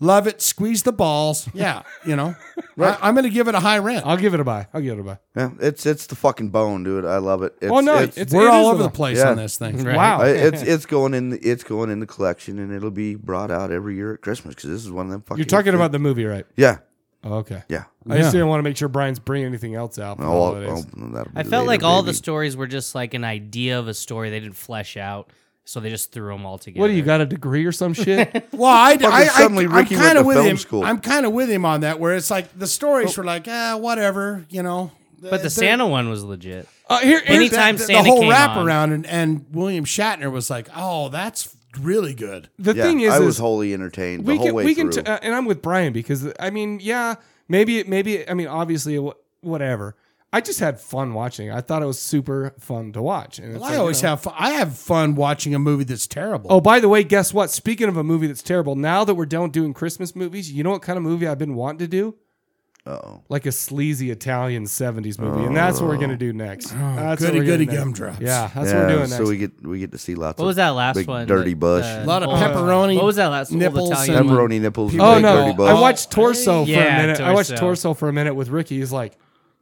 Love it. Squeeze the balls. Yeah, you know. I, am going to give it a high rent. I'll give it a buy. I'll give it a buy. Yeah, it's it's the fucking bone, dude. I love it. It's, Oh, no, it's, it's- We're it all is over the- the place Yeah. on this thing. Right. Wow. I- it's it's going in the it's going in the collection and it'll be brought out every year at Christmas because this is one of them fucking. You're talking about the movie, right? yeah, Oh, okay. yeah. I just Yeah. didn't want to make sure Brian's bringing anything else out. for the Oh, holidays. oh, that'll be I later, felt like all baby. the stories were just like an idea of a story. They didn't flesh out, so they just threw them all together. what do you got a degree or some shit? Well, I, Fucking I, suddenly I, am Ricky went kind to of with film him. school. Oh. I'm kind of with him on that, where it's like the stories were like, ah, whatever, you know. But the Santa one was legit. Uh, here, here's- Anytime the, the Santa whole came on, wraparound and, and William Shatner was like, oh, that's really good. the Yeah, thing is, I was is wholly entertained we the whole can way we through. can t- uh, and I'm with Brian because I mean yeah maybe it maybe it- I mean obviously it wa- whatever I just had fun watching it. I thought it was super fun to watch and it's Well, like, I you always know. have fun. I have fun watching a movie that's terrible. oh by the way guess what speaking of a movie that's terrible now that we're done doing Christmas movies you know what kind of movie I've been wanting to do Uh-oh. like a sleazy Italian 70s movie and that's what we're gonna do next that's what Oh, goody, we're gonna goody do next. gumdrops. yeah that's what yeah, we're doing so next we get we get to see lots. What of was that last big one? Dirty The- bush, a the- lot of Oh, pepperoni. What was that last? old nipples Italian and- one? pepperoni nipples. and oh big no dirty bush. I watched Torso for a Yeah, minute I watched Torso. Torso for a minute with Ricky he's like.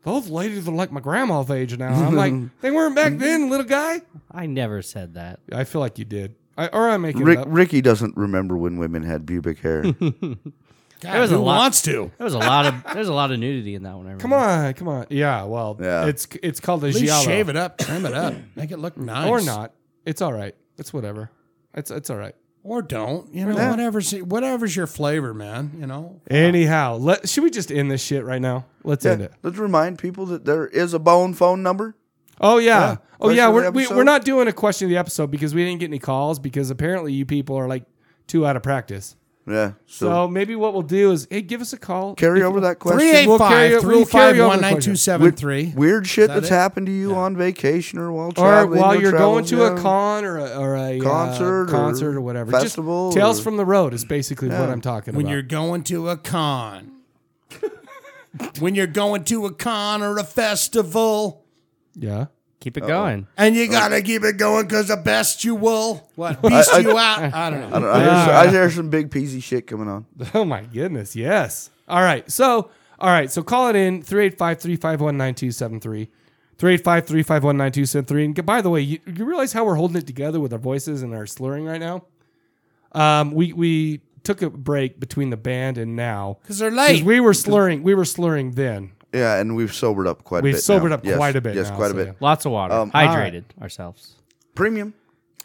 Those ladies are like my grandma's age now. I'm like, they weren't back then, little guy. I never said that. I feel like you did. I, or I'm making Rick, it up. Ricky doesn't remember when women had pubic hair. God, There was who a lot- wants to? There was a lot of there's a lot of nudity in that one. I Come on, come on. Yeah, well, Yeah. it's it's called a At least giallo shave it up, trim it up, make it look nice, or not. It's all right. It's whatever. It's it's all right. or don't. You know, whatever's whatever's your flavor, man. You know, Anyhow, let should we just end this shit right now? Let's end Yeah, it. let's remind people that there is a bone phone number. Oh yeah. oh question yeah. of the We're we, episode? we're not doing a question of the episode because we didn't get any calls because apparently you people are like too out of practice. Yeah, so, So, maybe what we'll do is hey, give us a call. carry If- over that question. three eight We'll carry five it- we'll three carry five over one the nine two seven three. weird Is shit that that's it? happened to you on vacation or while Or traveling. while no you're going travels, to yeah. a con or a, or a uh, Concert or concert or whatever, festival Just tales or- from the road is basically what I'm talking When about. you're going to a con, when you're going to a con or a festival, yeah. Keep it going. and Oh. you gotta keep it going because the best you will. What beast I- you out? I don't I, know. don't know, I hear Ah. some, I hear some big peasy shit coming on. Oh my goodness, yes. All right. So, all right. So call it in 385-351-9273. 385-351-9273. And by the way, you, you realize how we're holding it together with our voices and our slurring right now? Um, we we took a break between the band and now. Because they're late. we were slurring, we were slurring then. Yeah, and we've sobered up quite. a We've bit sobered now. up Yes, quite a bit Yes, now, quite a so bit. yeah. Lots of water. Um, Hydrated ourselves. Premium.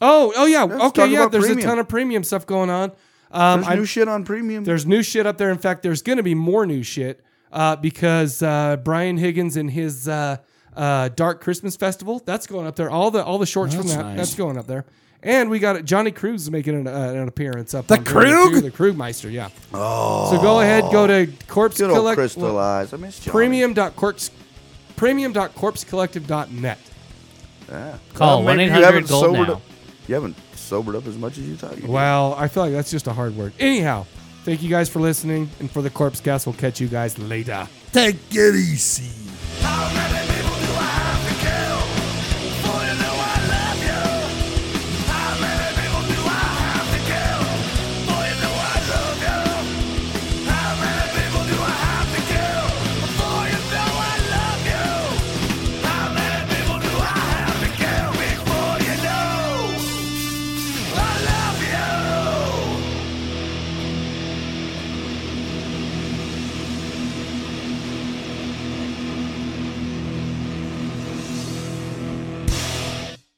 Oh, oh yeah. let's okay, talk yeah. about There's a premium. ton of premium stuff going on. Um, There's I- new shit on premium. There's new shit up there. In fact, there's going to be more new shit uh, because uh, Brian Higgins and his uh, uh, Dark Christmas Festival that's going up there. All the all the shorts from that that's going up there. And we got Johnny Krug's making an, uh, an appearance up. The Krug? the Krugmeister, yeah. Oh, so go ahead, go to Corpse Good old Collect crystal uh, well, eyes. I miss Johnny. premium.corpse premium.corpsecollective.net. Call Well, one maybe eight you haven't hundred gold sobered now. up- You haven't sobered up as much as you thought you did. Well, I feel like that's just a hard word. Anyhow, thank you guys for listening, and for the Corpse Cast, we'll catch you guys later. Take it easy. Already